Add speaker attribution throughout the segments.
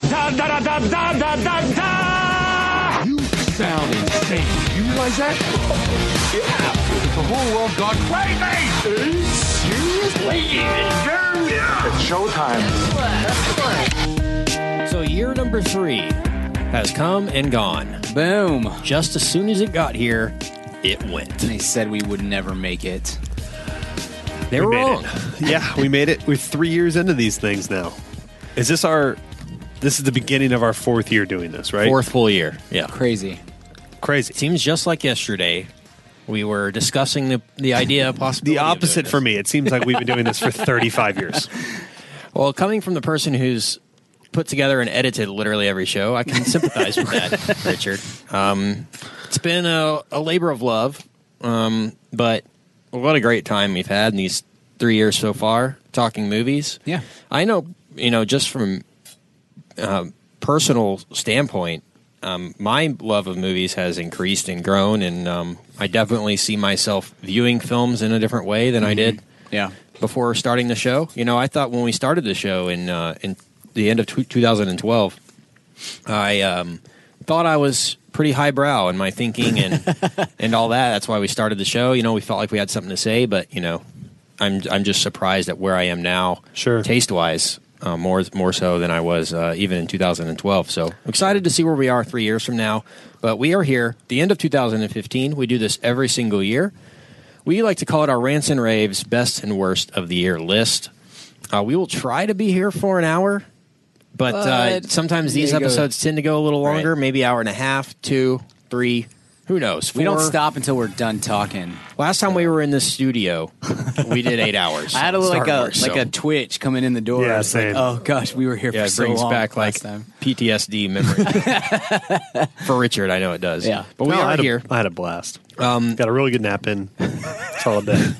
Speaker 1: da da da da da da da. You sound insane. You realize that? Yeah. The whole world got crazy. Seriously, dude. It's showtime.
Speaker 2: So year number three has come and gone.
Speaker 3: Boom.
Speaker 2: Just as soon as it got here, it went.
Speaker 3: They said we would never make it.
Speaker 2: They were wrong.
Speaker 4: Yeah, we made it. We're three years into these things now. Is this our? This is the beginning of our fourth year doing this, right?
Speaker 2: Fourth full year. Yeah.
Speaker 3: Crazy.
Speaker 4: Crazy.
Speaker 2: Seems just like yesterday. We were discussing the, the idea of possibility.
Speaker 4: The
Speaker 2: of doing
Speaker 4: opposite
Speaker 2: this.
Speaker 4: for me. It seems like we've been doing this for 35 years.
Speaker 2: Well, coming from the person who's put together and edited literally every show, I can sympathize with that, Richard. Um, it's been a, a labor of love, um, but what a great time we've had in these three years so far talking movies.
Speaker 3: Yeah.
Speaker 2: I know, you know, just from a personal standpoint, um, my love of movies has increased and grown, and um, I definitely see myself viewing films in a different way than I did
Speaker 3: Yeah.
Speaker 2: before starting the show. You know, I thought when we started the show in uh, in the end of tw 2012, I um, thought I was pretty highbrow in my thinking and and all that. That's why we started the show. You know, we felt like we had something to say, but you know, I'm I'm just surprised at where I am now,
Speaker 4: Sure.
Speaker 2: taste wise. Uh, more more so than I was uh, even in 2012. So I'm excited to see where we are three years from now. But we are here. The end of 2015. We do this every single year. We like to call it our rants and raves best and worst of the year list. Uh, we will try to be here for an hour, but, uh,
Speaker 3: But-
Speaker 2: sometimes these
Speaker 3: There you go.
Speaker 2: episodes tend to go a little longer,
Speaker 3: Right.
Speaker 2: maybe hour and a half, two, three. Who knows?
Speaker 3: We don't
Speaker 2: Four.
Speaker 3: stop until we're done talking.
Speaker 2: Last time we were in the studio, we did eight hours.
Speaker 3: I had a little like
Speaker 2: Star
Speaker 3: a
Speaker 2: Wars,
Speaker 3: like
Speaker 2: so-
Speaker 3: a twitch coming in the door.
Speaker 4: Yeah,
Speaker 3: It's like,
Speaker 4: same.
Speaker 3: oh gosh, we were here
Speaker 2: yeah,
Speaker 3: for
Speaker 2: it
Speaker 3: so
Speaker 2: brings
Speaker 3: long
Speaker 2: back like
Speaker 3: last time.
Speaker 2: PTSD memory for Richard. I know it does.
Speaker 3: Yeah.
Speaker 2: but we
Speaker 4: No, I
Speaker 2: are
Speaker 4: had a-
Speaker 2: here.
Speaker 4: I had a blast. Got a really good nap in. It's all day.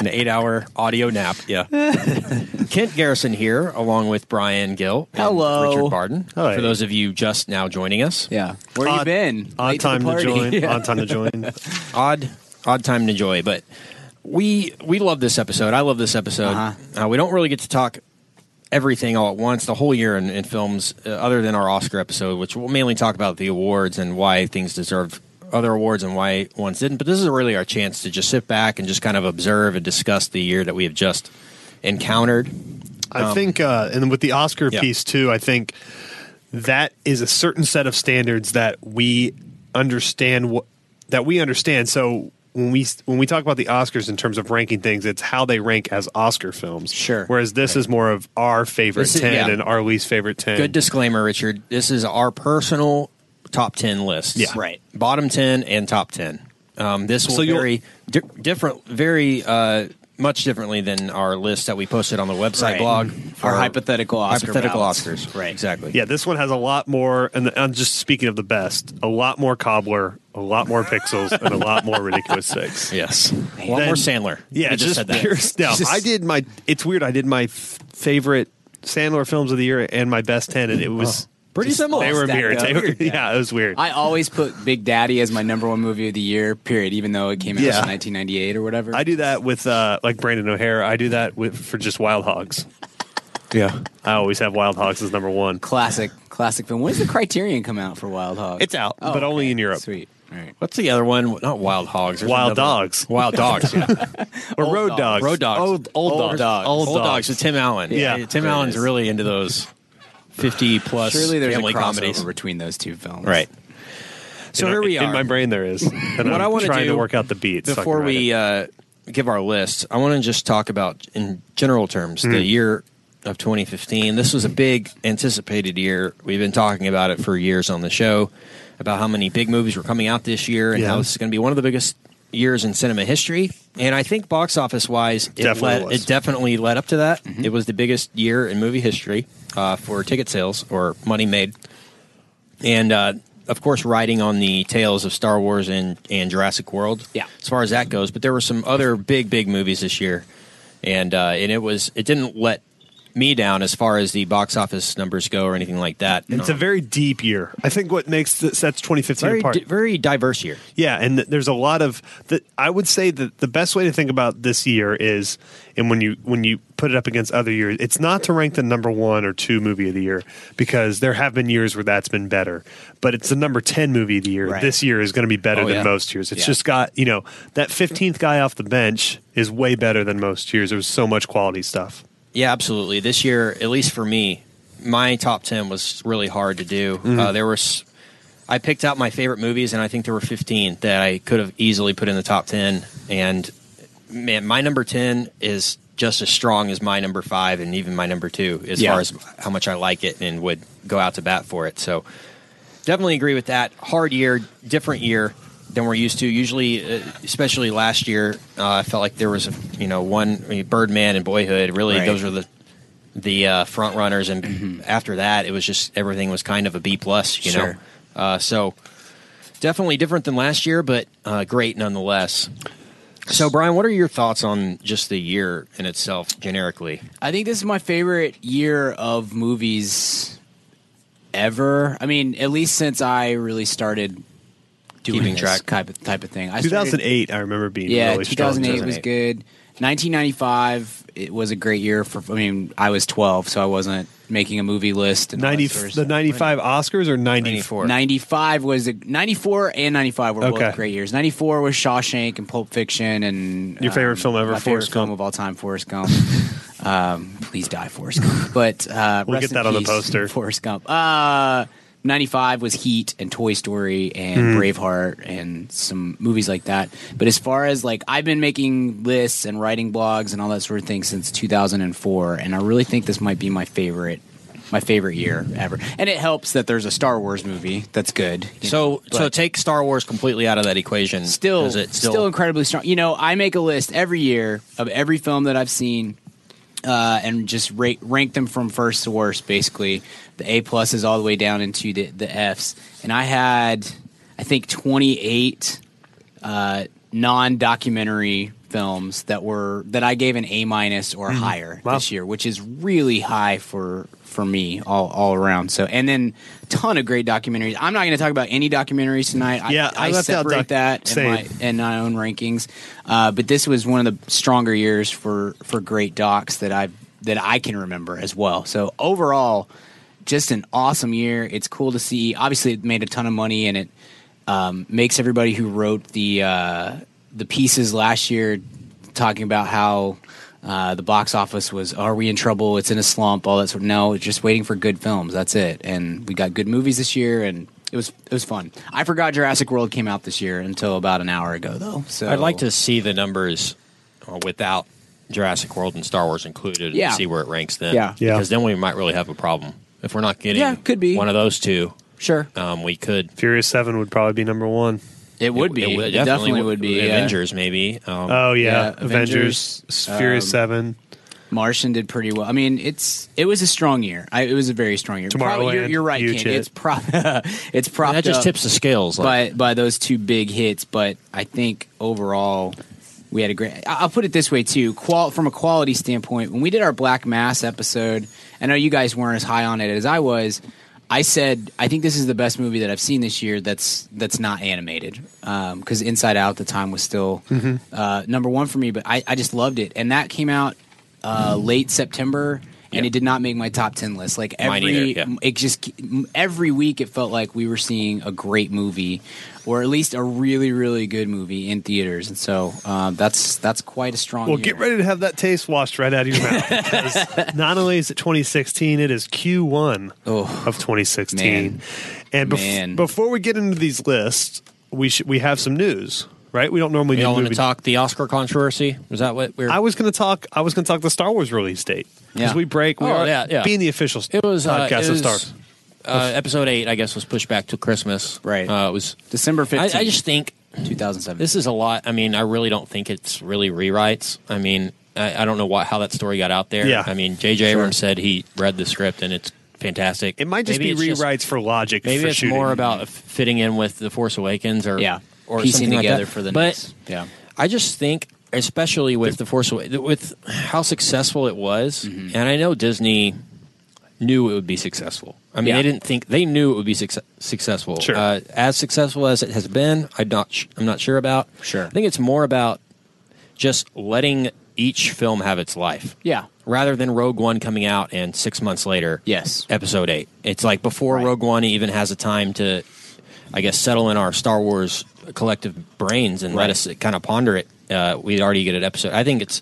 Speaker 2: an eight hour audio nap. Yeah. Kent Garrison here, along with Brian Gill. and
Speaker 3: Hello.
Speaker 2: Richard Barden.
Speaker 4: Hi.
Speaker 2: For those of you just now joining us.
Speaker 3: Yeah. Where you
Speaker 4: Odd-
Speaker 3: been?
Speaker 4: On
Speaker 3: Late the
Speaker 4: time to,
Speaker 3: party.
Speaker 4: join.
Speaker 3: Yeah.
Speaker 4: On time to join.
Speaker 2: Odd odd time to joy, but we we love this episode. I love this episode.
Speaker 3: Uh-huh.
Speaker 2: Uh, we don't really get to talk everything all at once the whole year in, in films uh, other than our Oscar episode, which we'll mainly talk about the awards and why things deserved other awards and why ones didn't. But this is really our chance to just sit back and just kind of observe and discuss the year that we have just encountered.
Speaker 4: I think, uh, and with the Oscar
Speaker 2: Um, yeah.
Speaker 4: piece too, I think that is a certain set of standards that we understand. What that we understand. So when we when we talk about the Oscars in terms of ranking things, it's how they rank as Oscar films.
Speaker 2: Sure.
Speaker 4: Whereas this is more of our favorite
Speaker 2: This is-
Speaker 4: ten
Speaker 2: yeah.
Speaker 4: and our least favorite ten.
Speaker 2: Good disclaimer, Richard. This is our personal top 10 lists.
Speaker 4: Yeah.
Speaker 3: Right.
Speaker 2: Bottom 10 and top 10. Um, this will
Speaker 4: So you'll-
Speaker 2: vary di- different, very uh, much differently than our list that we posted on the website
Speaker 3: Right.
Speaker 2: blog.
Speaker 3: Our hypothetical Oscar
Speaker 2: Hypothetical
Speaker 3: ballots.
Speaker 2: Oscars.
Speaker 3: Right.
Speaker 2: Exactly.
Speaker 4: yeah, this one has a lot more, and I'm just speaking of the best. A lot more cobbler, a lot more pixels, and a lot more ridiculous six.
Speaker 2: Yes. A lot
Speaker 4: Then-
Speaker 2: more Sandler.
Speaker 4: Yeah,
Speaker 2: I just, said that.
Speaker 4: pure stuff.
Speaker 3: Just-
Speaker 4: I did my. It's weird. I did my f- favorite Sandler films of the year and my best ten, and it
Speaker 2: Oh,
Speaker 4: was
Speaker 2: Pretty similar.
Speaker 4: They were
Speaker 3: Stacked
Speaker 4: mirrored.
Speaker 3: up.
Speaker 4: They were,
Speaker 3: Weird,
Speaker 4: yeah. it was weird.
Speaker 3: I always put Big Daddy as my number one movie of the year. Period. Even though it came out
Speaker 4: Yeah.
Speaker 3: in 1998 or whatever.
Speaker 4: I do that with uh, like Brandon O'Hare. I do that with for just Wild Hogs.
Speaker 2: Yeah.
Speaker 4: I always have Wild Hogs as number one.
Speaker 3: classic, classic film. When's the Criterion come out for Wild Hog?
Speaker 4: It's out, but only in Europe.
Speaker 3: Sweet. All right.
Speaker 2: What's the other one? Not Wild Hogs. There's
Speaker 4: Wild
Speaker 2: another one.
Speaker 4: Dogs.
Speaker 2: Wild Dogs. Yeah.
Speaker 4: Or Road
Speaker 3: Dogs.
Speaker 4: Dogs.
Speaker 2: Road Dogs.
Speaker 4: Old, old,
Speaker 3: Old
Speaker 4: dogs.
Speaker 3: Dogs.
Speaker 4: Old,
Speaker 2: Old
Speaker 4: Dogs.
Speaker 2: Dogs with Tim Allen.
Speaker 4: Yeah.
Speaker 2: Tim
Speaker 3: There it
Speaker 2: Allen's
Speaker 3: is.
Speaker 2: really into those 50 plus
Speaker 3: Surely there's
Speaker 2: family
Speaker 3: a crossover
Speaker 2: comedies.
Speaker 3: between those two films.
Speaker 2: Right.
Speaker 4: You
Speaker 2: So
Speaker 4: know,
Speaker 2: here we are.
Speaker 4: In my brain, there is. And
Speaker 2: What
Speaker 4: I'm
Speaker 2: I wanna
Speaker 4: trying
Speaker 2: do
Speaker 4: to work out the beats so I can
Speaker 2: Before
Speaker 4: write
Speaker 2: we
Speaker 4: it.
Speaker 2: uh, give our list, I want to just talk about, in general terms,
Speaker 4: Hmm.
Speaker 2: the year of 2015. This was a big anticipated year. We've been talking about it for years on the show about how many big movies were coming out this year and
Speaker 4: Yeah.
Speaker 2: how this is going to be one of the biggest years in cinema history. And I think box office wise, it,
Speaker 4: Definitely
Speaker 2: led,
Speaker 4: was. Mm-hmm.
Speaker 2: it definitely led up to that. It was the biggest year in movie history uh, for ticket sales or money made and uh, of course riding on the tails of Star Wars and, and Jurassic World.
Speaker 3: Yeah.
Speaker 2: as far as that goes. But there were some other big, big movies this year, and uh, and it was it didn't let me down as far as the box office numbers go or anything like that.
Speaker 4: It's a very deep year. I think what makes the, sets 2015
Speaker 2: very
Speaker 4: apart.
Speaker 2: di- very diverse year.
Speaker 4: Yeah, and th- there's a lot of the, I would say that the best way to think about this year is, and when you when you put it up against other years, it's not to rank the number one or two movie of the year because there have been years where that's been better, but it's the number ten movie of the year.
Speaker 2: Right.
Speaker 4: This year is going to be better
Speaker 2: Oh,
Speaker 4: than
Speaker 2: yeah.
Speaker 4: most years. It's
Speaker 2: Yeah.
Speaker 4: just got you know that fifteenth guy off the bench is way better than most years. There was so much quality stuff.
Speaker 2: Yeah, absolutely. This year, at least for me, my top ten was really hard to do. Uh, there were, s- I picked out my favorite movies, and I think there were fifteen that I could have easily put in the top ten. And man, my number ten is just as strong as my number five, and even my number two, as
Speaker 3: Yeah.
Speaker 2: far as how much I like it and would go out to bat for it. So definitely agree with that. Hard year, different year than we're used to. Usually, uh, especially last year, uh, I felt like there was a, you know one I mean, Birdman and Boyhood. Really,
Speaker 3: Right. Mm-hmm.
Speaker 2: those were the the uh, front runners, and after that, it was just everything was kind of a B plus. You
Speaker 3: Sure.
Speaker 2: know, uh, so definitely different than last year, but uh, great nonetheless. So, Brian, what are your thoughts on just the year in itself, generically?
Speaker 3: I think this is my favorite year of movies ever. I mean, at least since I really started doing
Speaker 2: Keeping
Speaker 3: this
Speaker 2: track.
Speaker 3: type of, type of thing. I started-
Speaker 4: 2008, I remember being
Speaker 3: yeah,
Speaker 4: really strong.
Speaker 3: 2008 was
Speaker 2: 2008.
Speaker 3: good. 1995, it was a great year for. I mean, I was 12, so I wasn't making a movie list. And all that
Speaker 4: 90,
Speaker 3: sort of
Speaker 4: the
Speaker 3: stuff.
Speaker 4: 95 Oscars or 94?
Speaker 2: 94.
Speaker 3: 95 was a, 94 and 95 were
Speaker 4: Okay.
Speaker 3: both great years. 94 was Shawshank and Pulp Fiction and um,
Speaker 4: Your favorite film ever,
Speaker 3: my
Speaker 4: Forrest
Speaker 3: favorite film
Speaker 4: Gump.
Speaker 3: of all time, Forrest Gump. um, please die, Forrest Gump. But uh,
Speaker 4: We'll
Speaker 3: rest
Speaker 4: get
Speaker 3: in
Speaker 4: that on the
Speaker 3: peace,
Speaker 4: poster.
Speaker 3: Forrest Gump. Uh, 95 was Heat and Toy Story and Braveheart and some movies like that. But as far as like, I've been making lists and writing blogs and all that sort of thing since 2004, and I really think this might be my favorite. My favorite year ever, and it helps that there's a Star Wars movie that's good. you
Speaker 2: So,
Speaker 3: know, but-
Speaker 2: so take Star Wars completely out of that equation.
Speaker 3: still,
Speaker 2: Is it
Speaker 3: still incredibly strong. You know, I make a list every year of every film that I've seen, uh, and just rate, rank them from first to worst. Basically, the A pluses all the way down into the, the Fs. And I had, I think, twenty eight uh, non documentary films that were that I gave an A minus or higher
Speaker 4: Wow.
Speaker 3: this year, which is really high for for me all all around. So, and then ton of great documentaries. I'm not going to talk about any documentaries tonight. I-
Speaker 4: Yeah, I
Speaker 3: I,
Speaker 4: left out
Speaker 3: separate
Speaker 4: doc-
Speaker 3: that in
Speaker 4: same.
Speaker 3: my, in my own rankings. Uh, but this was one of the stronger years for for great docs that I that I can remember as well. So overall, just an awesome year. It's cool to see. Obviously, it made a ton of money, and it um, makes everybody who wrote the uh, the pieces last year talking about how. Uh, the box office was, are we in trouble? It's in a slump, all that sort. No, it's just waiting for good films. That's it. And we got good movies this year, and it was it was fun. I forgot Jurassic World came out this year until about an hour ago, though. So
Speaker 2: I'd like to see the numbers uh, without Jurassic World and Star Wars included,
Speaker 3: Yeah.
Speaker 2: and see where it ranks then.
Speaker 3: Yeah.
Speaker 4: Yeah.
Speaker 2: Because then we might really have a problem if we're not getting.
Speaker 3: Yeah, could be.
Speaker 2: one of those two.
Speaker 3: sure.
Speaker 2: Um, we could.
Speaker 4: Furious 7 would probably be number one.
Speaker 3: It would be. It,
Speaker 2: would-
Speaker 3: definitely, would, be. yeah.
Speaker 2: Avengers, maybe. Um,
Speaker 4: Oh yeah,
Speaker 3: Yeah,
Speaker 4: Avengers,
Speaker 3: Avengers,
Speaker 4: Furious
Speaker 3: um,
Speaker 4: Seven.
Speaker 3: Martian did pretty well. I mean, it's it was a strong year. I, it was a very strong year. Probably- you're,
Speaker 4: Tomorrowland,
Speaker 3: you're right,
Speaker 4: huge
Speaker 3: Ken.
Speaker 4: hit.
Speaker 3: It's prop. it's prop.
Speaker 2: that just tips the scales. Like,
Speaker 3: by by those two big hits. But I think overall, we had a great. I- I'll put it this way too: qual from a quality standpoint, when we did our Black Mass episode, I know you guys weren't as high on it as I was. I said I think this is the best movie that I've seen this year. That's that's not animated because Inside Out at the time was still
Speaker 2: Mm-hmm.
Speaker 3: uh, number one for me. But I, I just loved it, and that came out uh, late September. And
Speaker 2: Yeah.
Speaker 3: it did not make my top ten list. Like
Speaker 2: Mine
Speaker 3: every
Speaker 2: either, yeah.
Speaker 3: it just every week it felt like we were seeing a great movie or at least a really really good movie in theaters and so uh, that's that's quite a strong
Speaker 4: Well,
Speaker 3: year.
Speaker 4: get ready to have that taste washed right out of your mouth. because not only is it 2016, it is Q1
Speaker 3: Oh,
Speaker 4: of 2016.
Speaker 3: man.
Speaker 4: And bef-
Speaker 3: Man.
Speaker 4: before we get into these lists, we should we have some news, right? We don't normally
Speaker 2: we
Speaker 4: do
Speaker 2: all want
Speaker 4: movie-
Speaker 2: to talk the Oscar controversy. Was that what we were?
Speaker 4: I was going to talk. I was going to talk the Star Wars release date because
Speaker 3: Yeah.
Speaker 4: we break. We
Speaker 2: Oh,
Speaker 4: are
Speaker 2: yeah, yeah.
Speaker 4: being the official
Speaker 2: it was uh,
Speaker 4: podcast
Speaker 2: it
Speaker 4: of
Speaker 2: was,
Speaker 4: Star Wars.
Speaker 2: Uh, episode eight, I guess, was pushed back to Christmas.
Speaker 3: Right.
Speaker 2: Uh, it was.
Speaker 3: December
Speaker 2: I,
Speaker 3: 15th
Speaker 2: I just think
Speaker 3: 2007
Speaker 2: This is a lot. I mean, I really don't think it's really rewrites. I mean, I, I don't know what, how that story got out there.
Speaker 4: Yeah.
Speaker 2: I mean, J.J. Abrams said he reid the script and it's fantastic.
Speaker 4: It might just
Speaker 2: Maybe
Speaker 4: be
Speaker 2: it's
Speaker 4: rewrites for logic.
Speaker 2: maybe
Speaker 4: for
Speaker 2: it's
Speaker 4: shooting.
Speaker 2: more about f- fitting in with the Force Awakens or
Speaker 3: yeah
Speaker 2: or
Speaker 3: piecing
Speaker 2: something like
Speaker 3: together
Speaker 2: that.
Speaker 3: for the
Speaker 2: but
Speaker 3: next yeah
Speaker 2: I just think especially with the Force Awakens, with how successful it was,
Speaker 3: Mm-hmm.
Speaker 2: and I know Disney knew it would be successful. I mean,
Speaker 3: Yeah.
Speaker 2: they didn't think they knew it would be suc- successful.
Speaker 4: Sure.
Speaker 2: Uh, as successful as it has been, I'm not. Sh- I'm not sure about.
Speaker 3: Sure.
Speaker 2: I think it's more about just letting each film have its life.
Speaker 3: Yeah.
Speaker 2: Rather than Rogue One coming out and six months later,
Speaker 3: Yes.
Speaker 2: Episode Eight. It's like before
Speaker 3: Right.
Speaker 2: Rogue One even has a time to, I guess, settle in our Star Wars collective brains and
Speaker 3: Right.
Speaker 2: let us kind of ponder it. Uh, we'd already get an episode. I think it's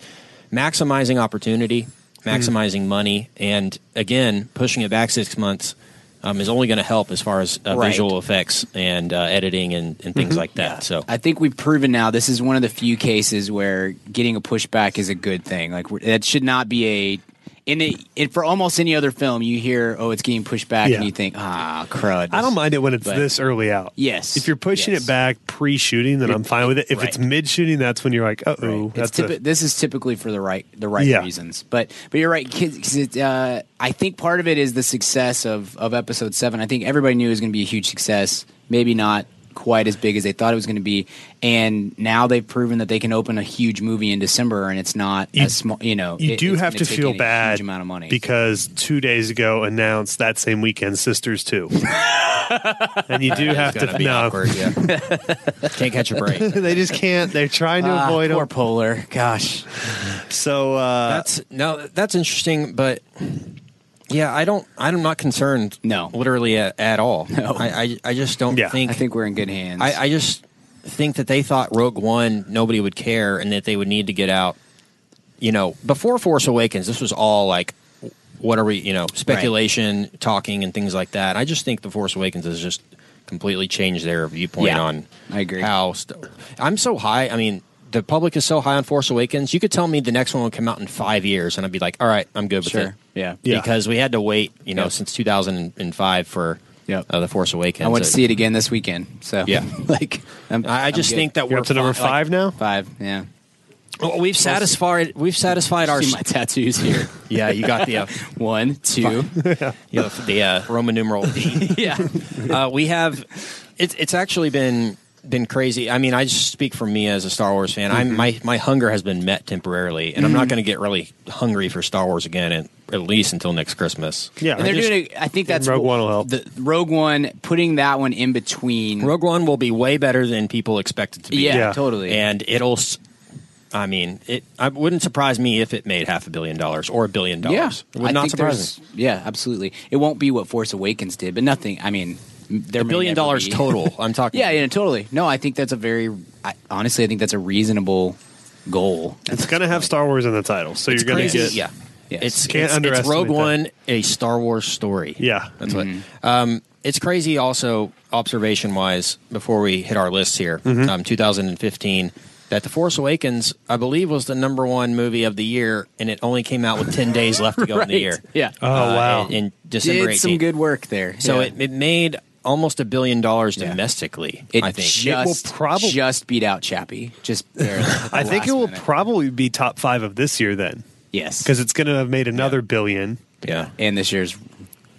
Speaker 2: maximizing opportunity,
Speaker 3: Mm.
Speaker 2: maximizing money, and again pushing it back six months um, is only going to help as far as uh,
Speaker 3: Right. Mm-hmm.
Speaker 2: visual effects and uh, editing and, and things like that. So
Speaker 3: I think we've proven now this is one of the few cases where getting a pushback is a good thing. Like we're- that should not be a. In the, it, for almost any other film, you hear, "Oh, it's getting pushed back,"
Speaker 4: Yeah.
Speaker 3: and you think, "Ah, crud."
Speaker 4: I don't mind it when it's
Speaker 3: But-
Speaker 4: this early out.
Speaker 3: Yes.
Speaker 4: If you're pushing
Speaker 3: Yes.
Speaker 4: it back pre-shooting, then I'm fine with it. If it's
Speaker 3: Right.
Speaker 4: mid-shooting, that's when you're like, uh oh,
Speaker 3: It's
Speaker 4: that's
Speaker 3: typi-
Speaker 4: a,
Speaker 3: this is typically for the right the right
Speaker 4: Yeah.
Speaker 3: reasons, but but you're right. Cause, 'cause it, uh, I think part of it is the success of of episode seven. I think everybody knew it was going to be a huge success. Maybe not quite as big as they thought it was going to be, and now they've proven that they can open a huge movie in December, and it's not
Speaker 4: You-
Speaker 3: a small. You know,
Speaker 4: you
Speaker 3: it-
Speaker 4: do
Speaker 3: it's
Speaker 4: have
Speaker 3: gonna
Speaker 4: to
Speaker 3: take
Speaker 4: feel
Speaker 3: in a
Speaker 4: bad
Speaker 3: Huge amount of money
Speaker 4: because two days ago announced that same weekend sisters too and you do have
Speaker 2: it's going
Speaker 4: to
Speaker 2: to be
Speaker 4: no.
Speaker 2: awkward. Yeah, can't catch a break.
Speaker 4: they just can't they're trying to
Speaker 3: Ah,
Speaker 4: avoid
Speaker 3: poor
Speaker 4: them
Speaker 3: Polar. Gosh,
Speaker 4: so uh
Speaker 2: That's no, that's interesting, but yeah, I don't. I'm not concerned.
Speaker 3: No.
Speaker 2: literally at, at all. No, I, I, I just don't
Speaker 4: Yeah.
Speaker 2: think.
Speaker 3: I think we're in good hands.
Speaker 2: I, I just think that they thought Rogue One nobody would care, and that they would need to get out. You know, before Force Awakens, this was all like, what are we? You know, speculation, talking, and things like that. I just think the Force Awakens has just completely changed their viewpoint
Speaker 3: Yeah.
Speaker 2: on.
Speaker 3: I agree.
Speaker 2: How st- I'm so high. I mean. The public is so high on Force Awakens. You could tell me the next one would come out in five years, and I'd be like, "All right, I'm good with
Speaker 3: Sure.
Speaker 2: it."
Speaker 3: Yeah.
Speaker 4: Yeah.
Speaker 2: because we had to wait, you know,
Speaker 3: Yep.
Speaker 2: since 2005 for
Speaker 3: Yep.
Speaker 2: uh, the Force Awakens.
Speaker 3: I want to
Speaker 2: It-
Speaker 3: see it again this weekend. So
Speaker 2: Yeah.
Speaker 3: like I'm,
Speaker 2: I I
Speaker 3: I'm
Speaker 2: just
Speaker 3: good.
Speaker 2: think that
Speaker 4: you're
Speaker 2: we're
Speaker 4: up to number
Speaker 2: fi- like,
Speaker 4: five now
Speaker 3: five. Yeah.
Speaker 2: Well, we've satisfied. We've satisfied our.
Speaker 3: See my tattoos here.
Speaker 2: yeah, you got the uh,
Speaker 3: One, two.
Speaker 2: you know, the uh, Roman numeral. D.
Speaker 3: yeah.
Speaker 2: Uh, we have. It's it's actually been been crazy. I mean, I just speak for me as a Star Wars fan. I'm my my hunger has been met temporarily, and I'm not going to get really hungry for Star Wars again, and at least until next Christmas.
Speaker 4: yeah
Speaker 3: And they're
Speaker 4: I just-
Speaker 3: doing. A, I think that's
Speaker 4: Rogue One will help.
Speaker 3: The Rogue One putting that one in between.
Speaker 2: Rogue One will be way better than people expect it to be.
Speaker 3: yeah,
Speaker 4: Yeah.
Speaker 3: totally.
Speaker 2: and it'll. s- I mean, it. I wouldn't surprise me if it made half a billion dollars or a billion
Speaker 3: yeah,
Speaker 2: dollars. It would
Speaker 3: I
Speaker 2: not
Speaker 3: think
Speaker 2: surprise me.
Speaker 3: there's- Yeah, absolutely. It won't be what Force Awakens did, but nothing. I mean, there
Speaker 2: A
Speaker 3: may
Speaker 2: billion
Speaker 3: never
Speaker 2: dollars
Speaker 3: be.
Speaker 2: total. I'm talking.
Speaker 3: Yeah, yeah, totally. No, I think that's a very. I, honestly, I think that's a reasonable goal.
Speaker 4: it's gonna have star wars in the title so you're gonna
Speaker 2: crazy.
Speaker 4: get
Speaker 2: yeah.
Speaker 3: Yes.
Speaker 2: It's,
Speaker 4: Can't
Speaker 2: it's, it's
Speaker 4: underestimate
Speaker 2: Rogue
Speaker 4: that.
Speaker 2: One, a Star Wars story.
Speaker 4: yeah
Speaker 2: That's
Speaker 3: Mm-hmm.
Speaker 2: what. Um, it's crazy. Also, observation wise, before we hit our lists here,
Speaker 4: Mm-hmm.
Speaker 2: um, 2015, that The Force Awakens, I believe, was the number one movie of the year, and it only came out with 10 days left to go in the
Speaker 3: Right.
Speaker 2: year. Uh,
Speaker 3: Yeah.
Speaker 4: oh wow
Speaker 2: In, in December
Speaker 3: Did
Speaker 2: 18th.
Speaker 3: some good work there.
Speaker 2: so
Speaker 3: Yeah.
Speaker 2: it, it made almost a billion dollars
Speaker 3: Yeah.
Speaker 2: domestically,
Speaker 3: It
Speaker 2: I think.
Speaker 3: just
Speaker 4: It will probab-
Speaker 3: just beat out Chappie. Just barely. at the
Speaker 4: i think
Speaker 3: last
Speaker 4: it will
Speaker 3: minute.
Speaker 4: probably be top five of this year then
Speaker 3: yes
Speaker 4: because it's gonna have made another billion
Speaker 2: yeah.
Speaker 3: and this year's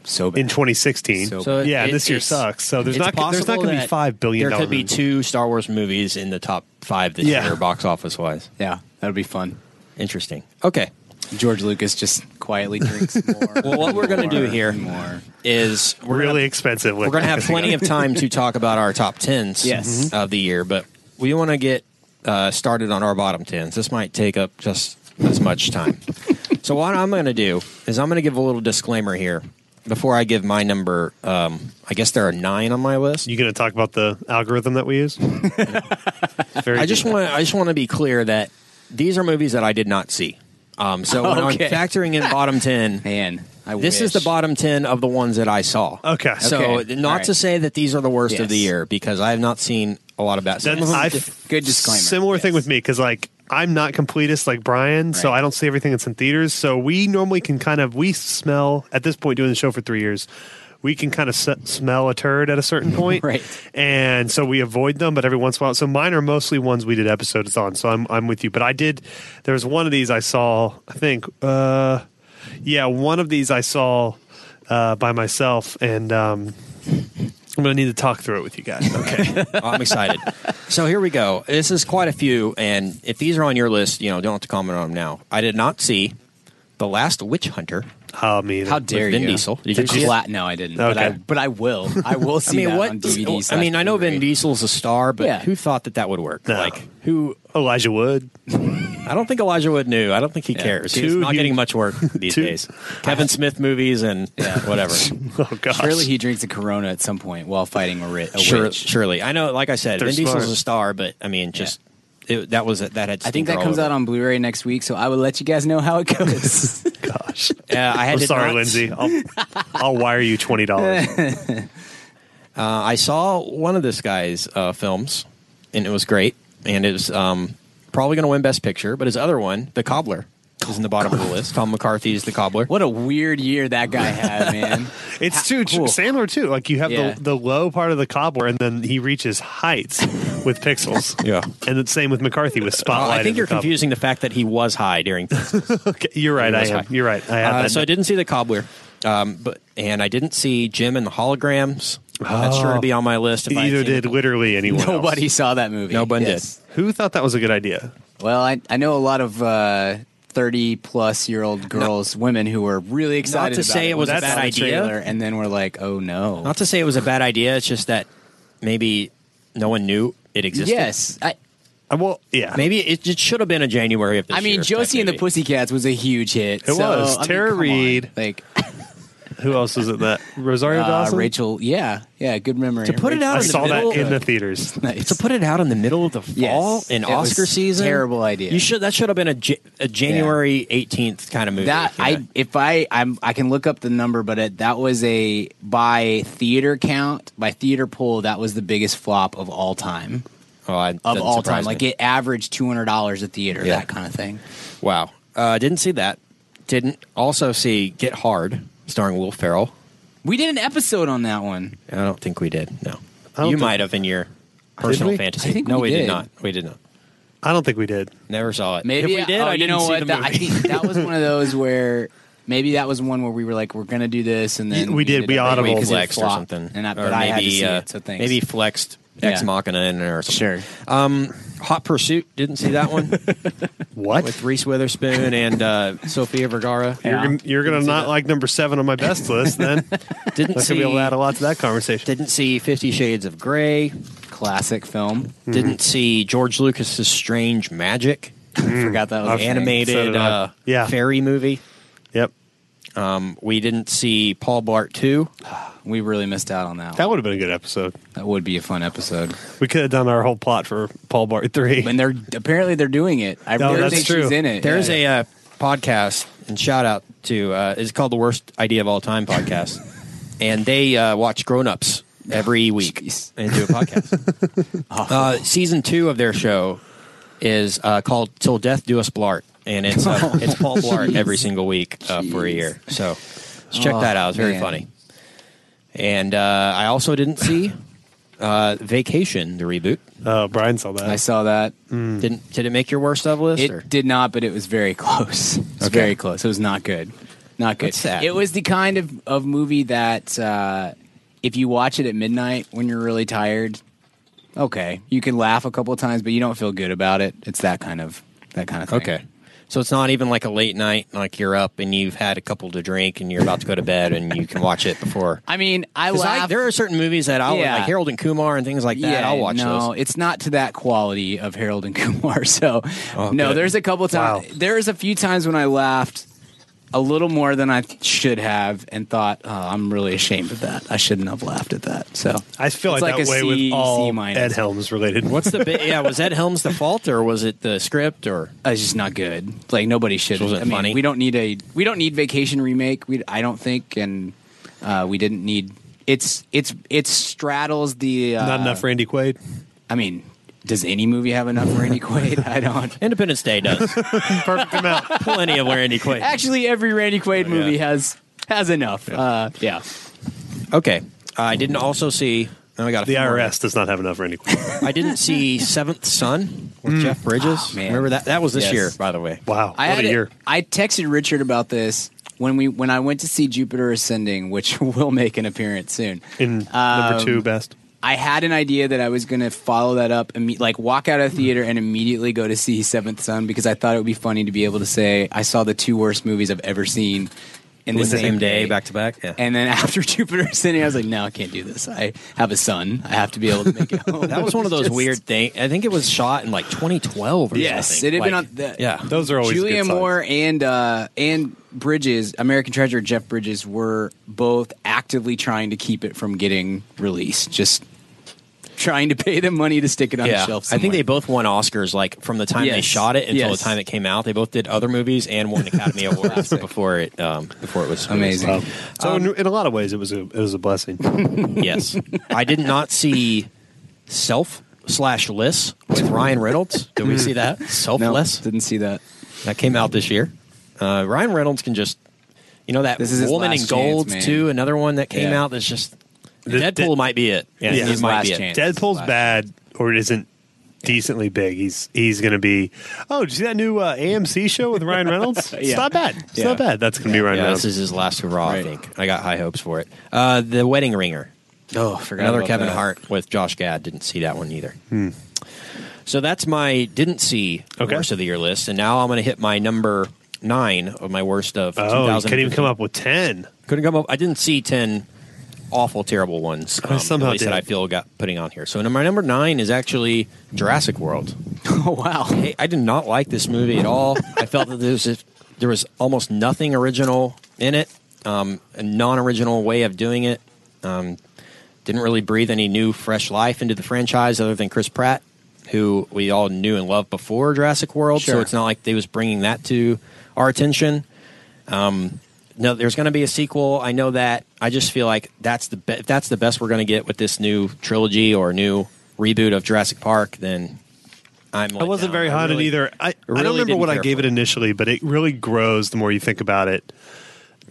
Speaker 3: so bad.
Speaker 4: in 2016
Speaker 3: So-
Speaker 2: So
Speaker 4: yeah
Speaker 2: it-
Speaker 4: this year
Speaker 2: it's-
Speaker 4: sucks so there's
Speaker 2: it's
Speaker 4: not there's not
Speaker 2: possible
Speaker 4: gonna be
Speaker 2: that
Speaker 4: five billion
Speaker 2: There could
Speaker 4: dollar
Speaker 2: be
Speaker 4: movies.
Speaker 2: two Star Wars movies in the top five this
Speaker 4: Yeah.
Speaker 2: year, box office wise.
Speaker 3: yeah, that'll be fun.
Speaker 2: Interesting. Okay,
Speaker 3: George Lucas just quietly drinks more.
Speaker 2: Well, what we're gonna do
Speaker 3: more,
Speaker 2: here-
Speaker 3: more.
Speaker 2: is we're
Speaker 4: really
Speaker 2: gonna,
Speaker 4: expensive
Speaker 2: we're going to have plenty of time to talk about our top tens Mm-hmm.
Speaker 3: Yes. Mhm.
Speaker 2: of the year, but we want to get uh, started on our bottom tens. This might take up just as much time. so what I'm going to do is I'm going to give a little disclaimer here before I give my number. Um, I guess there are nine on my list.
Speaker 4: You going to talk about the algorithm that we use? Very
Speaker 2: I just
Speaker 4: good.
Speaker 2: want I just want to be clear that these are movies that I did not see. Um, so when
Speaker 3: Okay.
Speaker 2: I'm factoring in bottom ten,
Speaker 3: Man, I
Speaker 2: this is the
Speaker 3: wish.
Speaker 2: bottom ten of the ones that I saw.
Speaker 4: Okay.
Speaker 2: So
Speaker 3: Okay.
Speaker 2: not
Speaker 3: All right.
Speaker 2: to say that these are the worst of the
Speaker 3: Yes.
Speaker 2: year because I have not seen a lot of that. Some of
Speaker 4: That's-
Speaker 2: them-
Speaker 4: I've-
Speaker 3: Good disclaimer.
Speaker 4: Similar thing with me because like I'm not completist like Brian, so
Speaker 3: Right.
Speaker 4: I don't see everything that's in theaters. So we normally can kind of we smell at this point doing the show for three years. We can kind of s- smell a turd at a certain point,
Speaker 3: Right.
Speaker 4: And so we avoid them, but every once in a while. So mine are mostly ones we did episodes on. So I'm I'm with you. But I did. There was one of these I saw. I think, uh, yeah, one of these I saw uh, by myself, and um, I'm going to need to talk through it with you guys. Okay.
Speaker 2: I'm excited. so here we go. This is quite a few, and if these are on your list, you know, don't have to comment on them now. I did not see the last Witch Hunter.
Speaker 4: How mean?
Speaker 3: How dare
Speaker 2: Vin
Speaker 3: you?
Speaker 2: Diesel. Did
Speaker 3: The
Speaker 2: you see it?
Speaker 3: gla- No, I didn't. But
Speaker 4: Okay.
Speaker 3: I but I will. I will
Speaker 2: I
Speaker 3: see
Speaker 2: mean,
Speaker 3: that
Speaker 2: what?
Speaker 3: on DVD.
Speaker 2: I
Speaker 3: slash
Speaker 2: mean, I know
Speaker 3: Blu-ray.
Speaker 2: Vin Diesel's a star, but
Speaker 3: Yeah.
Speaker 2: who thought that that would work?
Speaker 4: No.
Speaker 2: Like, who?
Speaker 4: Elijah Wood?
Speaker 2: I don't think Elijah Wood knew. I don't think he cares. He's
Speaker 4: Two
Speaker 2: not getting
Speaker 4: huge-
Speaker 2: much work these
Speaker 4: two-
Speaker 2: days. Kevin Smith movies and whatever.
Speaker 4: Oh gosh.
Speaker 3: Surely he drinks a Corona at some point while fighting a, ri- a
Speaker 2: Sure,
Speaker 3: witch.
Speaker 2: surely. I know. Like I said,
Speaker 4: They're
Speaker 2: Vin Diesel's a
Speaker 4: smart.
Speaker 2: star, but I mean, just it, that was that had.
Speaker 3: I think
Speaker 2: stinker
Speaker 3: that
Speaker 2: all
Speaker 3: comes
Speaker 2: over
Speaker 3: out
Speaker 2: it.
Speaker 3: on Blu-ray next week, so I will let you guys know how it goes.
Speaker 4: gosh.
Speaker 2: Uh, I had
Speaker 4: I'm
Speaker 2: did
Speaker 4: sorry,
Speaker 2: not- Ah,
Speaker 4: Lindsay. I'll, I'll wire you twenty dollars.
Speaker 2: Uh, I saw one of this guy's uh, films, and it was great, and it was um, probably going to win Best Picture. But his other one, The Cobbler, is in the bottom of the list. Tom McCarthy's The Cobbler.
Speaker 3: what a weird year that guy had, man.
Speaker 4: It's too
Speaker 3: cool.
Speaker 4: Sandler too. Like you have
Speaker 3: Yeah.
Speaker 4: the the low part of the cobbler, and then he reaches heights with pixels.
Speaker 2: Yeah.
Speaker 4: and the same with McCarthy with
Speaker 2: Uh,
Speaker 4: spotlight.
Speaker 2: I think
Speaker 4: and
Speaker 2: you're
Speaker 4: the Cobbler.
Speaker 2: confusing the fact that he was high during.
Speaker 4: Okay, you're right. I
Speaker 2: That's
Speaker 4: am.
Speaker 2: fine.
Speaker 4: You're right. I have.
Speaker 2: Uh,
Speaker 4: that.
Speaker 2: so I didn't see The Cobbler, um, but and I didn't see Jim and the Holograms. That's sure to be
Speaker 3: Oh.
Speaker 2: on my list. If I had
Speaker 4: Neither
Speaker 2: seen
Speaker 4: did
Speaker 2: it.
Speaker 4: literally anyone. else.
Speaker 3: Nobody saw that movie.
Speaker 2: No one did.
Speaker 4: Who thought that was a good idea?
Speaker 3: Well, I, I know a lot of uh, 30 plus year old girls, women who were really excited
Speaker 2: to
Speaker 3: about
Speaker 2: say it was
Speaker 3: when
Speaker 2: a
Speaker 3: they
Speaker 2: bad
Speaker 3: saw the
Speaker 2: idea.
Speaker 3: trailer, and then we're like, oh no.
Speaker 2: Not to say it was a bad idea. It's just that maybe no one knew it existed.
Speaker 3: yes. I,
Speaker 4: Uh, well, yeah.
Speaker 2: Maybe it, it should have been a January of this
Speaker 3: I mean,
Speaker 2: year,
Speaker 3: Josie
Speaker 2: that
Speaker 3: and the
Speaker 2: movie.
Speaker 3: Pussycats was a huge hit.
Speaker 4: It
Speaker 3: so,
Speaker 4: was.
Speaker 3: I mean,
Speaker 4: Tara
Speaker 3: come on.
Speaker 4: Reid.
Speaker 3: Like,
Speaker 4: Who else was in that? Rosario
Speaker 3: uh,
Speaker 4: Dawson.
Speaker 3: Rachel. Yeah. Yeah. Good memory.
Speaker 2: To put it
Speaker 4: I
Speaker 2: out in the
Speaker 4: saw that
Speaker 2: middle
Speaker 4: in
Speaker 2: of-
Speaker 4: the theaters.
Speaker 3: Nice.
Speaker 2: to put it out in the middle of the fall
Speaker 3: Yes.
Speaker 2: in
Speaker 3: It was
Speaker 2: Oscar season.
Speaker 3: terrible idea.
Speaker 2: You should that should have been a, Ja- a January eighteenth kind of movie.
Speaker 3: That
Speaker 2: you know?
Speaker 3: I if I I'm I can look up the number, but it, that was a by theater count by theater poll that was the biggest flop of all time
Speaker 2: oh, I,
Speaker 3: of
Speaker 2: doesn't
Speaker 3: all
Speaker 2: surprise
Speaker 3: time. Like
Speaker 2: me.
Speaker 3: it averaged two hundred dollars a theater,
Speaker 2: Yeah.
Speaker 3: that kind of thing.
Speaker 2: Wow, uh, didn't see that. Didn't also see Get Hard starring Will Ferrell.
Speaker 3: We did an episode on that one.
Speaker 2: I don't think we did. No,
Speaker 4: don't
Speaker 2: you
Speaker 4: think-
Speaker 2: might have in your personal
Speaker 4: we?
Speaker 2: fantasy.
Speaker 3: I think
Speaker 2: no,
Speaker 3: we
Speaker 2: we did.
Speaker 3: did.
Speaker 2: not. We did not.
Speaker 4: I don't think we did.
Speaker 2: Never saw it.
Speaker 3: Maybe
Speaker 2: if we did,
Speaker 3: oh,
Speaker 2: I
Speaker 3: you
Speaker 2: didn't
Speaker 3: know
Speaker 2: see
Speaker 3: what?
Speaker 2: the
Speaker 3: That-
Speaker 2: movie.
Speaker 3: I think that was one of those where maybe that was one where we were like, we're gonna do this, and then
Speaker 4: We did.
Speaker 3: ended
Speaker 4: We
Speaker 3: up
Speaker 4: audible
Speaker 3: anyway 'cause it
Speaker 2: flexed or
Speaker 3: flopped,
Speaker 2: something,
Speaker 3: And I,
Speaker 2: Or
Speaker 3: but I had to see
Speaker 2: uh,
Speaker 3: it, so thanks.
Speaker 2: maybe flexed Ex
Speaker 3: Yeah.
Speaker 2: Machina in there or something.
Speaker 3: sure.
Speaker 2: Hot Pursuit didn't see that one
Speaker 4: What?
Speaker 2: with Reese Witherspoon and uh, Sophia Vergara.
Speaker 4: You're, gonna- you're gonna not like number seven on my best list. Then
Speaker 2: Didn't
Speaker 4: that's
Speaker 2: see
Speaker 4: gonna be able to add a lot to that conversation.
Speaker 2: Didn't see Fifty Shades of gray
Speaker 3: Mm-hmm. Classic
Speaker 2: Hmm.
Speaker 3: film.
Speaker 2: Didn't see George Lucas's Strange Magic
Speaker 3: I forgot that was a thing.
Speaker 4: so
Speaker 2: animated
Speaker 4: did I.
Speaker 2: uh,
Speaker 4: Yeah.
Speaker 2: fairy movie.
Speaker 4: Yep.
Speaker 2: We didn't see Paul Blart two.
Speaker 3: We really missed out on that.
Speaker 4: That
Speaker 3: one.
Speaker 4: would have been a good episode.
Speaker 3: That would be a fun episode.
Speaker 4: We could have done our whole plot for Paul Bart three.
Speaker 3: And they're apparently they're doing it. I
Speaker 4: No,
Speaker 3: really
Speaker 4: that's
Speaker 3: think she's
Speaker 4: true.
Speaker 3: in it.
Speaker 2: There's a uh, podcast and shout out to uh, it's called the Worst Idea of All Time podcast, and they uh, watch grown ups every week
Speaker 3: Oh, Jeez. Oh.
Speaker 2: and do a podcast. uh, season two of their show is uh, called "Till Death Do Us Blart," and it's uh, it's Paul Blart every single week uh, for a
Speaker 3: Oh, Jeez.
Speaker 2: year. So let's check
Speaker 3: Oh,
Speaker 2: that out. It's very
Speaker 3: man.
Speaker 2: funny. And uh, I also didn't see uh, Vacation, the reboot.
Speaker 4: Uh, Brian saw
Speaker 3: I
Speaker 4: that.
Speaker 3: saw that.
Speaker 2: hmm. Didn't did it make your worst of list? or?
Speaker 3: Hmm. It did not, but it was very close. It was
Speaker 2: Okay.
Speaker 3: very close. It was not good. Not good.
Speaker 2: What's that?
Speaker 3: It was the kind of, of movie that uh, if you watch it at midnight when you're really tired, okay, you can laugh a couple of times, but you don't feel good about it. It's that kind of that kind of thing.
Speaker 2: Okay. So it's not even like a late night, like you're up and you've had a couple to drink and you're about to go to bed and you can watch it before.
Speaker 3: I mean, I
Speaker 2: 'Cause I-
Speaker 3: laugh.
Speaker 2: there are certain movies that I'll
Speaker 3: Yeah.
Speaker 2: like Harold and Kumar and things like that. I'll watch
Speaker 3: no,
Speaker 2: those.
Speaker 3: it's not to that quality of Harold and Kumar. So,
Speaker 2: Oh,
Speaker 3: no,
Speaker 2: good.
Speaker 3: there's a couple times.
Speaker 4: Wow.
Speaker 3: There's a few times when I laughed a little more than I should have and thought, oh, I'm really ashamed of that. I shouldn't have laughed at that. So,
Speaker 4: I feel
Speaker 3: it's
Speaker 4: like, that
Speaker 3: a
Speaker 4: way
Speaker 3: C-
Speaker 4: with all
Speaker 3: C minus.
Speaker 4: Ed Helms related.
Speaker 2: What's the bit? Yeah, was Ed Helms the fault or was it the script or
Speaker 3: It's just not good. Like nobody should.
Speaker 2: wasn't
Speaker 3: I mean,
Speaker 2: funny?
Speaker 3: we don't need a we don't need vacation remake. We I don't think, and uh, we didn't need. It's it's it straddles the uh,
Speaker 4: Not enough Randy Quaid.
Speaker 3: I mean, does any movie have enough Randy Quaid? I don't.
Speaker 2: Independence Day does
Speaker 4: Perfect amount.
Speaker 2: plenty of Randy Quaid.
Speaker 3: Actually, every Randy Quaid movie
Speaker 2: yeah.
Speaker 3: has has enough. Yeah. Uh, yeah.
Speaker 2: Okay, I didn't also see. Oh, I got a
Speaker 4: The
Speaker 2: few more.
Speaker 4: IRS does not have enough Randy Quaid.
Speaker 2: I didn't see Seventh Son with Jeff Bridges.
Speaker 3: Mm. Oh, man.
Speaker 2: Remember that? That was this
Speaker 3: Yes.
Speaker 2: year, by the way.
Speaker 4: Wow,
Speaker 3: I
Speaker 4: what
Speaker 3: had
Speaker 4: a
Speaker 3: it-
Speaker 4: year!
Speaker 3: I texted Richard about this. when we when I went to see Jupiter Ascending, which will make an appearance soon.
Speaker 4: in number
Speaker 3: um,
Speaker 4: two best.
Speaker 3: I had an idea that I was going to follow that up, imme- like walk out of the theater and immediately go to see Seventh Son because I thought it would be funny to be able to say I saw the two worst movies I've ever seen in the,
Speaker 2: the
Speaker 3: same,
Speaker 2: same day, back to back. Yeah.
Speaker 3: And then after Jupiter Ascending, I was like, no, I can't do this. I have a son. I have to be able to make it home.
Speaker 2: That was one of those
Speaker 3: Just-
Speaker 2: weird things. I think it was shot in like 2012 or
Speaker 3: Yes,
Speaker 2: something.
Speaker 3: it had been
Speaker 2: Like,
Speaker 3: on. The,
Speaker 2: yeah.
Speaker 4: Those are always a
Speaker 3: Julia
Speaker 4: good signs.
Speaker 3: Moore and uh, and Bridges, American Treasure, Jeff Bridges were both actively trying to keep it from getting released. Just trying to pay them money to stick it on
Speaker 2: yeah.
Speaker 3: the shelf.
Speaker 2: I think they
Speaker 3: somewhere.
Speaker 2: both won Oscars like from the time they
Speaker 3: Yes.
Speaker 2: shot it until
Speaker 3: Yes.
Speaker 2: the time it came out. They both did other movies and won Academy Awards before it um, before it was
Speaker 3: Amazing.
Speaker 2: released.
Speaker 4: Um, So
Speaker 3: um,
Speaker 4: in, in a lot of ways, it was a it was a blessing.
Speaker 2: Yes, I did not see Self slash Liss with Ryan Reynolds. Did we see that
Speaker 3: no,
Speaker 2: Selfless
Speaker 3: didn't see that.
Speaker 2: that came out this year? Uh, Ryan Reynolds can just you know that
Speaker 3: This is his
Speaker 2: Woman in
Speaker 3: last
Speaker 2: Gold
Speaker 3: chance, man.
Speaker 2: too. Another one that came
Speaker 3: Yeah.
Speaker 2: out that's just
Speaker 4: Th-
Speaker 2: Deadpool
Speaker 4: th-
Speaker 2: might be it. Yeah,
Speaker 4: Yeah.
Speaker 2: it
Speaker 4: His
Speaker 2: might
Speaker 3: last
Speaker 2: be it.
Speaker 3: chance.
Speaker 4: Deadpool's
Speaker 3: Last-
Speaker 4: bad or it isn't decently big. He's he's going to be. Oh, did you see that new uh, AMC show with Ryan Reynolds? It's
Speaker 3: Yeah.
Speaker 4: not bad. It's
Speaker 3: Yeah.
Speaker 4: not bad. That's going to be Ryan
Speaker 2: Yeah,
Speaker 4: Reynolds.
Speaker 2: this is his last hurrah. I
Speaker 3: Right.
Speaker 2: think I got high hopes for it. Uh, the Wedding Ringer.
Speaker 3: Oh, forgot
Speaker 2: Another
Speaker 3: about
Speaker 2: Kevin
Speaker 3: that.
Speaker 2: Hart with Josh Gad. Didn't see that one either. So that's my didn't see
Speaker 4: Hmm. Okay.
Speaker 2: worst of the year list, and now I'm going to hit my number nine of my worst of.
Speaker 4: oh, you
Speaker 2: 2015.
Speaker 4: couldn't even come up with ten.
Speaker 2: Couldn't come up. I didn't see ten awful, terrible ones. um,
Speaker 4: I somehow
Speaker 2: at least
Speaker 4: did.
Speaker 2: that I feel got putting on here. So my number nine is actually Jurassic World.
Speaker 3: Oh wow.
Speaker 2: Hey, I did not like this movie at all. I felt that there was there was almost nothing original in it, um, a non-original way of doing it. Um, didn't really breathe any new, fresh life into the franchise other than Chris Pratt, who we all knew and loved before Jurassic World. So
Speaker 3: Sure.
Speaker 2: it's not like they was bringing that to our attention. No, there's going to be a sequel. I know that. I just feel like that's the be- if that's the best we're going to get with this new trilogy or new reboot of Jurassic Park. Then I'm.
Speaker 4: I wasn't very hot on either. I, I
Speaker 2: really
Speaker 4: don't remember
Speaker 2: didn't
Speaker 4: what I
Speaker 2: care
Speaker 4: gave
Speaker 2: for
Speaker 4: it
Speaker 2: it.
Speaker 4: initially, but it really grows the more you think about it.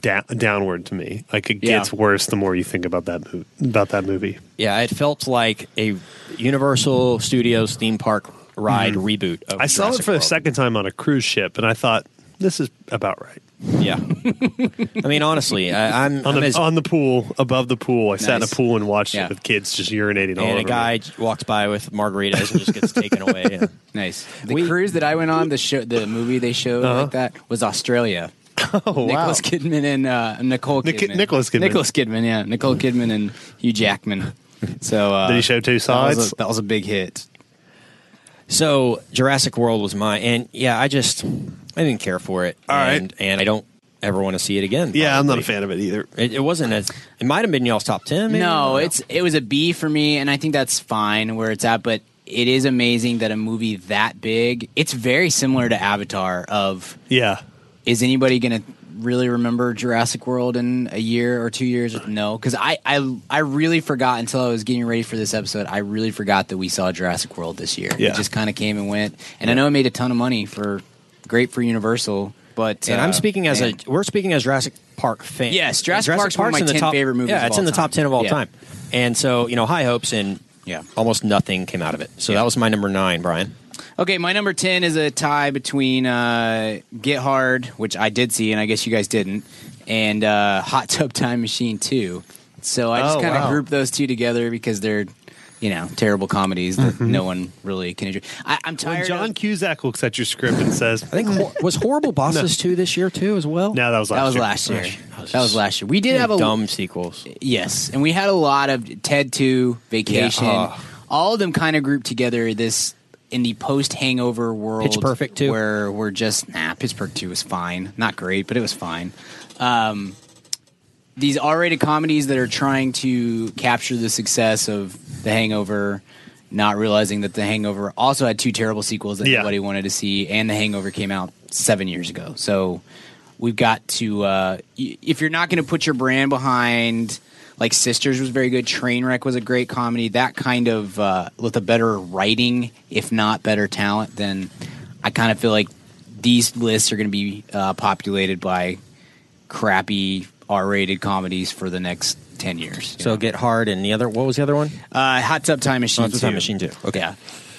Speaker 4: Da- downward to me, like it
Speaker 3: Yeah.
Speaker 4: gets worse the more you think about that mo- about that movie.
Speaker 2: Yeah, it felt like a Universal Studios theme park ride reboot. Of
Speaker 4: Mm-hmm. I saw
Speaker 2: Jurassic
Speaker 4: it for the
Speaker 2: World.
Speaker 4: second time on a cruise ship, and I thought this is about right.
Speaker 2: Yeah, I mean, honestly, I, I'm,
Speaker 4: on
Speaker 2: I'm
Speaker 4: the,
Speaker 2: as,
Speaker 4: on the pool above the pool. I sat in a
Speaker 3: Nice.
Speaker 4: pool and watched
Speaker 3: Yeah.
Speaker 4: it with kids just urinating all over.
Speaker 2: and a
Speaker 4: me.
Speaker 2: guy walks by with margaritas and just gets taken away. Yeah.
Speaker 3: Nice. The
Speaker 2: We-
Speaker 3: cruise that I went on, the show, the movie they showed like that was Australia.
Speaker 4: Uh-huh. Oh wow!
Speaker 3: Nicholas Kidman and uh, Nicole
Speaker 4: Nic-
Speaker 3: Kidman.
Speaker 4: Nicolas Kidman.
Speaker 3: Nicholas Kidman, yeah. Nicole Kidman and Hugh Jackman. So uh,
Speaker 4: Did he show two
Speaker 3: That was,
Speaker 4: sides?
Speaker 3: a, that was a big hit.
Speaker 2: So Jurassic World was my and yeah, I just I didn't care for it.
Speaker 4: All right.
Speaker 2: and, and I don't ever want to see it again.
Speaker 4: Yeah, I'm not
Speaker 2: probably.
Speaker 4: a fan of it either.
Speaker 2: It, it wasn't as it might have been y'all's top ten. Maybe?
Speaker 3: No, it's it was a B for me, and I think that's fine where it's at. But it is amazing that a movie that big. It's very similar to Avatar. Of
Speaker 4: Yeah,
Speaker 3: is anybody going to really remember Jurassic World in a year or two years? No, because I, I I really forgot until I was getting ready for this episode. I really forgot that we saw Jurassic World this year.
Speaker 4: Yeah.
Speaker 3: It just kind of came and went, and I know it made a ton of money for great for Universal. But
Speaker 2: And
Speaker 3: uh,
Speaker 2: I'm speaking as
Speaker 3: man.
Speaker 2: a we're speaking as Jurassic Park fans.
Speaker 3: Yes, Jurassic Park's one of my 10 favorite movies
Speaker 2: Yeah,
Speaker 3: of
Speaker 2: it's
Speaker 3: all
Speaker 2: in the
Speaker 3: time.
Speaker 2: top ten of all
Speaker 3: Yeah.
Speaker 2: time. And so you know, high hopes and
Speaker 3: Yeah.
Speaker 2: almost nothing came out of it. So that was my number nine, Brian.
Speaker 3: Okay, my number 10 is a tie between uh, Get Hard, which I did see, and I guess you guys didn't, and uh, Hot Tub Time Machine 2. So I just
Speaker 4: Oh,
Speaker 3: kind of
Speaker 4: wow.
Speaker 3: grouped those two together because they're, you know, terrible comedies that no one really can enjoy. I, I'm
Speaker 4: when
Speaker 3: tired.
Speaker 4: Mm-hmm. John
Speaker 3: of,
Speaker 4: Cusack looks at your script and says,
Speaker 2: I think hor- was horrible bosses two this year too as well.
Speaker 4: "No, that was last
Speaker 3: that was
Speaker 4: year.
Speaker 3: last year.
Speaker 2: Gosh.
Speaker 3: That was last year. We did have a
Speaker 2: dumb sequels.
Speaker 3: Yes, and we had a lot of Ted Two, Vacation,
Speaker 2: Yeah, oh.
Speaker 3: all of them kind of grouped together. This in the post Hangover world,
Speaker 2: Pitch Perfect, too.
Speaker 3: where we're just nah. Pitch Perfect Two was fine, not great, but it was fine. Um, these R-rated comedies that are trying to capture the success of The Hangover, not realizing that The Hangover also had two terrible sequels that
Speaker 4: Yeah.
Speaker 3: nobody wanted to see, and The Hangover came out seven years ago. So we've got to uh, y- if you're not going to put your brand behind like Sisters was very good, Trainwreck was a great comedy. That kind of uh, with a better writing, if not better talent, then I kind of feel like these lists are going to be uh, populated by crappy R-rated comedies for the next ten years.
Speaker 2: So get hard and the other. What was the other one?
Speaker 3: uh, Hot Tub Time Machine.
Speaker 2: Hot Tub Time
Speaker 3: 2.
Speaker 2: Machine 2. Okay.
Speaker 3: Yeah.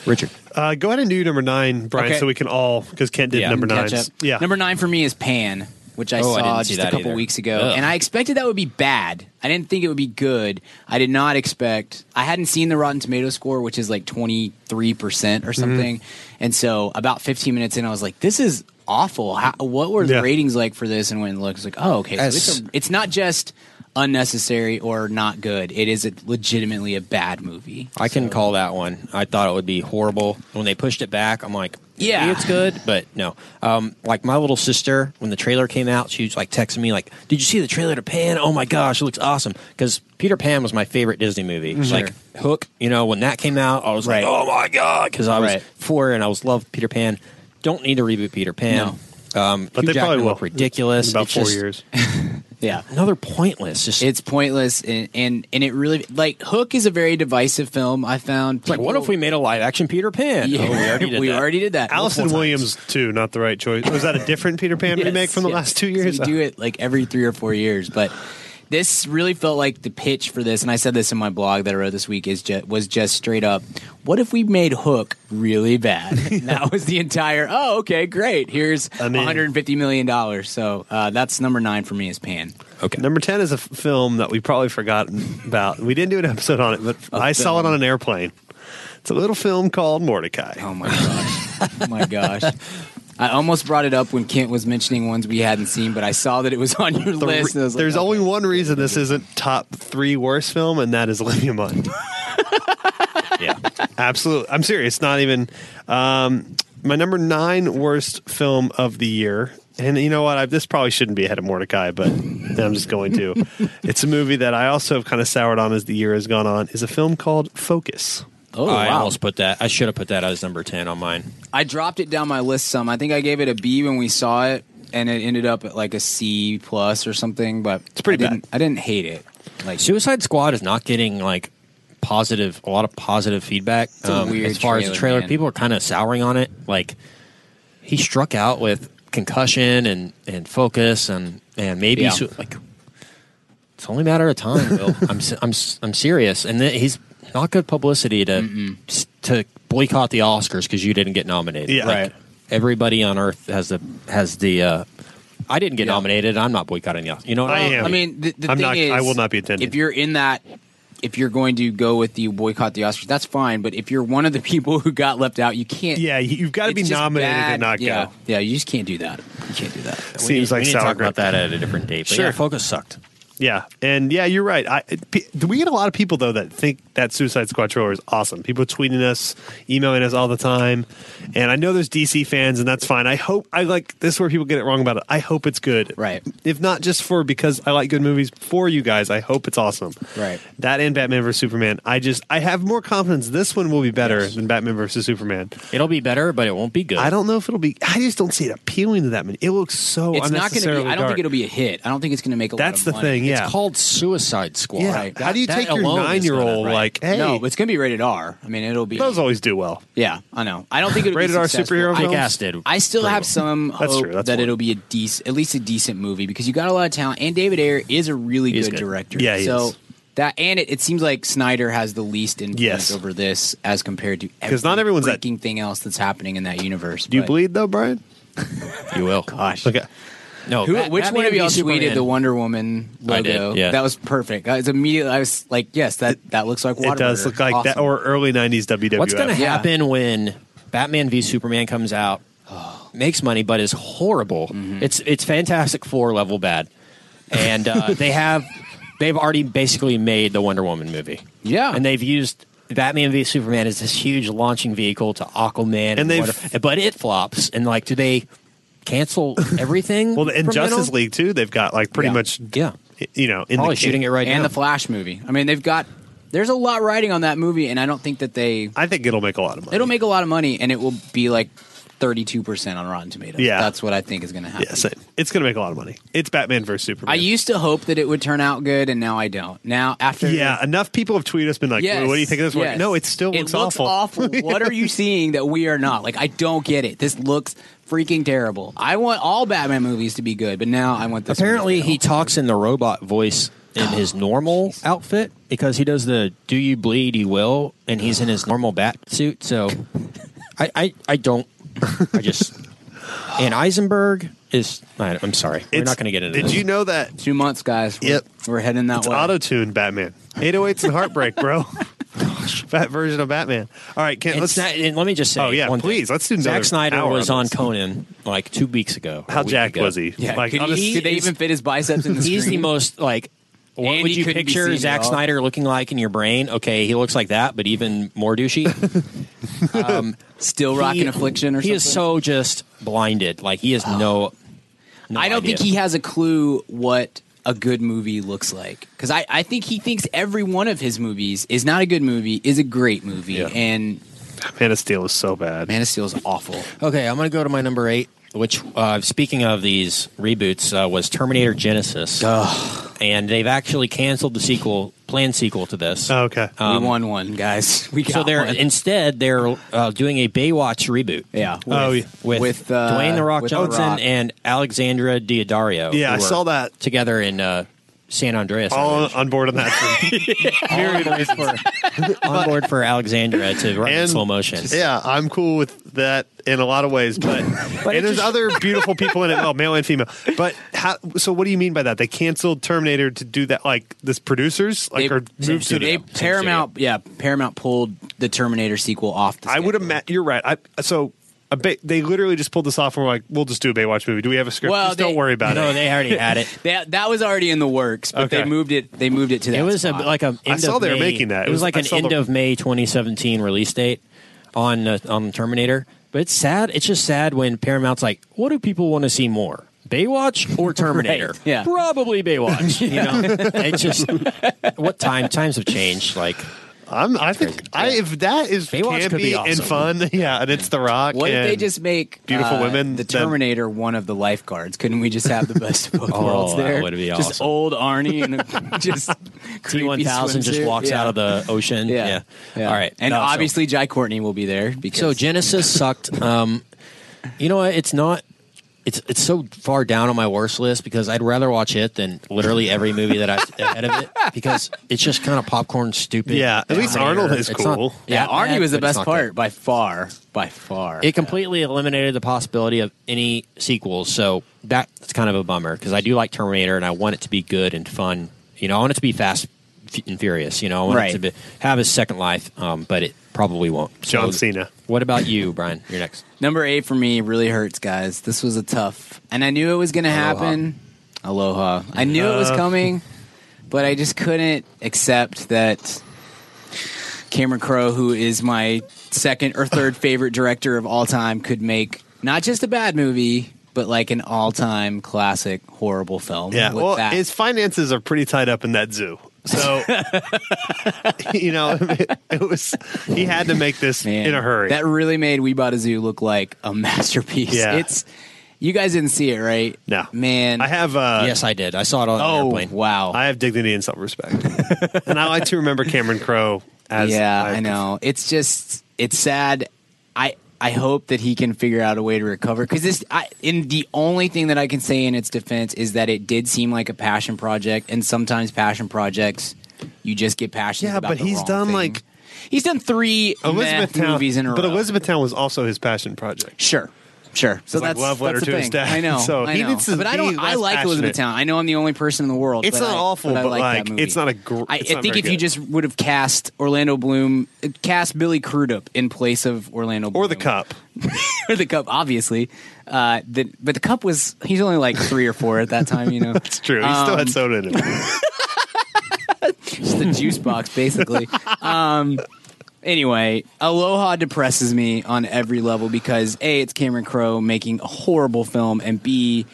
Speaker 2: Richard.
Speaker 4: Uh, go ahead and do number nine, Brian,
Speaker 3: Okay.
Speaker 4: so we can all because Kent did
Speaker 2: Yeah.
Speaker 4: number
Speaker 3: Catch
Speaker 4: nine.
Speaker 3: up.
Speaker 4: Yeah,
Speaker 3: Number nine for me is Pan, which I
Speaker 2: Oh, I
Speaker 3: saw
Speaker 2: didn't see
Speaker 3: just a
Speaker 2: that
Speaker 3: couple
Speaker 2: either.
Speaker 3: weeks ago,
Speaker 2: Ugh.
Speaker 3: and I expected that would be bad. I didn't think it would be good. I did not expect. I hadn't seen the Rotten Tomato score, which is like twenty three percent
Speaker 4: Mm-hmm.
Speaker 3: or something, and so about fifteen minutes in, I was like, "This is awful." How, what were the
Speaker 4: Yeah.
Speaker 3: ratings like for this? And went and looked, it's like, "Oh, okay." So
Speaker 2: As-
Speaker 3: it's, a, it's not just unnecessary or not good. It is a, legitimately a bad movie.
Speaker 2: I can call that one. I thought it would be horrible when they pushed it back. I'm like, maybe
Speaker 3: Yeah.
Speaker 2: it's good, but no. Um, like my little sister, when the trailer came out, she was like texting me, like, "Did you see the trailer to Pan? Oh my gosh, it looks awesome!" Because Peter Pan was my favorite Disney movie. Like Hook, you know, when that came out, I was
Speaker 3: Right.
Speaker 2: like, "Oh my god!" Because I was
Speaker 3: Right.
Speaker 2: four and I was loved Peter Pan. Don't need to reboot Peter Pan. Um,
Speaker 4: But
Speaker 2: Hugh
Speaker 4: they probably
Speaker 2: Jackman
Speaker 4: will.
Speaker 2: looked ridiculous.
Speaker 4: In about
Speaker 2: It's
Speaker 4: four
Speaker 2: just
Speaker 4: years.
Speaker 3: Yeah.
Speaker 2: Another pointless. Just
Speaker 3: It's pointless, and, and and it really like Hook is a very divisive film. I found.
Speaker 2: like, what if we made a live action Peter Pan?
Speaker 3: Yeah,
Speaker 2: Oh, we already did that.
Speaker 3: multiple
Speaker 4: Allison
Speaker 3: times.
Speaker 4: Williams too, not the right choice. Was that a different Peter Pan
Speaker 3: Yes,
Speaker 4: remake from the
Speaker 3: yes.
Speaker 4: last two
Speaker 3: So
Speaker 4: years?
Speaker 3: we do it like every three or four years, but this really felt like the pitch for this, and I said this in my blog that I wrote this week is ju- was just straight up. What if we made Hook really bad? And that was the entire. Oh, okay, great. Here's
Speaker 4: I'm in.
Speaker 3: 150 million dollars. So uh, that's number nine for me is Pan.
Speaker 2: Okay.
Speaker 4: Number ten is a f- film that we probably forgot about. We didn't do an episode on it, but I saw it
Speaker 3: film.
Speaker 4: on an airplane. It's a little film called Mordecai.
Speaker 3: Oh my gosh. oh my gosh. I almost brought it up when Kent was mentioning ones we hadn't seen, but I saw that it was on your
Speaker 4: The re-
Speaker 3: list. and I was like,
Speaker 4: there's
Speaker 3: okay.
Speaker 4: only one reason this isn't top three worst film, and that is Olivia Munn.
Speaker 2: Yeah.
Speaker 4: Absolutely, I'm serious. It's Not even um, my number nine worst film of the year. And you know what? I, this probably shouldn't be ahead of Mordecai, but I'm just going to. it's a movie that I also have kind of soured on as the year has gone on. Is a film called Focus.
Speaker 3: Oh,
Speaker 2: I
Speaker 3: wow.
Speaker 2: almost put that. I should have put that as number ten on mine.
Speaker 3: I dropped it down my list some. I think I gave it a B when we saw it, and it ended up at like a C plus or something. But it's
Speaker 4: pretty
Speaker 3: I didn't, I didn't hate it. Like
Speaker 2: Suicide Squad is not getting like positive, a lot of positive feedback
Speaker 3: a
Speaker 2: um,
Speaker 3: weird
Speaker 2: as far as the
Speaker 3: trailer,
Speaker 2: trailer.
Speaker 3: man.
Speaker 2: People are kind of souring on it. Like he struck out with concussion and and focus and and maybe
Speaker 3: Yeah.
Speaker 2: su- like it's only a matter of time. Will. I'm s- I'm s- I'm serious, and th- he's not good publicity to s to boycott the Oscars because you didn't get nominated.
Speaker 4: Yeah.
Speaker 2: Like,
Speaker 4: Right.
Speaker 2: Everybody on earth has the has the. Uh, I didn't get
Speaker 3: Yeah.
Speaker 2: nominated. I'm not boycotting the Oscars. You know what
Speaker 4: I am.
Speaker 3: I mean, the, the
Speaker 4: I'm
Speaker 3: thing
Speaker 4: not-
Speaker 3: is,
Speaker 4: I will not be attending.
Speaker 3: If you're in that, if you're going to go with the boycott the Oscars, that's fine. But if you're one of the people who got left out, you can't.
Speaker 4: Yeah, you- you've got to
Speaker 3: it's
Speaker 4: be
Speaker 3: just
Speaker 4: nominated
Speaker 3: bad.
Speaker 4: and not
Speaker 3: yeah,
Speaker 4: go.
Speaker 3: Yeah, you just can't do that. You can't do that.
Speaker 2: We need-
Speaker 4: Seems like
Speaker 2: we need to
Speaker 4: sour
Speaker 2: talk
Speaker 4: grape.
Speaker 2: about that at a different date. But
Speaker 4: Sure.
Speaker 2: yeah, focus sucked.
Speaker 4: Yeah, and yeah, you're right. I p- we get a lot of people though that think that Suicide Squad trailer is awesome. People tweeting us, emailing us all the time, and I know there's DC fans, and that's fine. I hope I like this is where people get it wrong about it. I hope it's good,
Speaker 3: Right.
Speaker 4: If not just for because I like good movies for you guys, I hope it's awesome,
Speaker 3: Right.
Speaker 4: That and Batman vs Superman. I just I have more confidence this one will be better than Batman vs Superman.
Speaker 2: It'll be better, but it won't be good.
Speaker 4: I don't know if it'll be. I just don't see it appealing to that many. It looks so
Speaker 3: It's not going to be.
Speaker 4: unnecessarily
Speaker 3: I don't
Speaker 4: dark.
Speaker 3: think it'll be a hit. I don't think it's going to make a
Speaker 4: That's the
Speaker 3: lot of money.
Speaker 4: thing. Yeah.
Speaker 2: It's called Suicide Squad.
Speaker 4: yeah.
Speaker 3: Right.
Speaker 4: How
Speaker 3: That-
Speaker 4: do you
Speaker 2: that
Speaker 4: take your
Speaker 2: alone is not
Speaker 4: nine year old
Speaker 2: right.
Speaker 4: like, hey,
Speaker 3: No, it's going to be rated R. I mean, it'll be.
Speaker 4: Those always do well.
Speaker 3: Yeah, I know. I don't think it'll
Speaker 4: Rated
Speaker 3: be
Speaker 4: R
Speaker 3: successful.
Speaker 4: superhero
Speaker 2: I
Speaker 4: films?
Speaker 2: guess did.
Speaker 3: I still
Speaker 2: pretty
Speaker 3: have
Speaker 2: well.
Speaker 3: some
Speaker 4: That's
Speaker 3: hope
Speaker 4: true, that's
Speaker 3: that
Speaker 4: one.
Speaker 3: it'll be a decent, at least a decent movie because you got a lot of talent. And David Ayer is a really
Speaker 2: He's
Speaker 3: good,
Speaker 2: good.
Speaker 3: director.
Speaker 4: Yeah, he
Speaker 3: so
Speaker 4: is.
Speaker 3: that and it, it seems like Snyder has the least influence
Speaker 4: Yes.
Speaker 3: over this as compared to because
Speaker 4: not everyone's that-
Speaker 3: freaking thing else that's happening in that universe.
Speaker 4: Do you
Speaker 3: but-
Speaker 4: bleed though, Brian?
Speaker 2: You will.
Speaker 3: Gosh.
Speaker 4: Okay.
Speaker 2: No.
Speaker 3: Who,
Speaker 2: Bat-
Speaker 3: which
Speaker 2: Batman
Speaker 3: one of
Speaker 2: v
Speaker 3: y'all
Speaker 2: Superman-
Speaker 3: tweeted the Wonder Woman logo?
Speaker 2: I did, yeah.
Speaker 3: That was perfect. I was immediately. I was like, yes, that that looks like water.
Speaker 4: It does look like that, or early '90s WWF.
Speaker 2: What's going to
Speaker 3: Yeah.
Speaker 2: happen when Batman v Superman comes out? Makes money, but is horrible.
Speaker 3: Mm-hmm.
Speaker 2: It's it's Fantastic Four level bad, and uh, they have they've already basically made the Wonder Woman movie.
Speaker 3: Yeah.
Speaker 2: and they've used Batman v Superman as this huge launching vehicle to Aquaman, and,
Speaker 4: And they've-
Speaker 2: whatever, but it flops. And like, do they cancel everything?
Speaker 4: Well, in
Speaker 2: from then
Speaker 4: Justice
Speaker 2: on?
Speaker 4: League too, they've got like pretty
Speaker 3: Yeah.
Speaker 4: much,
Speaker 2: yeah,
Speaker 4: you know, in
Speaker 2: probably
Speaker 4: the
Speaker 2: shooting it right
Speaker 3: and
Speaker 2: now.
Speaker 3: the Flash movie. I mean, they've got there's a lot riding on that movie, and I don't think that they
Speaker 4: I think it'll make a lot of money.
Speaker 3: it'll make a lot of money, and it will be like thirty two percent on Rotten Tomatoes.
Speaker 4: Yeah.
Speaker 3: that's what I think is going to happen.
Speaker 4: Yeah, same. It's going to make a lot of money. It's Batman versus Superman.
Speaker 3: I used to hope that it would turn out good, and now I don't. Now after
Speaker 4: yeah, enough people have tweeted us been like,
Speaker 3: Yes,
Speaker 4: "What do you think of this one?"
Speaker 3: yes.
Speaker 4: No, it still
Speaker 3: it
Speaker 4: looks,
Speaker 3: looks awful. what are you seeing that we are not? Like, I don't get it. This looks freaking terrible. I want all Batman movies to be good, but now I want this. one to
Speaker 2: Apparently,
Speaker 3: fail.
Speaker 2: he talks in the robot voice in his normal outfit because he does the "Do you bleed? You will," and he's in his normal bat suit. So, I I, I don't. I just And Eisenberg is. I, I'm sorry, we're
Speaker 4: It's-
Speaker 2: not going to get into
Speaker 4: Did
Speaker 2: this.
Speaker 4: you know that
Speaker 3: Two months, guys. We're,
Speaker 4: Yep.
Speaker 3: we're heading that
Speaker 4: it's
Speaker 3: way.
Speaker 4: auto tuned Batman? 808s and Heartbreak, bro. Fat version of Batman. All right, Kent,
Speaker 2: And
Speaker 4: let's.
Speaker 2: Sna- and let me just say.
Speaker 4: Oh, yeah,
Speaker 2: one
Speaker 4: please,
Speaker 2: Thing.
Speaker 4: let's do another
Speaker 2: Zack Snyder
Speaker 4: hour
Speaker 2: was
Speaker 4: on
Speaker 2: on
Speaker 4: this.
Speaker 2: Conan like two weeks ago. or a
Speaker 4: how
Speaker 2: week
Speaker 4: jacked
Speaker 2: ago.
Speaker 4: was he?
Speaker 3: yeah,
Speaker 4: Like,
Speaker 3: could,
Speaker 4: honest-
Speaker 3: he- could they
Speaker 2: is-
Speaker 3: even fit his biceps in the
Speaker 2: He's the
Speaker 3: screen?
Speaker 2: most like. What
Speaker 3: And
Speaker 2: would
Speaker 3: he
Speaker 2: you
Speaker 3: couldn't be seen
Speaker 2: picture
Speaker 3: at
Speaker 2: Zack
Speaker 3: all.
Speaker 2: Snyder looking like in your brain? Okay, he looks like that, but even more douchey.
Speaker 3: still rocking affliction or
Speaker 2: he
Speaker 3: something. Oh.
Speaker 2: is so just blinded. Like he has no. no
Speaker 3: I don't
Speaker 2: idea.
Speaker 3: think he has a clue what a good movie looks like because I, I think he thinks every one of his movies is not a good movie is a great movie
Speaker 4: Yeah.
Speaker 3: and
Speaker 4: Man of Steel is so bad.
Speaker 3: Man of Steel is awful.
Speaker 2: Okay, I'm going to go to my number eight, which, uh, speaking of these reboots, uh, was Terminator Genesis. And they've actually canceled the sequel, planned sequel to this.
Speaker 4: Oh, okay.
Speaker 3: we won one, guys. We got
Speaker 2: so they're
Speaker 3: one.
Speaker 2: instead they're uh, doing a Baywatch reboot.
Speaker 3: yeah. With,
Speaker 4: Oh, yeah.
Speaker 2: With,
Speaker 3: With, uh,
Speaker 2: Dwayne the Rock
Speaker 3: with The
Speaker 2: Johnson
Speaker 3: Rock.
Speaker 2: and Alexandra Diodario.
Speaker 4: Yeah,
Speaker 2: who
Speaker 4: I
Speaker 2: were
Speaker 4: saw that.
Speaker 2: together in uh, San Andreas. I
Speaker 4: All
Speaker 2: believe.
Speaker 4: on board on that.
Speaker 2: on, board for, on board for Alexandra to run in
Speaker 4: And-
Speaker 2: slow motion.
Speaker 4: Yeah, I'm cool with that in a lot of ways, but, and there's other beautiful people in it, well, male and female. But how, so, what do you mean by that? They canceled Terminator to do that, like this producers, like
Speaker 3: they,
Speaker 4: or moved to.
Speaker 3: they,
Speaker 2: studio. Same
Speaker 3: Paramount, yeah, Paramount pulled the Terminator sequel off. The
Speaker 4: I would
Speaker 3: schedule.
Speaker 4: imagine you're right. I so. A ba- they literally just pulled this off and were like, "We'll just do a Baywatch movie. Do we have a script?
Speaker 3: Well,
Speaker 4: just
Speaker 3: they-
Speaker 4: don't worry about
Speaker 2: No,
Speaker 4: it."
Speaker 2: they already had it.
Speaker 3: That that was already in the works, but they
Speaker 4: Okay.
Speaker 3: moved it. They moved it to that.
Speaker 2: It was a,
Speaker 3: spot.
Speaker 2: like a. End
Speaker 4: I saw
Speaker 2: of
Speaker 4: they were
Speaker 2: May-
Speaker 4: making that.
Speaker 2: It
Speaker 4: It
Speaker 2: was,
Speaker 4: was-
Speaker 2: like
Speaker 4: I
Speaker 2: an
Speaker 4: saw
Speaker 2: end
Speaker 4: the-
Speaker 2: of May 2017 release date on uh, on Terminator. But it's sad. It's just sad when Paramount's like, "What do people want to see more, Baywatch or Terminator?
Speaker 3: yeah.
Speaker 2: probably Baywatch." You know, it's just what time times have changed. Like,
Speaker 4: I'm, I think I, if that is
Speaker 2: Baywatch could be
Speaker 4: campy and
Speaker 2: awesome.
Speaker 4: fun, yeah, and it's The Rock.
Speaker 3: What if
Speaker 4: and
Speaker 3: they just make
Speaker 4: beautiful
Speaker 3: uh,
Speaker 4: women,
Speaker 3: the
Speaker 4: then-
Speaker 3: Terminator one of the lifeguards? Couldn't we just have the best of both
Speaker 2: Oh,
Speaker 3: worlds
Speaker 2: that
Speaker 3: there?
Speaker 2: would be
Speaker 3: Just
Speaker 2: awesome.
Speaker 3: old Arnie and just
Speaker 2: T one thousand just walks out of the ocean. Yeah, all right,
Speaker 3: And
Speaker 2: No, so-
Speaker 3: obviously, Jai Courtney will be there because
Speaker 2: So Genesis sucked. Um, you know what? It's not. It's it's so far down on my worst list because I'd rather watch it than literally every movie that I ahead of it because it's just kind of popcorn stupid.
Speaker 4: Yeah, at least
Speaker 2: Down
Speaker 4: Arnold
Speaker 2: there.
Speaker 4: is
Speaker 2: It's not
Speaker 4: cool.
Speaker 2: that
Speaker 3: yeah, Arnie
Speaker 2: bad,
Speaker 3: was the
Speaker 2: but it's
Speaker 3: best
Speaker 2: not
Speaker 3: part by far, by far.
Speaker 2: good. It completely eliminated the possibility of any sequels, so that's kind of a bummer because I do like Terminator and I want it to be good and fun. You know, I want it to be fast f- and furious. You know, I want
Speaker 3: Right.
Speaker 2: it to be, have a second life, um, but it probably won't.
Speaker 4: John Cena.
Speaker 2: What about you, Brian? You're next.
Speaker 3: Number eight for me really hurts, guys. This was a tough, and I knew it was going to
Speaker 2: Aloha.
Speaker 3: happen. Aloha. I knew it was coming, but I just couldn't accept that Cameron Crowe, who is my second or third favorite director of all time, could make not just a bad movie, but like an all-time classic horrible film.
Speaker 4: Yeah,
Speaker 3: with
Speaker 4: well,
Speaker 3: that.
Speaker 4: his finances are pretty tied up in that zoo. So, you know, it, it was he had to make this
Speaker 3: Man,
Speaker 4: in a hurry.
Speaker 3: That really made We Bought a Zoo look like a masterpiece.
Speaker 4: Yeah.
Speaker 3: It's you guys didn't see it, right?
Speaker 4: no,
Speaker 3: man.
Speaker 4: I have uh,
Speaker 2: yes, I did. I saw it on
Speaker 4: Oh,
Speaker 2: an airplane.
Speaker 3: Wow.
Speaker 4: I have dignity and self respect, and I like to remember Cameron Crowe as
Speaker 3: yeah,
Speaker 4: I-
Speaker 3: I know. It's just it's sad. I I hope that he can figure out a way to recover because this. I, and the only thing that I can say in its defense is that it did seem like a passion project, and sometimes passion projects you just get passionate.
Speaker 4: Yeah,
Speaker 3: about
Speaker 4: but
Speaker 3: the
Speaker 4: he's
Speaker 3: wrong
Speaker 4: done,
Speaker 3: thing.
Speaker 4: like-
Speaker 3: he's done three Elizabeth
Speaker 4: Elizabethtown,
Speaker 3: movies in a
Speaker 4: but
Speaker 3: row.
Speaker 4: Elizabethtown was also his passion project.
Speaker 3: Sure. Sure. So
Speaker 4: like
Speaker 3: that's
Speaker 4: love letter
Speaker 3: that's the
Speaker 4: to his
Speaker 3: thing.
Speaker 4: dad.
Speaker 3: I know.
Speaker 4: So
Speaker 3: I
Speaker 4: he
Speaker 3: know.
Speaker 4: needs to
Speaker 3: but I
Speaker 4: be
Speaker 3: don't. I
Speaker 4: less
Speaker 3: like
Speaker 4: passionate.
Speaker 3: Elizabethtown. I know I'm the only person in the world.
Speaker 4: It's
Speaker 3: but
Speaker 4: not
Speaker 3: I-
Speaker 4: awful,
Speaker 3: I
Speaker 4: but,
Speaker 3: like, that
Speaker 4: like,
Speaker 3: movie.
Speaker 4: it's not a gr-
Speaker 3: I,
Speaker 4: it's
Speaker 3: I
Speaker 4: not
Speaker 3: think
Speaker 4: very
Speaker 3: if you
Speaker 4: good.
Speaker 3: just would have cast Orlando Bloom, cast Billy Crudup in place of Orlando Bloom,
Speaker 4: or the cup.
Speaker 3: or the cup, obviously. Uh, the, but the cup was he's only like three or four at that time. You know, Um,
Speaker 4: It's true. He still had soda in it.
Speaker 3: just the juice box basically um anyway aloha depresses me on every level because a it's cameron crowe making a horrible film and b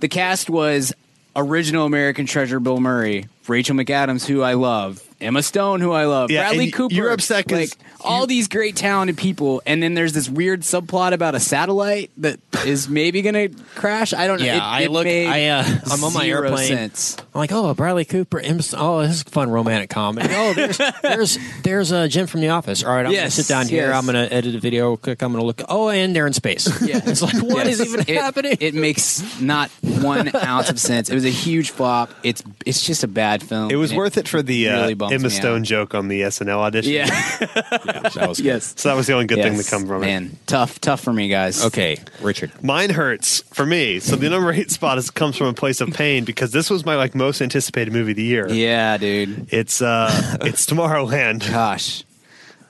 Speaker 3: the cast was original american treasure bill murray rachel mcadams who i love Emma Stone, who I love,
Speaker 4: Yeah,
Speaker 3: Bradley
Speaker 4: and
Speaker 3: Cooper,
Speaker 4: you're upset
Speaker 3: like
Speaker 4: 'cause
Speaker 3: all these great talented people, and then there's this weird subplot about a satellite that is maybe going to crash. I don't know.
Speaker 2: Yeah,
Speaker 3: It-
Speaker 2: I
Speaker 3: it
Speaker 2: look.
Speaker 3: made
Speaker 2: I uh, I'm on my
Speaker 3: zero
Speaker 2: airplane.
Speaker 3: sense.
Speaker 2: I'm like, oh, Bradley Cooper. Em- Oh, this is a fun romantic comedy. Oh, there's there's there's uh, Jim from The Office. All right, I'm
Speaker 3: Yes,
Speaker 2: gonna sit down here.
Speaker 3: yes.
Speaker 2: I'm gonna edit a video real quick. I'm gonna look. Oh, and they're in space.
Speaker 3: Yeah.
Speaker 2: it's like what is
Speaker 3: Yes.
Speaker 2: even
Speaker 3: It-
Speaker 2: happening?
Speaker 3: It makes not one ounce of sense. It was a huge flop. It's it's just a bad film.
Speaker 4: It was
Speaker 3: and
Speaker 4: worth it for the uh,
Speaker 3: really bumps me
Speaker 4: Emma
Speaker 3: out.
Speaker 4: Stone joke on the SNL audition.
Speaker 3: Yeah.
Speaker 2: That was good.
Speaker 3: yes.
Speaker 4: So that was the only good thing
Speaker 3: Yes.
Speaker 4: to come from it.
Speaker 3: Man, tough, tough for me, guys.
Speaker 2: Okay, Richard.
Speaker 4: Mine hurts for me. So the number eight spot is comes from a place of pain because this was my like most anticipated movie of the year.
Speaker 3: Yeah, dude.
Speaker 4: It's uh it's Tomorrowland.
Speaker 3: Gosh,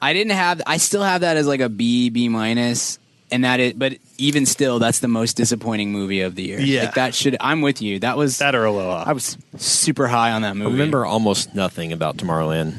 Speaker 3: I didn't have. I still have that as like a B, B minus, and that is. But even still, that's the most disappointing movie of the year.
Speaker 4: Yeah.
Speaker 3: like that should. I'm with you. That was.
Speaker 4: That or a little off.
Speaker 3: I was super high on that movie.
Speaker 2: I remember almost nothing about Tomorrowland.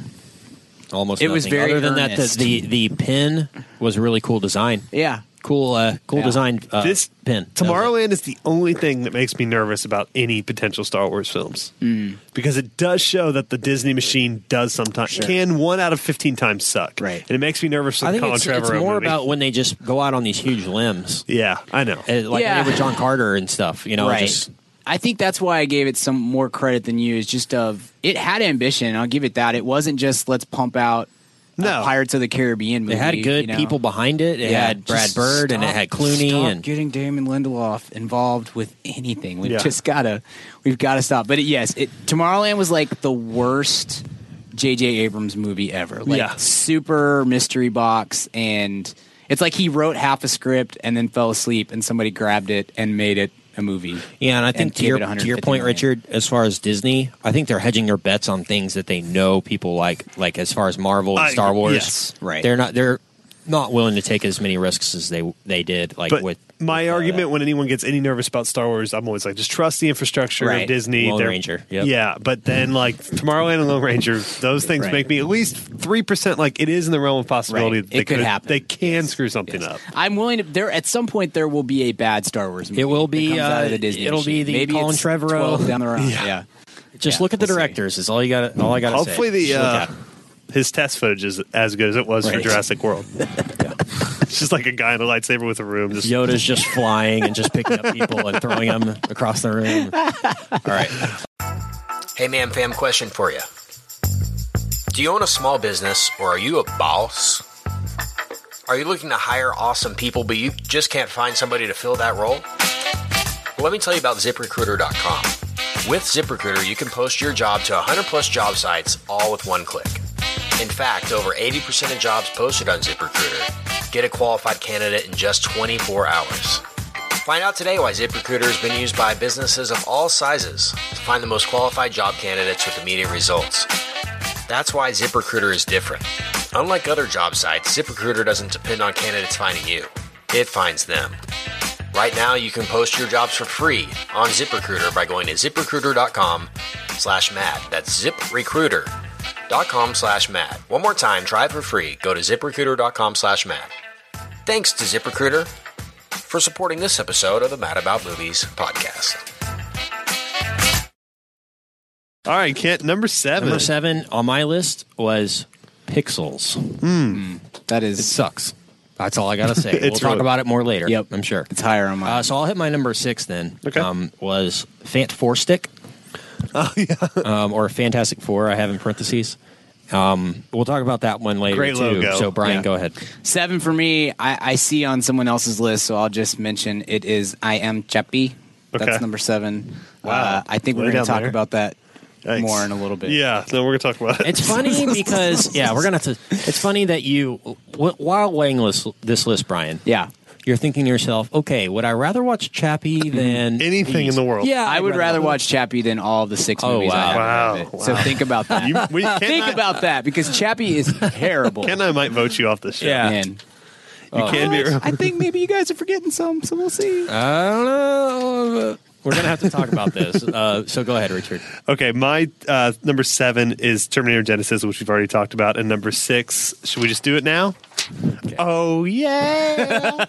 Speaker 2: Almost
Speaker 3: It
Speaker 2: nothing.
Speaker 3: was very
Speaker 2: other than
Speaker 3: earnest.
Speaker 2: that the, the the pin was a really cool design.
Speaker 3: Yeah.
Speaker 2: Cool uh cool
Speaker 3: Yeah.
Speaker 2: design uh,
Speaker 4: this
Speaker 2: pin. That was it.
Speaker 4: Tomorrowland is the only thing that makes me nervous about any potential Star Wars films
Speaker 3: Mm.
Speaker 4: because it does show that the Disney machine does sometimes can one out of fifteen times suck.
Speaker 3: Right.
Speaker 4: and it makes me nervous. For
Speaker 2: I
Speaker 4: the
Speaker 2: think
Speaker 4: Colin
Speaker 2: it's,
Speaker 4: Trevorrow
Speaker 2: it's more
Speaker 4: movie.
Speaker 2: about when they just go out on these huge limbs.
Speaker 4: yeah, I know.
Speaker 2: Uh, like
Speaker 3: Yeah.
Speaker 2: when they were John Carter and stuff, you know,
Speaker 3: right.
Speaker 2: just
Speaker 3: I think that's why I gave it some more credit than you. Is just of it had ambition. I'll give it that. It wasn't just let's pump out a
Speaker 4: No.
Speaker 3: uh, Pirates of the Caribbean movie.
Speaker 2: it had good
Speaker 3: you know?
Speaker 2: people behind it. It had Brad
Speaker 3: just
Speaker 2: Bird and it
Speaker 3: stop-
Speaker 2: had Clooney
Speaker 3: stop
Speaker 2: and
Speaker 3: getting Damon Lindelof involved with anything. We've
Speaker 4: Yeah.
Speaker 3: just gotta, we've gotta stop. But it, yes, it, Tomorrowland was like the worst J.J. Abrams movie ever. Like
Speaker 4: Yeah.
Speaker 3: super mystery box, and it's like he wrote half a script and then fell asleep, and somebody grabbed it and made it a movie.
Speaker 2: Yeah, and I
Speaker 3: and
Speaker 2: think to
Speaker 3: gave
Speaker 2: your,
Speaker 3: it
Speaker 2: to
Speaker 3: 150
Speaker 2: your point,
Speaker 3: million.
Speaker 2: Richard, as far as Disney, I think they're hedging their bets on things that they know people like, like as far as Marvel and
Speaker 4: I-
Speaker 2: Star Wars.
Speaker 4: yes,
Speaker 3: right.
Speaker 2: They're not they're not willing to take as many risks as they they did. Like
Speaker 4: But
Speaker 2: with
Speaker 4: my
Speaker 2: with, uh,
Speaker 4: argument when anyone gets any nervous about Star Wars, I'm always like, just trust the infrastructure
Speaker 3: Right.
Speaker 4: of Disney.
Speaker 2: Lone
Speaker 4: They're-
Speaker 2: Ranger, yep.
Speaker 4: Yeah, but then like Tomorrowland and Lone Ranger, those things
Speaker 3: Right.
Speaker 4: make me at least three percent. Like it is in the realm of possibility.
Speaker 3: Right.
Speaker 4: that they
Speaker 3: It could happen.
Speaker 4: They can screw something up.
Speaker 3: I'm willing to. There at some point there will be a bad Star Wars movie.
Speaker 2: It will
Speaker 3: that
Speaker 2: be,
Speaker 3: comes out
Speaker 2: uh,
Speaker 3: of the Disney
Speaker 2: it'll be
Speaker 3: machine.
Speaker 2: the
Speaker 3: Maybe
Speaker 2: Colin
Speaker 3: it's
Speaker 2: Trevorrow.
Speaker 3: 12 down the road.
Speaker 4: Yeah.
Speaker 3: yeah.
Speaker 2: just
Speaker 3: yeah,
Speaker 2: look at the
Speaker 3: we'll see.
Speaker 2: directors. Is all you got. All I got.
Speaker 4: Hopefully
Speaker 2: say.
Speaker 4: the
Speaker 2: Just look
Speaker 4: uh,
Speaker 2: at it.
Speaker 4: his test footage is as good as it was for
Speaker 3: Right.
Speaker 4: Jurassic World. It's just like a guy in a lightsaber with a room. Just,
Speaker 2: Yoda's just flying and just picking up people and throwing them across the room. All right.
Speaker 5: Hey, ma'am, fam, question for you. Do you own a small business or are you a boss? Are you looking to hire awesome people, but you just can't find somebody to fill that role? Well, let me tell you about ziprecruiter.com. With ZipRecruiter, you can post your job to 100 plus job sites all with one click. In fact, over 80% of jobs posted on ZipRecruiter get a qualified candidate in just 24 hours. Find out today why ZipRecruiter has been used by businesses of all sizes to find the most qualified job candidates with immediate results. That's why ZipRecruiter is different. Unlike other job sites, ZipRecruiter doesn't depend on candidates finding you, it finds them. Right now, you can post your jobs for free on ZipRecruiter by going to ziprecruiter.com slash Matt. That's ziprecruiter.com slash Matt. One more time, try it for free. Go to ziprecruiter.com slash Matt. Thanks to ZipRecruiter for supporting this episode of the Mad About Movies podcast.
Speaker 4: all right, Kent, number seven.
Speaker 2: Number seven on my list was Pixels.
Speaker 3: That is
Speaker 2: Sucks. That's all I gotta say. we'll
Speaker 4: It's
Speaker 2: talk
Speaker 4: really-
Speaker 2: about it more later.
Speaker 3: Yep.
Speaker 2: I'm sure.
Speaker 3: it's higher on my.
Speaker 2: Uh, so I'll hit my number six then.
Speaker 4: Okay.
Speaker 2: Um, was Fant Four Stick. Oh yeah. Um, or Fantastic Four. I have in parentheses. Um, we'll talk about that one later
Speaker 4: Great
Speaker 2: too.
Speaker 4: logo.
Speaker 2: So Brian,
Speaker 3: Yeah.
Speaker 2: go ahead.
Speaker 3: Seven for me. I, I see on someone else's list, so I'll just mention it is I am Cheppy.
Speaker 4: Okay.
Speaker 3: That's number seven.
Speaker 4: Wow.
Speaker 3: Uh, I think we're
Speaker 4: Way
Speaker 3: going
Speaker 4: down
Speaker 3: to talk
Speaker 4: there.
Speaker 3: about that
Speaker 4: Yikes.
Speaker 3: more in a little bit.
Speaker 4: Yeah, no, we're gonna talk about it.
Speaker 2: It's funny because yeah, we're gonna have to. It's funny that you w- while weighing this, this list, Brian.
Speaker 3: Yeah.
Speaker 2: You're thinking to yourself, okay, would I rather watch Chappie than
Speaker 4: Mm-hmm. Anything in the world.
Speaker 2: Yeah,
Speaker 3: I
Speaker 2: I'd
Speaker 3: would rather
Speaker 2: watch-
Speaker 3: watch Chappie than all of the six
Speaker 2: Oh,
Speaker 3: movies. I
Speaker 2: wow.
Speaker 3: have ahead of
Speaker 4: Wow,
Speaker 3: it. So
Speaker 4: wow.
Speaker 3: think about that.
Speaker 4: You, we cannot,
Speaker 3: think about that because Chappie is terrible.
Speaker 4: Ken and I might vote you off this show.
Speaker 2: Yeah.
Speaker 3: Man.
Speaker 4: you can be.
Speaker 3: I think maybe you guys are forgetting some, so we'll
Speaker 4: Uh,
Speaker 3: see.
Speaker 2: I don't know. We're gonna have to talk about this. Uh, so go ahead, Richard.
Speaker 4: Okay, my uh, number seven is Terminator Genesis, which we've already talked about, and number six. Should we just do it now? Oh yeah!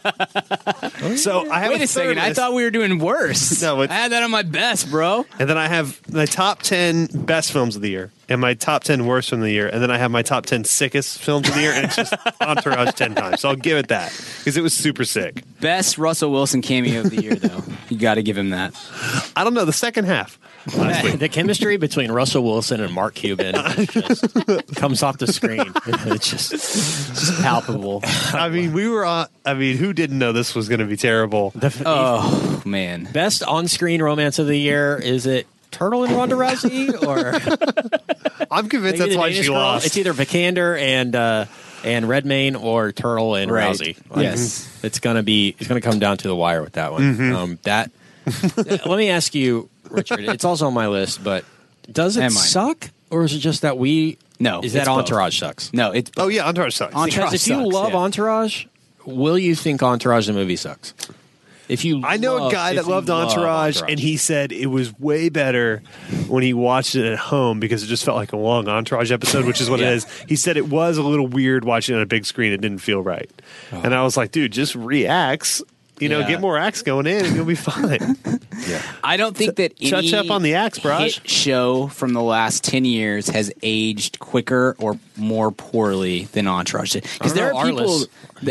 Speaker 4: so I have
Speaker 3: Wait a
Speaker 4: third
Speaker 3: second. I
Speaker 4: list,
Speaker 3: thought we were doing worse.
Speaker 4: No,
Speaker 3: I
Speaker 4: it's-
Speaker 3: had that on my best, bro.
Speaker 4: and then I have my top ten best films of the year, and my top ten worst from the year, and then I have my top ten sickest films of the year, and it's just Entourage ten times. So I'll give it that because it was super sick.
Speaker 3: Best Russell Wilson cameo of the year, though. you got to give him that.
Speaker 4: I don't know the second half.
Speaker 2: the chemistry between Russell Wilson and Mark Cuban just comes off the screen. It's just
Speaker 3: Just palpable.
Speaker 4: I mean, we were. on I mean, who didn't know this was going to be terrible?
Speaker 3: oh man,
Speaker 2: best on-screen romance of the year. Is it turtle in Ronda Rousey, or
Speaker 4: I'm convinced that's
Speaker 2: Either
Speaker 4: why
Speaker 2: Danish
Speaker 4: she
Speaker 2: girl-
Speaker 4: lost.
Speaker 2: It's either Vikander and uh, and Redmayne or Turtle and
Speaker 3: Right.
Speaker 2: Rousey. Like,
Speaker 3: Yes.
Speaker 4: mm-hmm.
Speaker 2: it's gonna be it's gonna come down to the wire with that one. Um, that let me ask you, Richard. It's also on my list, but does it
Speaker 3: And mine.
Speaker 2: suck or is it just that we
Speaker 3: No,
Speaker 2: Is that
Speaker 3: it's both.
Speaker 2: Entourage sucks?
Speaker 3: No, it's
Speaker 4: oh yeah, Entourage sucks.
Speaker 3: Entourage-
Speaker 2: because if you
Speaker 3: sucks,
Speaker 2: love
Speaker 3: yeah.
Speaker 2: Entourage, will you think Entourage the movie sucks? If you,
Speaker 4: I know
Speaker 2: love-
Speaker 4: a guy
Speaker 2: if
Speaker 4: that
Speaker 2: you
Speaker 4: loved
Speaker 2: love
Speaker 4: Entourage, and he said it was way better when he watched it at home because it just felt like a long Entourage episode, which is what
Speaker 2: Yeah.
Speaker 4: it is. He said it was a little weird watching it on a big screen; it didn't feel right.
Speaker 3: Oh.
Speaker 4: And I was like, dude, just reacts. You know,
Speaker 2: Yeah.
Speaker 4: get more acts going in, and you'll be fine.
Speaker 3: I don't think that
Speaker 4: Shut
Speaker 3: any
Speaker 4: up on the axe, Braj.
Speaker 3: hit show from the last ten years has aged quicker or more poorly than Entourage did. Because there are people.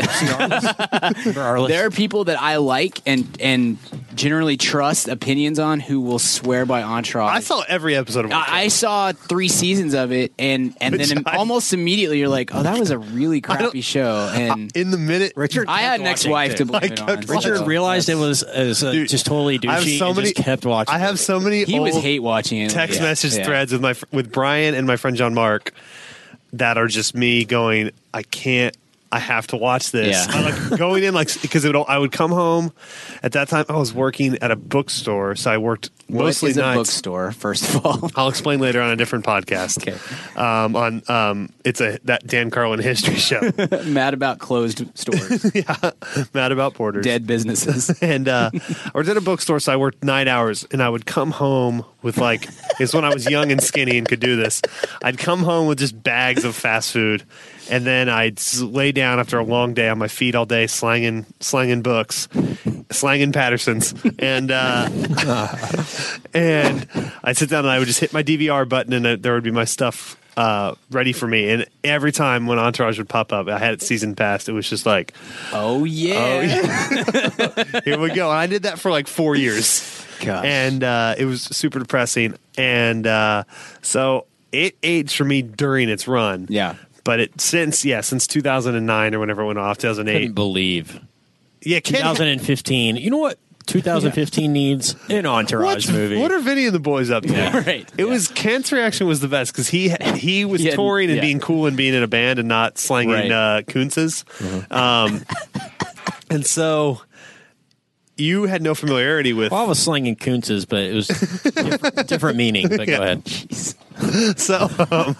Speaker 3: There are people that I like and and generally trust opinions on who will swear by Entourage.
Speaker 4: I saw every episode of Entourage.
Speaker 3: I, I saw three seasons of it, and and
Speaker 4: Which
Speaker 3: then
Speaker 4: I-
Speaker 3: almost immediately you're like, oh, that was a really crappy show, and
Speaker 4: in the minute Richard.
Speaker 3: I had an ex-wife to blame it
Speaker 4: I
Speaker 3: on.
Speaker 4: kept
Speaker 3: so
Speaker 2: Richard realized it
Speaker 3: that's-
Speaker 2: was, it was, uh,
Speaker 4: Dude,
Speaker 2: just totally douchey
Speaker 4: I have so
Speaker 2: and
Speaker 4: many.
Speaker 2: just kept watching.
Speaker 4: I have so many.
Speaker 3: He was
Speaker 4: old-
Speaker 3: hate watching it.
Speaker 4: text
Speaker 3: Yeah,
Speaker 4: message
Speaker 3: yeah.
Speaker 4: threads with my fr- with Brian and my friend John Mark that are just me going, I can't. I have to watch this.
Speaker 3: Yeah.
Speaker 4: I like going in like because it would, I would come home. At that time, I was working at a bookstore, so I worked
Speaker 3: What
Speaker 4: mostly
Speaker 3: is a
Speaker 4: nights.
Speaker 3: bookstore, first of all.
Speaker 4: I'll explain later on a different podcast.
Speaker 3: Okay.
Speaker 4: Um, on um, it's a that Dan Carlin history show.
Speaker 3: Mad about closed stores,
Speaker 4: Mad about Porters.
Speaker 3: dead businesses.
Speaker 4: and uh, I worked at a bookstore, so I worked nine hours, and I would come home with like it's when I was young and skinny and could do this. I'd come home with just bags of fast food, and then I'd s- lay down after a long day on my feet all day, slanging slanging books, slanging Pattersons, and uh, and I'd sit down and I would just hit my DVR button, and uh, there would be my stuff. Uh, ready for me, and every time when Entourage would pop up, I had it season passed. It was just like,
Speaker 3: Oh yeah.
Speaker 4: here we go. And I did that for like four years.
Speaker 3: Gosh.
Speaker 4: And uh, it was super depressing. And uh, so it aged for me during its run.
Speaker 3: Yeah.
Speaker 4: But it since yeah since 2009 or whenever it went off
Speaker 2: I couldn't
Speaker 4: 2008
Speaker 2: believe
Speaker 4: yeah Ken,
Speaker 2: 2015. You know what 2015 needs? An Entourage
Speaker 4: what's-
Speaker 2: movie.
Speaker 4: what are Vinny and the boys up to
Speaker 3: right.
Speaker 4: it was Kent's reaction was the best because he he was
Speaker 3: Yeah,
Speaker 4: touring and
Speaker 3: yeah.
Speaker 4: being cool and being in a band and not slanging
Speaker 3: Right. Mm-hmm.
Speaker 4: uh, kuntzes. Um, and so you had no familiarity with
Speaker 2: well, I was slinging kuntzes, but it was different, different meaning. But
Speaker 4: Yeah.
Speaker 2: go ahead.
Speaker 4: So, um,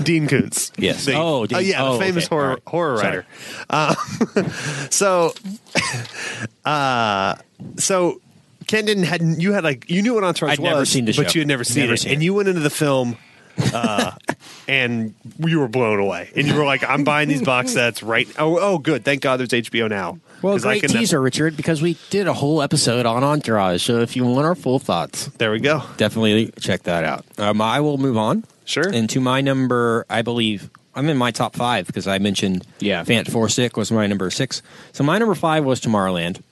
Speaker 4: Dean Koontz.
Speaker 2: Yes.
Speaker 4: The-
Speaker 2: Oh,
Speaker 4: oh,
Speaker 2: Dean-
Speaker 4: yeah,
Speaker 2: oh,
Speaker 4: the famous
Speaker 2: okay.
Speaker 4: horror
Speaker 2: All right.
Speaker 4: horror writer. Um, so, uh, so Ken didn't had you had like you knew what Entourage
Speaker 2: I'd
Speaker 4: was,
Speaker 2: never seen the
Speaker 4: but
Speaker 2: show.
Speaker 4: you had never seen
Speaker 2: Never
Speaker 4: it,
Speaker 2: seen
Speaker 4: and
Speaker 2: it.
Speaker 4: you went into the film. Uh, and you were blown away, and you were like, "I'm buying these box sets right." Oh, oh, good. Thank God there's HBO now.
Speaker 2: Well,
Speaker 4: 'Cause I
Speaker 2: great
Speaker 4: can-
Speaker 2: teaser, Richard, because we did a whole episode on Entourage. So if you want our full thoughts,
Speaker 4: There we go.
Speaker 2: definitely check that out. Um, I will move on.
Speaker 4: Sure.
Speaker 2: And to my number, I believe I'm in my top five because I mentioned
Speaker 3: Yeah.
Speaker 2: Fant Four Sick was my number six. So my number five was Tomorrowland.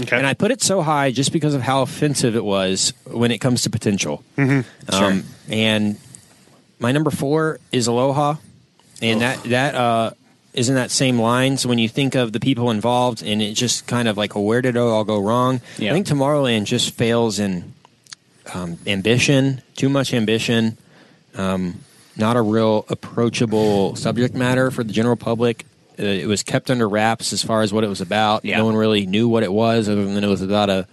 Speaker 4: Okay.
Speaker 2: And I put it so high just because of how offensive it was when it comes to potential. Mm-hmm. Um, and my number four is Aloha, and that that uh, is in that same line. So when you think of the people involved, and it just kind of like, oh, where did it all go wrong?
Speaker 3: Yeah.
Speaker 2: I think Tomorrowland just fails in um, ambition, too much ambition, um, not a real approachable subject matter for the general public. Uh, it was kept under wraps as far as what it was about.
Speaker 3: Yeah.
Speaker 2: No one really knew what it was, other than it was about a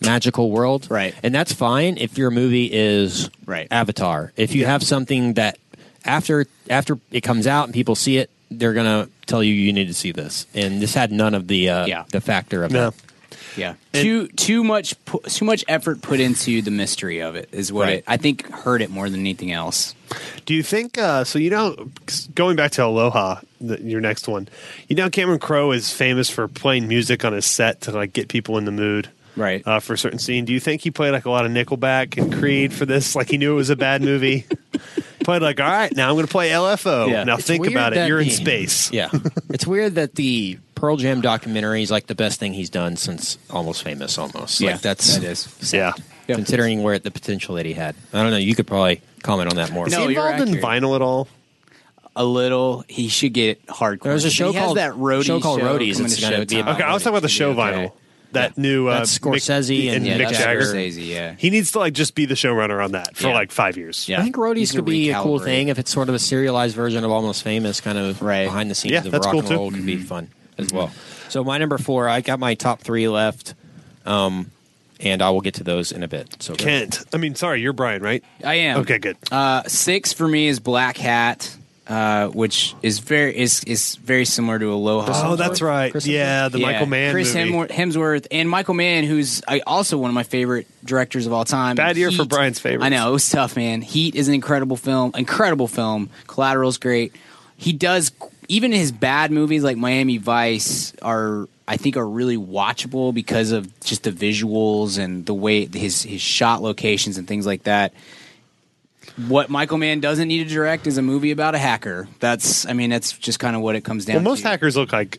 Speaker 2: magical world.
Speaker 3: Right.
Speaker 2: And that's fine if your movie is
Speaker 3: Right.
Speaker 2: Avatar. If you have something that after after it comes out and people see it, they're gonna tell you you need to see this. And this had none of the uh,
Speaker 3: Yeah.
Speaker 2: the factor of
Speaker 4: No.
Speaker 2: that.
Speaker 3: Yeah, too too much pu- too much effort put into the mystery of it is what
Speaker 2: Right.
Speaker 3: it, I think hurt it more than anything else.
Speaker 4: Do you think uh, so? You know, going back to Aloha, the, your next one. You know, Cameron Crowe is famous for playing music on his set to like get people in the mood,
Speaker 3: Right.
Speaker 4: Uh, for a certain scene. Do you think he played like a lot of Nickelback and Creed for this? Like he knew it was a bad movie. played like, all right, now I'm going to play LFO.
Speaker 3: Yeah.
Speaker 4: Now
Speaker 2: It's
Speaker 4: think
Speaker 2: weird
Speaker 4: about it.
Speaker 2: that
Speaker 4: You're in
Speaker 2: the-
Speaker 4: space.
Speaker 2: Yeah. it's weird that the Pearl Jam documentary is like the best thing he's done since Almost Famous almost.
Speaker 3: Yeah,
Speaker 2: like that's
Speaker 3: that is.
Speaker 4: Yeah.
Speaker 3: Yeah.
Speaker 2: Considering where the potential that he had. I don't know, you could probably comment on that more.
Speaker 4: Is
Speaker 3: No,
Speaker 4: he
Speaker 3: you're
Speaker 4: involved in
Speaker 3: accurate.
Speaker 4: vinyl at all?
Speaker 3: A little, he should get hardcore.
Speaker 2: There's a show
Speaker 3: he
Speaker 2: called-
Speaker 3: has that roadie
Speaker 2: show called Roadies
Speaker 3: coming
Speaker 2: that's
Speaker 3: to
Speaker 2: gonna be
Speaker 3: Showtime.
Speaker 2: about
Speaker 4: Okay, I was talking about the show
Speaker 3: Oh, Okay.
Speaker 4: vinyl. that new uh,
Speaker 2: That's
Speaker 4: Mick-
Speaker 2: Scorsese and-
Speaker 4: and,
Speaker 2: Yeah,
Speaker 4: Mick
Speaker 2: that's
Speaker 4: Jagger.
Speaker 3: Scorsese, yeah.
Speaker 4: he needs to like just be the showrunner on that for
Speaker 3: Yeah.
Speaker 4: like five years.
Speaker 3: Yeah.
Speaker 2: I think roadies
Speaker 3: Needs to
Speaker 2: could be a cool
Speaker 3: recalibrate.
Speaker 2: thing if it's sort of a serialized version of Almost Famous, kind of
Speaker 3: Right.
Speaker 2: behind the scenes
Speaker 4: Yeah,
Speaker 2: of
Speaker 4: that's
Speaker 2: rock
Speaker 4: cool
Speaker 2: and
Speaker 4: too.
Speaker 2: roll could be fun as well. So my number four, I got my top three left, um, and I will get to those in a bit. So
Speaker 4: Kent. I mean, sorry, you're Brian, right?
Speaker 3: I am.
Speaker 4: Okay, good.
Speaker 3: Uh, six for me is Black Hat, uh, which is very is is very similar to Aloha.
Speaker 4: oh, that's right.
Speaker 2: Chris
Speaker 4: Yeah, the
Speaker 3: Yeah,
Speaker 4: Michael Mann
Speaker 3: Chris
Speaker 4: movie.
Speaker 3: Hemsworth, Hemsworth, and Michael Mann, who's I, also one of my favorite directors of all time.
Speaker 4: Bad year for
Speaker 3: Heat-
Speaker 4: Brian's favorites.
Speaker 3: I know it was tough, man. Heat is an incredible film. Incredible film. Collateral's great. He does even his bad movies like Miami Vice are I think are really watchable because of just the visuals and the way his his shot locations and things like that. What Michael Mann doesn't need to direct is a movie about a hacker. That's I mean that's just kind of what it comes down
Speaker 4: Well, most
Speaker 3: to
Speaker 4: hackers look like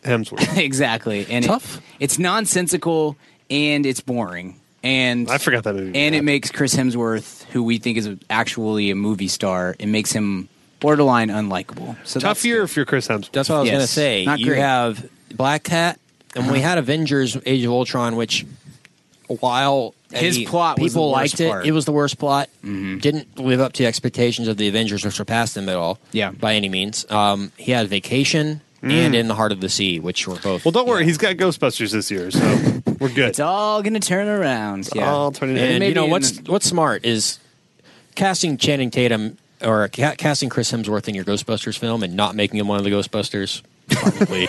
Speaker 4: Hemsworth.
Speaker 3: exactly. And it-
Speaker 2: Tough.
Speaker 3: it's nonsensical and it's boring. And
Speaker 4: I forgot that movie.
Speaker 3: And
Speaker 4: Yeah.
Speaker 3: it makes Chris Hemsworth, who we think is actually a movie star, it makes him borderline unlikable. So
Speaker 4: Tough
Speaker 3: that's
Speaker 4: year
Speaker 3: good.
Speaker 4: if you're Chris Hemsworth.
Speaker 2: That's what I was
Speaker 3: Yes.
Speaker 2: going to say.
Speaker 3: Not
Speaker 2: you
Speaker 3: great.
Speaker 2: have Black Cat, and we had Avengers: Age of Ultron, which while
Speaker 3: His
Speaker 2: a-
Speaker 3: plot was
Speaker 2: people
Speaker 3: the worst
Speaker 2: liked it,
Speaker 3: part.
Speaker 2: it was the worst plot. Didn't live up to the expectations of the Avengers or surpassed them at all.
Speaker 3: Yeah.
Speaker 2: by any means. Um, he had Vacation and In the Heart of the Sea, which were both.
Speaker 4: Well, don't worry, he's got Ghostbusters this year, so we're good.
Speaker 3: It's all gonna turn around. Yeah.
Speaker 4: I'll turn it in.
Speaker 2: and
Speaker 3: maybe
Speaker 2: you know
Speaker 3: in
Speaker 2: what's
Speaker 3: the-
Speaker 2: what's smart is casting Channing Tatum or ca- casting Chris Hemsworth in your Ghostbusters film and not making him one of the Ghostbusters. Probably.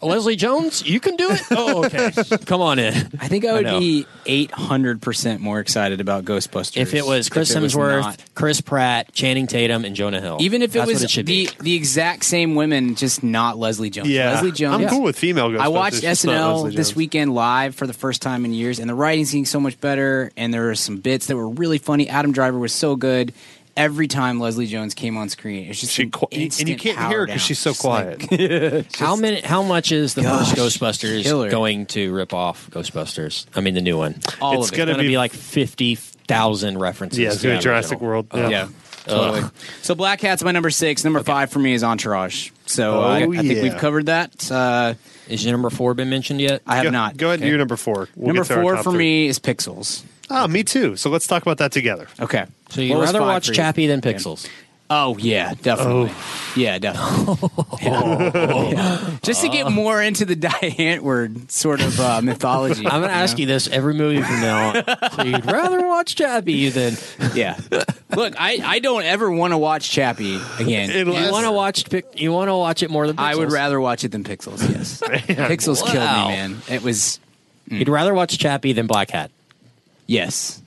Speaker 2: Leslie Jones, you can do it. Oh, okay. Come on in.
Speaker 3: I think I would
Speaker 2: know.
Speaker 3: be eight hundred percent more excited about Ghostbusters
Speaker 2: If it was Chris
Speaker 3: it was
Speaker 2: Hemsworth,
Speaker 3: not.
Speaker 2: Chris Pratt, Channing Tatum, and Jonah Hill,
Speaker 3: Even if it
Speaker 2: That's
Speaker 3: was
Speaker 2: what it
Speaker 3: the
Speaker 2: should be.
Speaker 3: the exact same women, just not Leslie Jones.
Speaker 4: yeah,
Speaker 3: Leslie Jones.
Speaker 4: I'm cool with female Ghostbusters.
Speaker 3: I watched
Speaker 4: just not
Speaker 3: SNL
Speaker 4: Leslie
Speaker 3: this
Speaker 4: Jones.
Speaker 3: weekend live for the first time in years, and the writing's getting so much better. And there were some bits that were really funny. Adam Driver was so good. Every time Leslie Jones came on screen, it's just
Speaker 4: She
Speaker 3: an
Speaker 4: qu- and you
Speaker 3: instant
Speaker 4: can't
Speaker 3: power
Speaker 4: hear her because
Speaker 3: down.
Speaker 4: she's so
Speaker 3: Just like-
Speaker 4: quiet.
Speaker 2: how many? How much is the
Speaker 3: Gosh,
Speaker 2: first Ghostbusters
Speaker 3: killer.
Speaker 2: going to rip off Ghostbusters? I mean, the new one.
Speaker 3: all of
Speaker 4: It's
Speaker 3: it.
Speaker 2: It's
Speaker 4: gonna
Speaker 2: going to
Speaker 4: be-
Speaker 2: be like fifty thousand references.
Speaker 4: yeah, it's
Speaker 2: to
Speaker 4: gonna
Speaker 2: the
Speaker 4: be Jurassic
Speaker 2: original.
Speaker 4: World. Yeah.
Speaker 3: yeah, totally. So Black Hat's my number six. Number five for me is Entourage. So uh, I, I
Speaker 4: Oh,
Speaker 3: think
Speaker 4: yeah.
Speaker 3: we've covered that. Uh,
Speaker 2: Is your number four been mentioned yet?
Speaker 3: I have
Speaker 4: Go-
Speaker 3: not.
Speaker 4: Go ahead.
Speaker 3: Okay.
Speaker 4: and You're number four. We'll
Speaker 3: number
Speaker 4: get to our
Speaker 3: four
Speaker 4: top
Speaker 3: for
Speaker 4: three.
Speaker 3: me is Pixels.
Speaker 4: Ah, me too. So let's talk about that together.
Speaker 3: Okay.
Speaker 2: so you'd
Speaker 3: What was
Speaker 2: rather
Speaker 3: five
Speaker 2: watch
Speaker 3: for you?
Speaker 2: Chappie than Pixels?
Speaker 3: Oh yeah, definitely. Yeah, definitely. Yeah. Just to get more into the Diantward sort of uh, mythology.
Speaker 2: I'm going to ask you this every movie from now on. so you'd rather watch Chappie than
Speaker 3: Yeah. Look, I, I don't ever want to watch Chappie again.
Speaker 2: you
Speaker 4: Unless-
Speaker 2: want to watch. Pic- You want to watch it more than Pixels.
Speaker 3: I would rather watch it than Pixels. Yes, Pixels killed
Speaker 2: Wow.
Speaker 3: me, man. It was
Speaker 2: You'd rather watch Chappie than Black Hat.
Speaker 3: yes.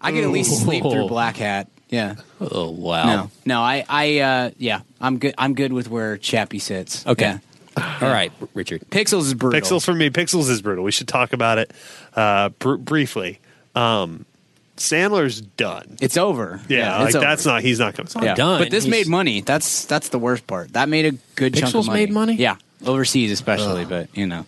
Speaker 3: I could at least sleep through Black Hat. Yeah.
Speaker 2: Oh wow.
Speaker 3: No, no. I I uh, yeah. I'm good. I'm good with where Chappie sits.
Speaker 2: Okay.
Speaker 3: Yeah.
Speaker 2: All right, Richard.
Speaker 3: Pixels is brutal.
Speaker 4: Pixels for me. Pixels is brutal. We should talk about it uh, br- briefly. Um, Sandler's done.
Speaker 3: It's over.
Speaker 4: Yeah,
Speaker 3: it's
Speaker 4: like
Speaker 3: over.
Speaker 4: that's not. He's not coming.
Speaker 2: not
Speaker 4: back.
Speaker 3: Yeah.
Speaker 2: done.
Speaker 3: But this
Speaker 2: He's-
Speaker 3: made money. That's that's the worst part. That made a good chunk of
Speaker 2: Pixels
Speaker 3: money.
Speaker 2: made money?
Speaker 3: Yeah, overseas especially, but you know,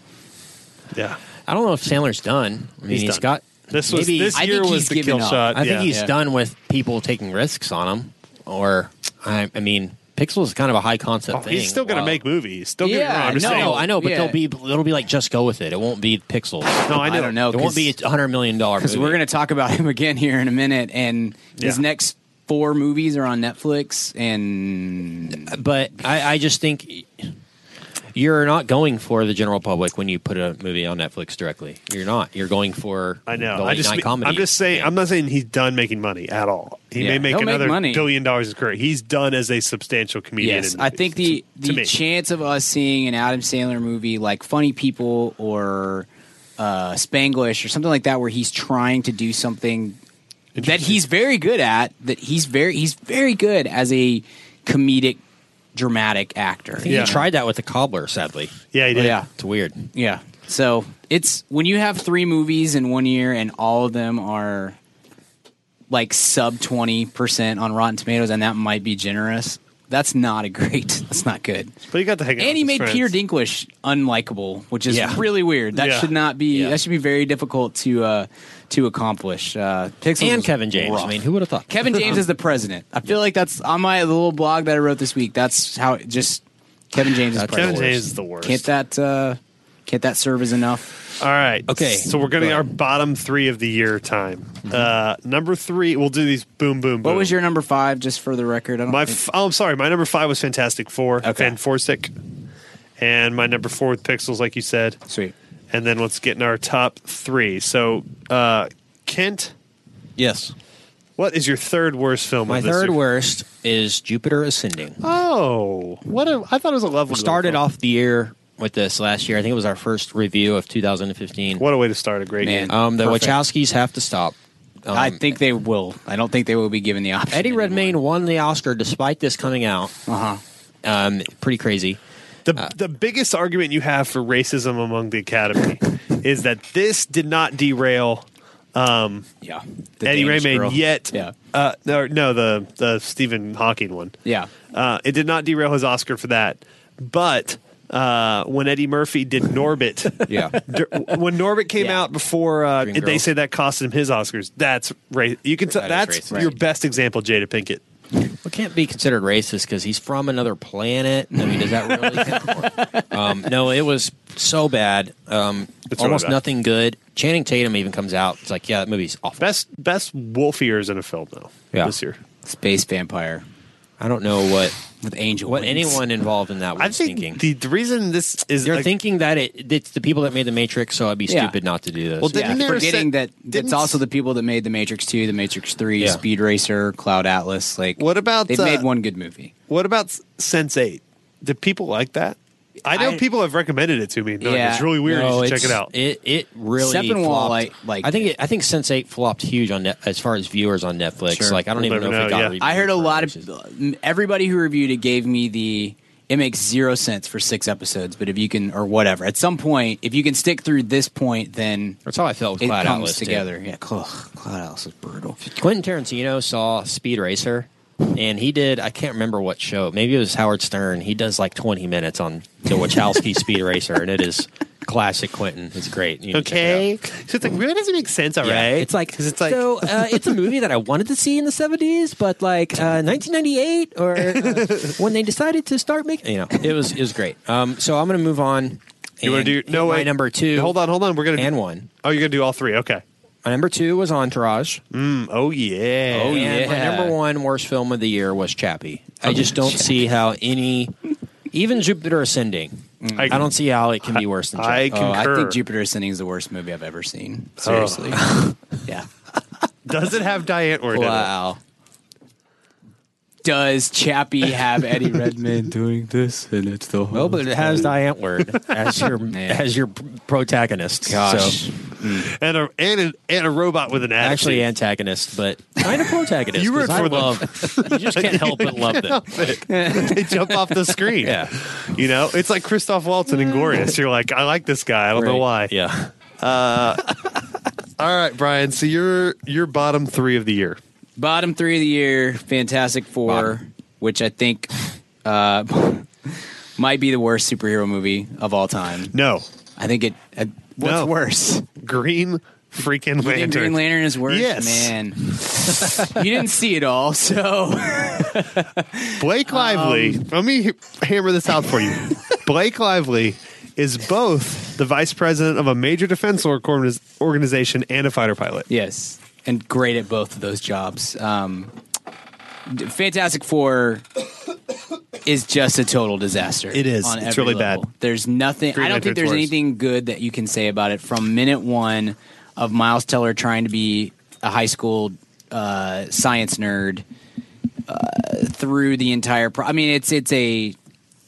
Speaker 4: Yeah.
Speaker 2: I don't know if Sandler's done. I mean,
Speaker 4: He's
Speaker 2: he's
Speaker 4: done.
Speaker 2: got.
Speaker 4: This was
Speaker 2: maybe-
Speaker 4: this
Speaker 3: I
Speaker 4: year
Speaker 3: think
Speaker 4: was
Speaker 3: he's
Speaker 4: the
Speaker 3: given
Speaker 4: kill
Speaker 3: up.
Speaker 4: shot.
Speaker 2: I think
Speaker 4: yeah.
Speaker 2: he's
Speaker 3: Yeah.
Speaker 2: done with people taking risks on him, or I, I mean, Pixels is kind of a high concept
Speaker 4: Oh,
Speaker 2: thing.
Speaker 4: he's still going to
Speaker 2: Wow.
Speaker 4: make movies. Don't get me
Speaker 3: Yeah,
Speaker 4: wrong. I'm just
Speaker 2: No,
Speaker 4: saying.
Speaker 2: I know, but
Speaker 3: Yeah.
Speaker 2: they'll be it'll be like just go with it. It won't be Pixels.
Speaker 4: No, I know.
Speaker 3: I don't know
Speaker 2: it won't be
Speaker 3: because
Speaker 2: a hundred million dollar. Because
Speaker 3: we're gonna talk about him again here in a minute, and his
Speaker 4: Yeah.
Speaker 3: next four movies are on Netflix, and
Speaker 2: but I, I just think you're not going for the general public when you put a movie on Netflix directly. You're not. You're going for
Speaker 4: I know.
Speaker 2: The
Speaker 4: I
Speaker 2: late
Speaker 4: just,
Speaker 2: night comedy.
Speaker 4: I'm just saying. I'm not saying he's done making money at all. He
Speaker 3: Yeah.
Speaker 4: may make
Speaker 3: He'll make
Speaker 4: another
Speaker 3: money.
Speaker 4: billion dollars in his career. He's done as a substantial comedian.
Speaker 3: yes,
Speaker 4: in
Speaker 3: I
Speaker 4: movies,
Speaker 3: think the
Speaker 4: to, to
Speaker 3: the
Speaker 4: me.
Speaker 3: chance of us seeing an Adam Sandler movie like Funny People or uh, Spanglish or something like that, where he's trying to do something that he's very good at. That he's very he's very good as a comedic, dramatic actor.
Speaker 2: I think
Speaker 4: Yeah.
Speaker 2: He tried that with the cobbler. Sadly,
Speaker 4: yeah, he did.
Speaker 3: yeah.
Speaker 2: it's weird.
Speaker 3: Yeah. So it's when you have three movies in one year and all of them are like sub 20% on Rotten Tomatoes, and that might be generous. That's not a great. That's not good.
Speaker 4: But he got the hang. out with
Speaker 3: And he
Speaker 4: his
Speaker 3: made
Speaker 4: friends.
Speaker 3: Peter Dinklage unlikable, which is
Speaker 2: Yeah.
Speaker 3: really weird. That
Speaker 4: Yeah.
Speaker 3: should not be.
Speaker 2: Yeah.
Speaker 3: That should be very difficult to uh, to accomplish. Uh, Pixels
Speaker 2: And
Speaker 3: was
Speaker 2: Kevin James.
Speaker 3: rough.
Speaker 2: I mean, who would have thought?
Speaker 3: Kevin James is the president. I feel like that's on my little blog that I wrote this week. That's how it just Kevin James is
Speaker 2: That's
Speaker 3: president.
Speaker 4: Kevin James is the worst.
Speaker 3: Can't that uh, can't that serve as enough?
Speaker 4: All right.
Speaker 2: Okay.
Speaker 4: So we're getting our bottom three of the year time. Uh, number three, we'll do these boom, boom, boom.
Speaker 3: Mm-hmm. What was your number five, just for the record? I don't
Speaker 4: My
Speaker 3: think-
Speaker 4: f- oh, I'm sorry. My number five was Fantastic Four,
Speaker 3: Okay.
Speaker 4: Fan Forsick. And my number four with Pixels, like you said.
Speaker 3: Sweet.
Speaker 4: And then let's get in our top three. So, uh, Kent,
Speaker 6: Yes.
Speaker 4: what is your third worst film?
Speaker 2: My
Speaker 4: of this
Speaker 2: third
Speaker 4: year?
Speaker 2: worst is Jupiter Ascending.
Speaker 4: Oh, what a! I thought it was a level.
Speaker 2: started
Speaker 4: film.
Speaker 2: off the year with this last year. I think it was our first review of 2015.
Speaker 4: What a way to start a great
Speaker 3: Man.
Speaker 4: game.
Speaker 2: Um, the
Speaker 3: Perfect.
Speaker 2: Wachowskis have to stop. Um,
Speaker 3: I think they will. I don't think they will be given the option.
Speaker 2: Eddie
Speaker 3: anymore.
Speaker 2: Redmayne won the Oscar despite this coming out.
Speaker 3: Uh-huh.
Speaker 2: Um, pretty crazy.
Speaker 4: The
Speaker 3: uh,
Speaker 4: the biggest argument you have for racism among the Academy is that this did not derail
Speaker 3: Yeah. The
Speaker 4: Eddie
Speaker 3: Danish
Speaker 4: Redmayne
Speaker 3: girl.
Speaker 4: yet.
Speaker 3: Yeah.
Speaker 4: Uh, no, no, the the Stephen Hawking one.
Speaker 3: Yeah.
Speaker 4: Uh, it did not derail his Oscar for that. But uh, when Eddie Murphy did Norbit,
Speaker 2: Yeah.
Speaker 4: dur- when Norbit came
Speaker 2: Yeah.
Speaker 4: out before uh,
Speaker 2: Dreamgirls.
Speaker 4: they say that cost him his Oscars. That's right. You can tell
Speaker 2: That is
Speaker 4: that's
Speaker 2: racist.
Speaker 4: your
Speaker 2: Right.
Speaker 4: best example, Jada Pinkett.
Speaker 2: Well, can't be considered racist because he's from another planet. I mean, does that really count? for- um, no, it was so bad. Um,
Speaker 4: It's really
Speaker 2: almost
Speaker 4: bad.
Speaker 2: nothing good. Channing Tatum even comes out. It's like, yeah, that movie's awful.
Speaker 4: Best best wolf ears in a film though.
Speaker 2: Yeah.
Speaker 4: This year.
Speaker 3: Space vampire
Speaker 2: I don't know what
Speaker 3: with angel.
Speaker 2: what
Speaker 3: wings.
Speaker 2: anyone involved in that was
Speaker 4: I think
Speaker 2: thinking.
Speaker 4: the, the reason this is
Speaker 2: They're
Speaker 4: like-
Speaker 2: thinking that it, it's the people that made the Matrix, so I'd be
Speaker 3: Yeah.
Speaker 2: stupid not to do this.
Speaker 4: Well,
Speaker 3: Yeah,
Speaker 4: Didn't they
Speaker 3: forgetting
Speaker 4: said-
Speaker 3: that
Speaker 4: didn't-
Speaker 3: it's also the people that made The Matrix Two, The Matrix Three,
Speaker 2: Yeah.
Speaker 3: Speed Racer, Cloud Atlas. Like,
Speaker 4: What about,
Speaker 3: they've
Speaker 4: uh,
Speaker 3: made one good movie?
Speaker 4: What about Sense Eight? Do people like that? I know
Speaker 3: I-
Speaker 4: people have recommended it to me. They're like,
Speaker 3: Yeah.
Speaker 4: it's really weird.
Speaker 2: No,
Speaker 4: you should check it
Speaker 2: it's-
Speaker 4: out.
Speaker 2: It it really
Speaker 3: Steppenwolf
Speaker 2: flopped.
Speaker 3: like- liked
Speaker 2: I think
Speaker 3: it.
Speaker 2: I think Sense Eight flopped huge on net, as far as viewers on Netflix.
Speaker 3: Sure.
Speaker 2: Like I don't
Speaker 4: We'll
Speaker 2: even know,
Speaker 4: never
Speaker 2: if it
Speaker 4: know,
Speaker 2: got.
Speaker 4: yeah.
Speaker 2: reviewed
Speaker 3: I heard a
Speaker 2: for
Speaker 3: lot
Speaker 2: racism.
Speaker 3: of everybody who reviewed it gave me the. It makes zero sense for six episodes, but if you can, or whatever, at some point, if you can stick through this point, then
Speaker 2: That's how I felt
Speaker 3: it
Speaker 2: with Cloud
Speaker 3: comes
Speaker 2: Atlas too.
Speaker 3: together. Yeah, Cloud, Cloud Atlas is brutal.
Speaker 2: Quentin Tarantino saw Speed Racer, and he did. I can't remember what show. Maybe it was Howard Stern. He does like twenty minutes on the Wachowski Speed Racer, and it is classic Quentin. It's great. You need to check it out.
Speaker 4: Okay, so it's like really doesn't make sense, all right?
Speaker 2: Yeah, It's like
Speaker 4: 'Cause it's like
Speaker 2: so. Uh, it's a movie that I wanted to see in the seventies, but like uh, 1998 or uh, when they decided to start making, you know, it was it was great. Um, so I'm gonna move on.
Speaker 4: you want
Speaker 2: and
Speaker 4: to do
Speaker 2: hit
Speaker 4: no
Speaker 2: my
Speaker 4: wait.
Speaker 2: number two.
Speaker 4: Hold on, hold on. We're gonna
Speaker 2: and
Speaker 4: do,
Speaker 2: one.
Speaker 4: Oh, you're gonna do all three? Okay.
Speaker 2: My number two was Entourage.
Speaker 4: Mm, oh yeah.
Speaker 2: and My
Speaker 3: yeah.
Speaker 2: number one worst film of the year was Chappie. I just don't see how any, even Jupiter Ascending.
Speaker 4: I,
Speaker 2: I don't see how it can be worse than Chappie.
Speaker 4: Mm. I
Speaker 3: Oh, I
Speaker 4: concur.
Speaker 3: think Jupiter Ascending is the worst movie I've ever seen. Seriously, yeah.
Speaker 4: Does it have Diane Ward? in it?
Speaker 3: Wow. Does Chappie have Eddie Redmayne doing this? And it's the whole.
Speaker 2: well, Oh, but it has Diane Ward as your as your protagonist.
Speaker 3: gosh.
Speaker 2: So.
Speaker 4: And a and a, and a robot with an attitude.
Speaker 2: actually antagonist, but kind of protagonist.
Speaker 4: You root
Speaker 2: 'cause I
Speaker 4: for them.
Speaker 2: love, You just can't help but love them.
Speaker 4: they jump off the screen.
Speaker 2: Yeah.
Speaker 4: You know, it's like Christoph Waltz and Glorious. You're like, I like this guy. I don't know why.
Speaker 2: Yeah.
Speaker 4: All right, Brian. So your your bottom three of the year.
Speaker 3: Bottom three of the year, Fantastic Four,
Speaker 2: Bottom.
Speaker 3: which I think uh, might be the worst superhero movie of all time.
Speaker 4: No,
Speaker 3: I think it. Uh, what's
Speaker 4: No.
Speaker 3: worse?
Speaker 4: Green freaking
Speaker 3: You
Speaker 4: Lantern.
Speaker 3: think Green Lantern is worse?
Speaker 4: Yes.
Speaker 3: Man. you didn't see it all, so.
Speaker 4: Blake
Speaker 3: Um,
Speaker 4: Lively. let me h- hammer this out for you. Blake Lively is both the vice president of a major defense org- organization and a fighter pilot.
Speaker 3: Yes, and great at both of those jobs. Um, d- Fantastic Four is just a total disaster.
Speaker 4: It is.
Speaker 3: on
Speaker 4: It's
Speaker 3: every
Speaker 4: really bad.
Speaker 3: level. There's nothing.
Speaker 4: Green
Speaker 3: I don't
Speaker 4: Lantern's
Speaker 3: think there's
Speaker 4: worse.
Speaker 3: anything good that you can say about it from minute one of Miles Teller trying to be a high school uh, science nerd uh, through the entire. Pro- I mean, it's it's a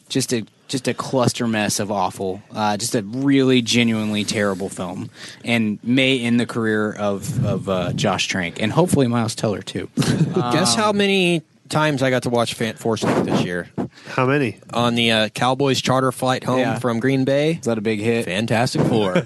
Speaker 3: just a just a cluster mess of awful. Uh, just a really genuinely terrible film, and may end the career of of uh, Josh Trank and hopefully Miles Teller too.
Speaker 2: Guess how many times I got to watch Fan Forsyth this year
Speaker 4: How many?
Speaker 2: on the uh, Cowboys charter flight home
Speaker 3: Yeah.
Speaker 2: from Green Bay.
Speaker 3: Is that a big hit?
Speaker 2: Fantastic Four,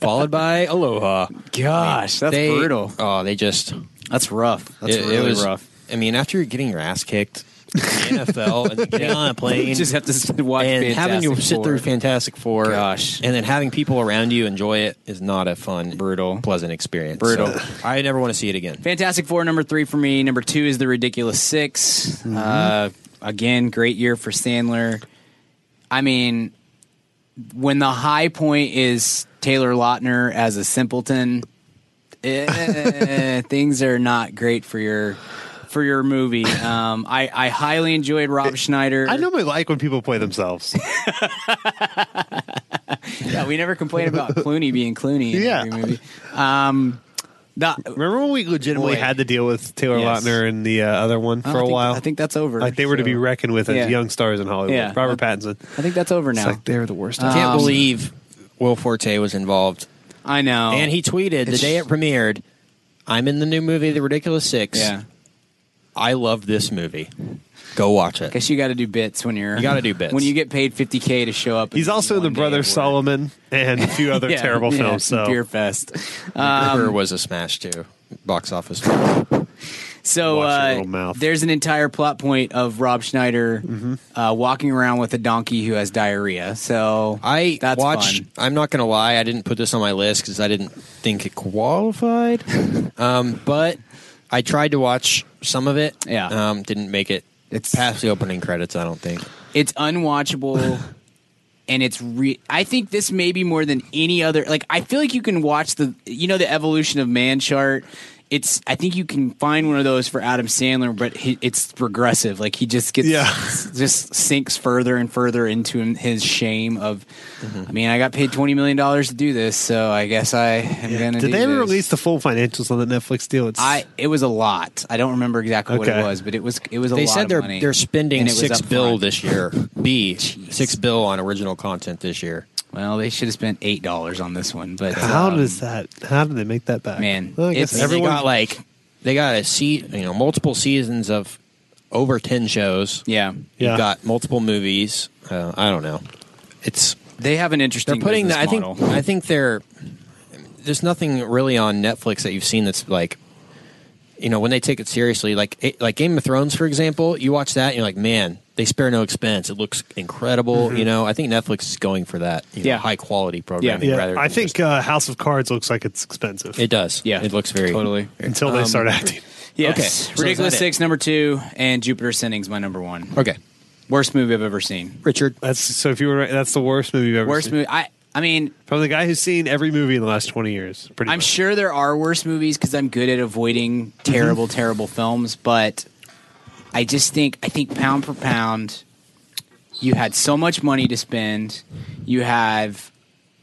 Speaker 2: followed by Aloha.
Speaker 3: Gosh, that's
Speaker 2: They-
Speaker 3: brutal.
Speaker 2: Oh, they just
Speaker 3: That's rough. That's
Speaker 2: it, it
Speaker 3: really
Speaker 2: was
Speaker 3: rough.
Speaker 2: I mean, after you're getting your ass kicked, in the NFL and getting on a plane,
Speaker 3: You just have to s- watch
Speaker 2: and
Speaker 3: Fantastic
Speaker 2: having you sit
Speaker 3: Four.
Speaker 2: through Fantastic Four,
Speaker 3: Gosh.
Speaker 2: and then having people around you enjoy it is not a fun,
Speaker 3: Brutal.
Speaker 2: pleasant experience.
Speaker 3: Brutal.
Speaker 2: So, I never want to see it again.
Speaker 3: Fantastic Four number three for me. Number two is the Ridiculous 6 Uh, again, great year for Sandler. I mean, when the high point is Taylor Lautner as a simpleton. Eh, things are not great for your for your movie. Um, I I highly enjoyed Rob Schneider.
Speaker 4: I normally like when people play themselves.
Speaker 3: Yeah, we never complain about Clooney being Clooney in
Speaker 4: Yeah.
Speaker 3: every movie. Um, the,
Speaker 4: Remember when we legitimately
Speaker 3: Boy.
Speaker 4: had to deal with Taylor
Speaker 3: Yes. Oh,
Speaker 4: Lautner and the uh, other one for
Speaker 3: I
Speaker 4: a
Speaker 3: think-
Speaker 4: while?
Speaker 3: I think that's over.
Speaker 4: like they were to
Speaker 3: so-
Speaker 4: be reckoned with as
Speaker 3: Yeah.
Speaker 4: young stars in Hollywood.
Speaker 3: Yeah.
Speaker 4: Robert Pattinson.
Speaker 3: I think that's over
Speaker 4: It's
Speaker 3: now. Uh,
Speaker 4: like they were the worst.
Speaker 2: I
Speaker 3: Um,
Speaker 2: can't believe Will Forte was involved.
Speaker 3: I know.
Speaker 2: and he tweeted the
Speaker 3: Oh, It's-
Speaker 2: day it premiered, "I'm in the new movie, The Ridiculous Six.
Speaker 3: yeah.
Speaker 2: I love this movie. Go watch it."
Speaker 3: Guess you got to do bits when you're.
Speaker 2: You gotta do bits.
Speaker 3: when you get paid 50k to show up.
Speaker 4: He's
Speaker 3: and
Speaker 4: also the
Speaker 3: one day
Speaker 4: brother
Speaker 3: of work.
Speaker 4: Solomon and a few other
Speaker 3: Yeah,
Speaker 4: terrible
Speaker 3: yeah,
Speaker 4: films. So
Speaker 3: Beer fest.
Speaker 2: River was a smash too, box office.
Speaker 3: So
Speaker 4: Watch your
Speaker 3: uh,
Speaker 4: little mouth. Mm-hmm.
Speaker 3: there's an entire plot point of Rob Schneider uh, walking around with a donkey who has diarrhea. So
Speaker 2: I
Speaker 3: that's
Speaker 2: watched.
Speaker 3: fun.
Speaker 2: I'm not gonna lie. I didn't put this on my list because I didn't think it qualified. um, but I tried to watch some of it.
Speaker 3: Yeah.
Speaker 2: Um, didn't make it.
Speaker 3: It's-
Speaker 2: past the opening credits. I don't think.
Speaker 3: It's unwatchable. And it's re- I think this may be more than any other. Like I feel like you can watch the you know the evolution of man chart. It's I think you can find one of those for Adam Sandler, but he, it's progressive. Like he just gets
Speaker 4: Yeah.
Speaker 3: just sinks further and further into him- his shame of.
Speaker 4: Mm-hmm.
Speaker 3: I mean, I got paid twenty million dollars to do this, so I guess I am gonna.
Speaker 4: Did
Speaker 3: do
Speaker 4: they ever
Speaker 3: this.
Speaker 4: release the full financials on the Netflix deal? It's
Speaker 3: I it was a lot. I don't remember exactly what
Speaker 4: Okay.
Speaker 3: it was, but it was it was a
Speaker 2: They
Speaker 3: lot
Speaker 2: said
Speaker 3: of
Speaker 2: they're
Speaker 3: money.
Speaker 2: they're spending
Speaker 3: And it was
Speaker 2: six
Speaker 3: upfront.
Speaker 2: bill this year. B six bill on original content this year.
Speaker 3: Well, they should have spent eight dollars on this one, but
Speaker 4: how
Speaker 3: um,
Speaker 4: does that? How did they make that back?
Speaker 3: man,
Speaker 4: well, I
Speaker 3: it's-
Speaker 4: guess
Speaker 2: I mean,
Speaker 4: everyone
Speaker 2: they got like they got a seat, you know, multiple seasons of over ten shows.
Speaker 3: yeah
Speaker 4: Yeah.
Speaker 2: You've got multiple movies. Uh, I don't know. It's
Speaker 3: they have an
Speaker 2: they're
Speaker 3: interesting
Speaker 2: putting. The,
Speaker 3: business
Speaker 2: I think
Speaker 3: model.
Speaker 2: I think they're there's nothing really on Netflix that you've seen that's like. You know when they take it seriously, like it- like Game of Thrones, for example, you watch that and you're like, man, they spare no expense. It looks incredible. You know, I think Netflix is going for that, you know,
Speaker 3: Mm-hmm. Yeah.
Speaker 2: high quality programming.
Speaker 4: Yeah,
Speaker 2: rather
Speaker 4: I
Speaker 2: than
Speaker 4: think
Speaker 2: just-
Speaker 4: uh, House of Cards looks like it's expensive
Speaker 2: it does.
Speaker 3: Yeah.
Speaker 2: it looks very
Speaker 3: Totally.
Speaker 4: until they start acting.
Speaker 2: Okay,
Speaker 3: yes.
Speaker 2: so is
Speaker 3: Ridiculous
Speaker 2: that it?
Speaker 3: Six number two and Jupiter Ascending's my number one.
Speaker 2: Okay,
Speaker 3: Worst movie I've ever seen.
Speaker 2: Richard.
Speaker 4: That's so. If you were, right, that's the worst movie you've ever
Speaker 3: Worst
Speaker 4: seen.
Speaker 3: movie. I I mean,
Speaker 4: From the guy who's seen every movie in the last twenty years. Pretty.
Speaker 3: I'm
Speaker 4: much.
Speaker 3: sure there are worse movies because I'm good at avoiding
Speaker 2: Mm-hmm.
Speaker 3: terrible, terrible films. But I just think I think pound for pound, you had so much money to spend. You have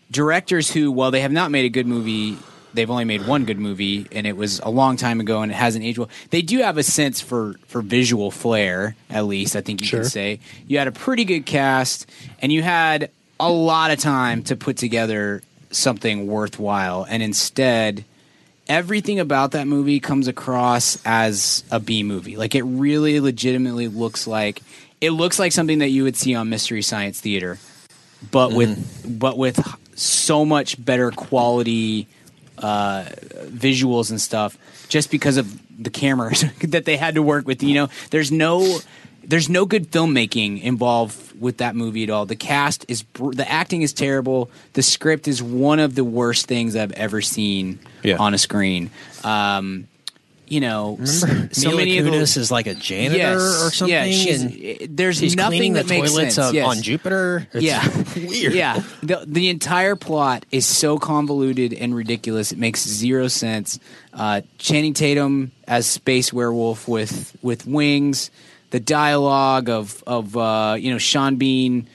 Speaker 3: directors who, while they have not made a good movie, they've only made one good movie, and it was a long time ago, and it hasn't aged well. They do have a sense for for visual flair, at least I think you
Speaker 4: Sure.
Speaker 3: can say. You had a pretty good cast, and you had a lot of time to put together something worthwhile, and instead. Everything about that movie comes across as a B movie. Like it really legitimately looks like it looks like something that you would see on Mystery Science Theater but with but with so much better quality uh, visuals and stuff just because of the cameras that they had to work with you know there's no there's no good filmmaking involved with that movie at all the cast is br- the acting is terrible the script is one of the worst things i've ever seen
Speaker 2: Yeah.
Speaker 3: on a screen um you know s- so
Speaker 2: Mila
Speaker 3: many of
Speaker 2: Kunis
Speaker 3: the
Speaker 2: is like a janitor
Speaker 3: Yes.
Speaker 2: or something.
Speaker 3: Yeah, she's-
Speaker 2: and
Speaker 3: it- there's
Speaker 2: she's
Speaker 3: nothing
Speaker 2: cleaning
Speaker 3: that
Speaker 2: the
Speaker 3: makes
Speaker 2: toilets
Speaker 3: sense.
Speaker 2: of-
Speaker 3: Yes.
Speaker 2: on Jupiter. It's
Speaker 3: yeah.
Speaker 2: weird.
Speaker 3: Yeah. The, the entire plot is so convoluted and ridiculous. It makes zero sense. Uh, Channing Tatum as space werewolf with with wings. The dialogue of of uh, you know Sean Bean,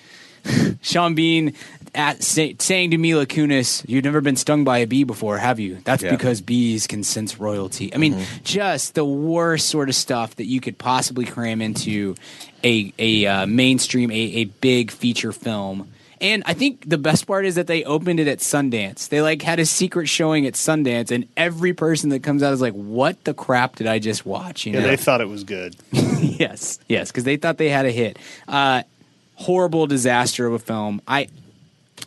Speaker 3: Sean Bean at, say, saying to Mila Kunis, "You've never been stung by a bee before, have you?" That's
Speaker 2: Yeah.
Speaker 3: because bees can sense royalty. I mean,
Speaker 4: Mm-hmm.
Speaker 3: just the worst sort of stuff that you could possibly cram into a a uh, mainstream, a, a big feature film. And I think the best part is that they opened it at Sundance. They like had a secret showing at Sundance, and every person that comes out is like, "What the crap did I just watch?" You
Speaker 4: Yeah,
Speaker 3: know?
Speaker 4: they thought it was good.
Speaker 3: yes, yes, because they thought they had a hit. Uh, horrible disaster of a film. I,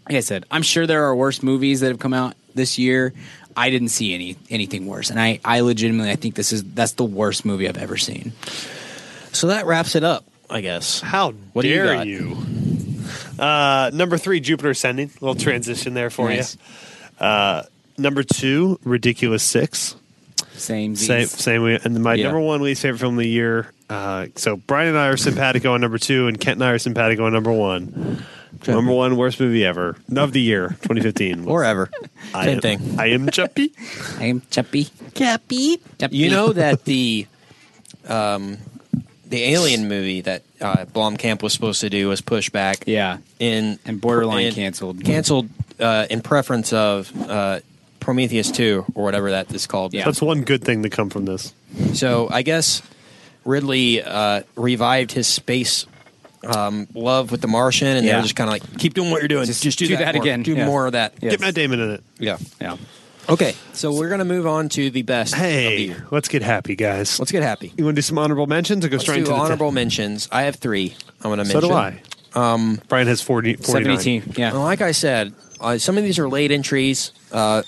Speaker 3: like I said, I'm sure there are worse movies that have come out this year. I didn't see any anything worse, and I, I legitimately, I think this is that's the worst movie I've ever seen.
Speaker 2: So that wraps it up, I guess.
Speaker 4: How
Speaker 2: What do you
Speaker 4: dare
Speaker 2: got?
Speaker 4: you? Uh, number three, Jupiter Ascending. little transition there for
Speaker 3: Nice.
Speaker 4: you. Uh, number two, Ridiculous Six.
Speaker 3: Same,
Speaker 4: Same, same. way- And my
Speaker 3: Yeah.
Speaker 4: number one least favorite film of the year. Uh, so Brian and I are simpatico on number two, and Kent and I are simpatico on number one. Number one worst movie ever of the year, 2015.
Speaker 2: or ever.
Speaker 4: I
Speaker 2: Same
Speaker 4: am,
Speaker 2: thing.
Speaker 4: I am Chuppy.
Speaker 3: I am Chappy. Chappy.
Speaker 2: You know that the um, the Alien movie that uh, Blomkamp was supposed to do was pushed back.
Speaker 3: Yeah.
Speaker 2: in
Speaker 3: And borderline
Speaker 2: in-
Speaker 3: canceled.
Speaker 2: Canceled uh, in preference of uh, Prometheus two or whatever that is called.
Speaker 3: Yeah.
Speaker 4: That's one good thing to come from this.
Speaker 2: So I guess Ridley uh, revived his space um, love with the Martian, and they
Speaker 3: Yeah.
Speaker 2: were just kind of like, keep doing what you're doing. Just, do,
Speaker 3: do
Speaker 2: that,
Speaker 3: that
Speaker 2: more.
Speaker 3: again.
Speaker 2: Do
Speaker 3: Yeah.
Speaker 2: more of that.
Speaker 3: Yeah.
Speaker 4: Get Matt Damon in it.
Speaker 2: Yeah.
Speaker 3: Yeah.
Speaker 2: Okay. So we're gonna move on to the best. of the
Speaker 4: Hey,
Speaker 2: year.
Speaker 4: let's get happy, guys.
Speaker 2: let's get happy.
Speaker 4: you want to do some honorable mentions or go
Speaker 2: Let's
Speaker 4: straight
Speaker 2: do
Speaker 4: into
Speaker 2: honorable mentions. I have three. I'm gonna
Speaker 4: The
Speaker 2: mention.
Speaker 4: so do I. Um, Brian has 40, 49.
Speaker 3: 17. Yeah.
Speaker 2: Well, like I said, uh, some of these are late entries, uh,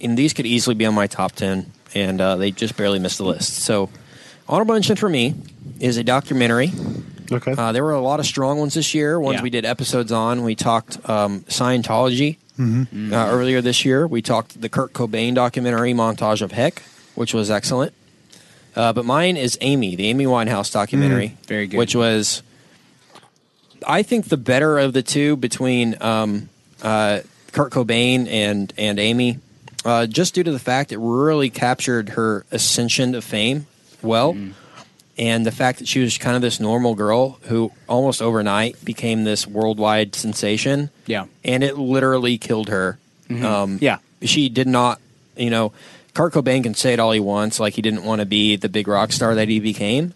Speaker 2: and these could easily be on my top 10, and uh, they just barely missed the list. So, honorable mention for me is a documentary.
Speaker 4: Okay.
Speaker 2: Uh, there were a lot of strong ones this year, ones
Speaker 3: Yeah.
Speaker 2: we did episodes on. We talked um, Scientology uh, earlier this year. We talked the Kurt Cobain documentary, Montage of Heck, which was excellent. Uh, but mine is Amy, the Amy Winehouse documentary.
Speaker 3: Mm-hmm. very good.
Speaker 2: Which was, I think, the better of the two between um, uh, Kurt Cobain and and Amy, uh, just due to the fact it really captured her ascension to fame well, and the fact that she was kind of this normal girl who almost overnight became this worldwide sensation.
Speaker 3: Yeah.
Speaker 2: and it literally killed her. Um,
Speaker 3: yeah.
Speaker 2: she did not, you know, Kurt Cobain can say it all he wants, like he didn't want to be the big rock star that he became.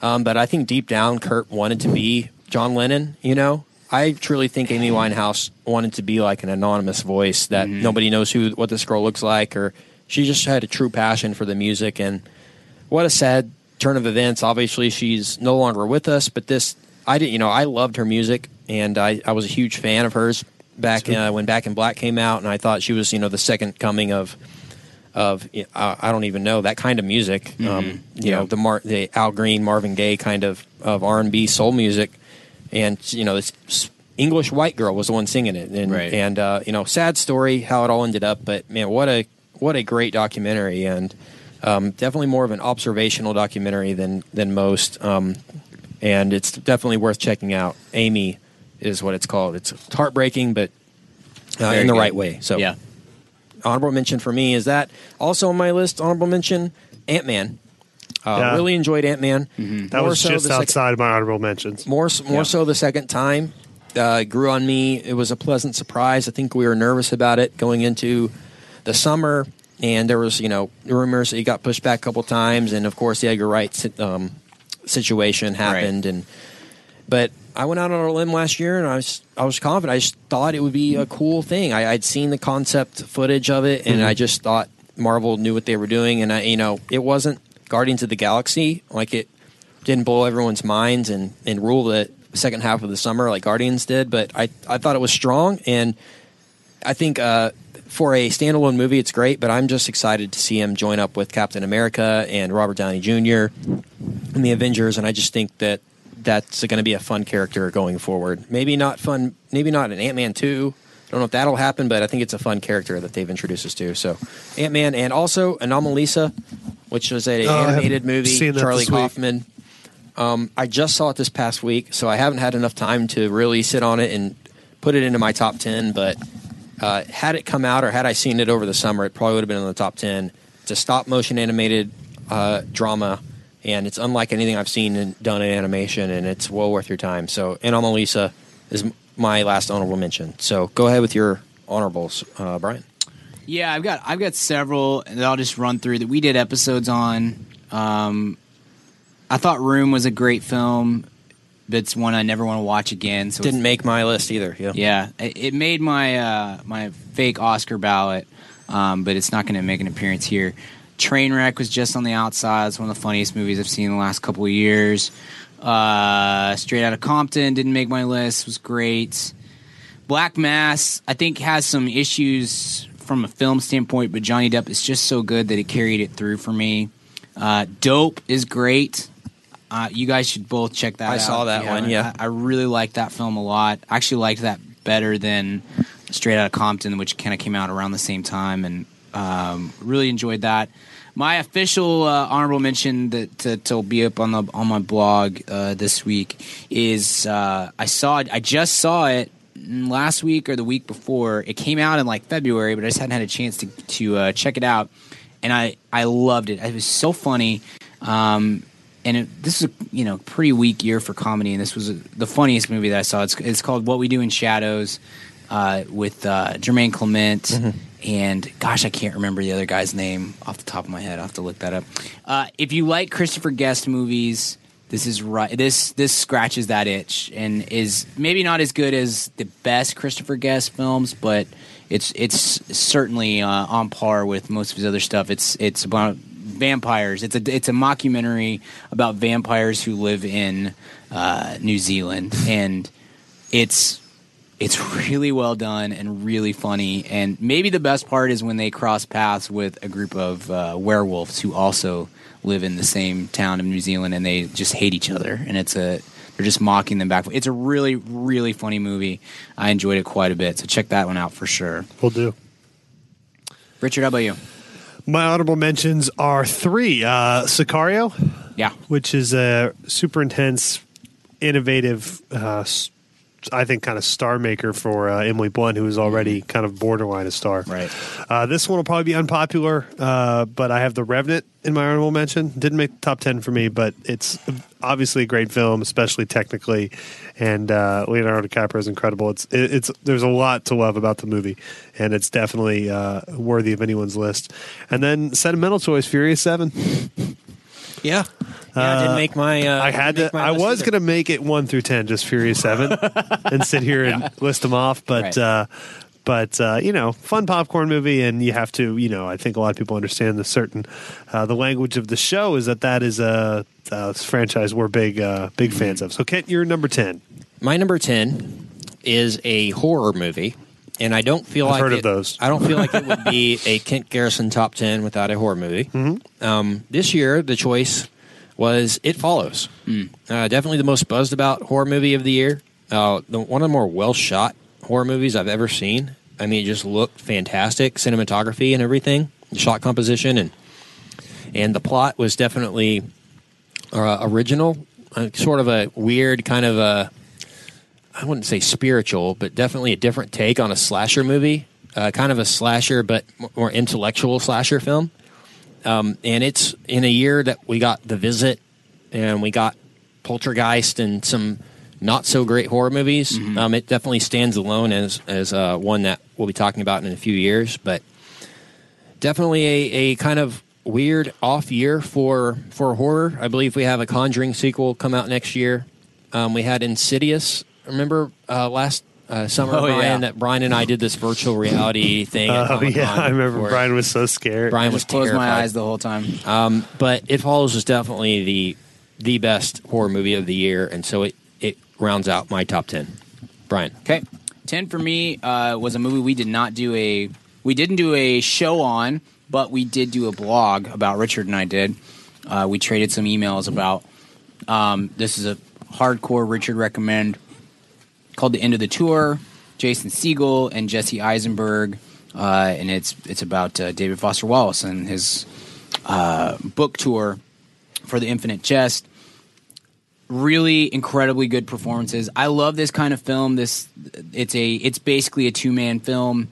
Speaker 2: Um, but I think deep down, Kurt wanted to be John Lennon, you know? I truly think Amy Winehouse wanted to be like an anonymous voice that nobody knows who what this girl looks like, or she just had a true passion for the music. And what a sad turn of events. Obviously, she's no longer with us, but this, I didn't, you know, I loved her music and I, I was a huge fan of hers back uh, when Back in Black came out, and I thought she was, you know, the second coming of, of you know, I, I don't even know that kind of music. Um, you know, the Mar- the Al Green, Marvin Gaye kind of of R and B soul music, and you know, this s- English white girl was the one singing it, and
Speaker 3: Right.
Speaker 2: and uh, you know, sad story how it all ended up, but man, what a what a great documentary and um, definitely more of an observational documentary than than most. Um, and it's definitely worth checking out. Amy is what it's called. It's heartbreaking, but uh, in the
Speaker 3: good.
Speaker 2: right way. So
Speaker 3: yeah.
Speaker 2: honorable mention for me is that also on my list. Honorable mention Ant Man. Uh,
Speaker 4: Yeah.
Speaker 2: Really enjoyed Ant Man.
Speaker 4: that was just
Speaker 2: the second,
Speaker 4: outside my honorable mentions.
Speaker 2: more s- more
Speaker 3: Mm-hmm. Yeah.
Speaker 2: so the second time. Uh, it grew on me. It was a pleasant surprise. I think we were nervous about it going into the summer, and there was you know rumors that he got pushed back a couple times, and of course the Edgar Wright sit- um, situation happened, and but I went out on a limb last year, and I was I was confident. I just thought it would be a cool thing. I, I'd seen the concept footage of it, and I just thought Marvel knew what they were doing. And I, you know, it wasn't Guardians of the Galaxy. Like it didn't blow everyone's minds and and rule the second half of the summer like Guardians did. But I I thought it was strong, and I think. uh for a standalone movie, it's great, but I'm just excited to see him join up with Captain America and Robert Downey Jr in the Avengers, and I just think that that's going to be a fun character going forward. Maybe not fun. Maybe not an Ant Man two. I don't know if that'll happen, but I think it's a fun character that they've introduced us to. So Ant Man, and also Anomalisa, which was an
Speaker 4: Oh, I
Speaker 2: animated
Speaker 4: haven't
Speaker 2: movie.
Speaker 4: seen that
Speaker 2: Charlie
Speaker 4: this week.
Speaker 2: Kaufman. Um, I just saw it this past week, so I haven't had enough time to really sit on it and put it into my top ten. But uh, had it come out or had I seen it over the summer, it probably would have been in the top 10. It's a stop motion animated uh, drama, and it's unlike anything I've seen in, done in animation, and it's well worth your time. So, Anomalisa is m- my last honorable mention. So, go ahead with your honorables, uh, Brian.
Speaker 3: Yeah, I've got I've got several that I'll just run through that we did episodes on. Um, I thought Room was a great film. but It's one I never want to watch again. So
Speaker 2: Didn't make my list either. Yeah.
Speaker 3: yeah, it, it made my uh, my fake Oscar ballot, um, but it's not going to make an appearance here. Trainwreck was just on the outside. It's one of the funniest movies I've seen in the last couple of years. Uh, Straight Out of Compton didn't make my list. Was great. Black Mass, I think, has some issues from a film standpoint, but Johnny Depp is just so good that it carried it through for me. Uh, Dope is great. Uh, you guys should both check that
Speaker 2: I
Speaker 3: out.
Speaker 2: saw
Speaker 3: if
Speaker 2: that
Speaker 3: you
Speaker 2: one,
Speaker 3: haven't.
Speaker 2: yeah.
Speaker 3: I, I really liked that film a lot. I actually liked that better than Straight Outta Compton, which kind of came out around the same time, and um, really enjoyed that. My official uh, honorable mention that that will be up on the on my blog uh, this week is uh, I saw it. I just saw it last week or the week before. It came out in like February, but I just hadn't had a chance to to uh, check it out, and I I loved it. It was so funny. Um, and it, this is a you know pretty weak year for comedy, and this was the funniest movie that I saw. It's it's called What We Do in Shadows uh, with uh, Jermaine Clement and gosh, I can't remember the other guy's name off the top of my head. I will have to look that up. Uh, if you like Christopher Guest movies, this is right. This this scratches that itch and is maybe not as good as the best Christopher Guest films, but it's it's certainly uh, on par with most of his other stuff. It's it's about vampires. It's a it's a mockumentary about vampires who live in uh, New Zealand, and it's it's really well done and really funny. And maybe the best part is when they cross paths with a group of uh, werewolves who also live in the same town of New Zealand, and they just hate each other. And it's a they're just mocking them back. It's a really, really funny movie. I enjoyed it quite a bit. So check that one out for sure.
Speaker 4: We'll do.
Speaker 3: Richard, how about you?
Speaker 4: My honorable mentions are three: uh, Sicario,
Speaker 3: Yeah.
Speaker 4: which is a super intense, innovative, uh, s- I think, kind of star maker for uh, Emily Blunt, who is already kind of borderline a star.
Speaker 3: Right.
Speaker 4: Uh, this one will probably be unpopular, uh, but I have The Revenant in my honorable mention. Didn't make the top 10 for me, but it's obviously a great film, especially technically. And uh, Leonardo DiCaprio is incredible. It's, it, it's There's a lot to love about the movie, and it's definitely uh, worthy of anyone's list. And then Sentimental Choice, Furious 7.
Speaker 2: Yeah, I didn't make my. Uh,
Speaker 4: I had to. I was going to make it one through ten, just Furious Seven, and sit here and list them off. But
Speaker 3: Right.
Speaker 4: uh, but uh, you know, fun popcorn movie, and you have to. You know, I think a lot of people understand the certain uh, the language of the show is that that is a, a franchise we're big uh,
Speaker 2: Mm-hmm.
Speaker 4: big fans of. So Kent, you're number ten.
Speaker 2: My number ten is a horror movie, and I don't feel
Speaker 4: I've
Speaker 2: like
Speaker 4: heard of
Speaker 2: it-
Speaker 4: those.
Speaker 2: I don't feel like it would be a Kent Garrison top ten without a horror movie.
Speaker 4: Mm-hmm.
Speaker 2: Um, this year, the choice was It Follows. Uh, definitely the most buzzed about horror movie of the year. Uh, the, one of the more well shot horror movies I've ever seen. I mean, it just looked fantastic, cinematography and everything, the shot composition, and and the plot was definitely uh, original, uh, sort of a weird kind of a I wouldn't say spiritual, but definitely a different take on a slasher movie, uh, kind of a slasher but m- more intellectual slasher film. Um, and it's in a year that we got The Visit and we got Poltergeist and some not so great horror movies.
Speaker 4: Mm-hmm.
Speaker 2: Um, it definitely stands alone as as uh, one that we'll be talking about in a few years, but definitely a, a kind of weird off year for for horror. I believe we have a Conjuring sequel come out next year. Um, we had Insidious. Remember uh, last uh, summer,
Speaker 3: Oh,
Speaker 2: Brian,
Speaker 3: yeah.
Speaker 2: that Brian and I did this virtual reality thing. at
Speaker 4: Oh
Speaker 2: Comic-Con
Speaker 4: yeah, I remember
Speaker 2: for it.
Speaker 4: Brian was so scared.
Speaker 2: Brian was
Speaker 3: Just closed my
Speaker 2: terrified.
Speaker 3: eyes the whole time.
Speaker 2: Um, but It Follows is definitely the the best horror movie of the year, and so it it rounds out my top ten. Brian,
Speaker 3: Okay. 10 for me uh, was a movie we did not do a we didn't do a show on, but we did do a blog about Richard and I did. Uh, we traded some emails about um, this is a hardcore Richard recommend called The End of the Tour. Jason Siegel and Jesse Eisenberg, uh, and it's it's about uh, David Foster Wallace and his uh, book tour for The Infinite Jest really incredibly good performances. I love this kind of film. This it's a it's basically a two man film,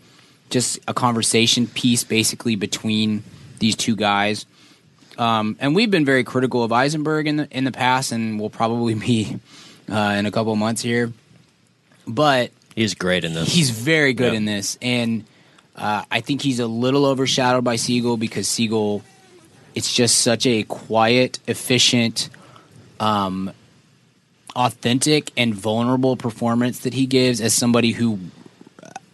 Speaker 3: just a conversation piece basically between these two guys. Um, and we've been very critical of Eisenberg in the in the past, and will probably be uh, in a couple months here. But
Speaker 2: he's great in this.
Speaker 3: He's very good
Speaker 2: Yeah.
Speaker 3: in this, and uh, I think he's a little overshadowed by Siegel because Siegel, it's just such a quiet, efficient, um, authentic, and vulnerable performance that he gives as somebody who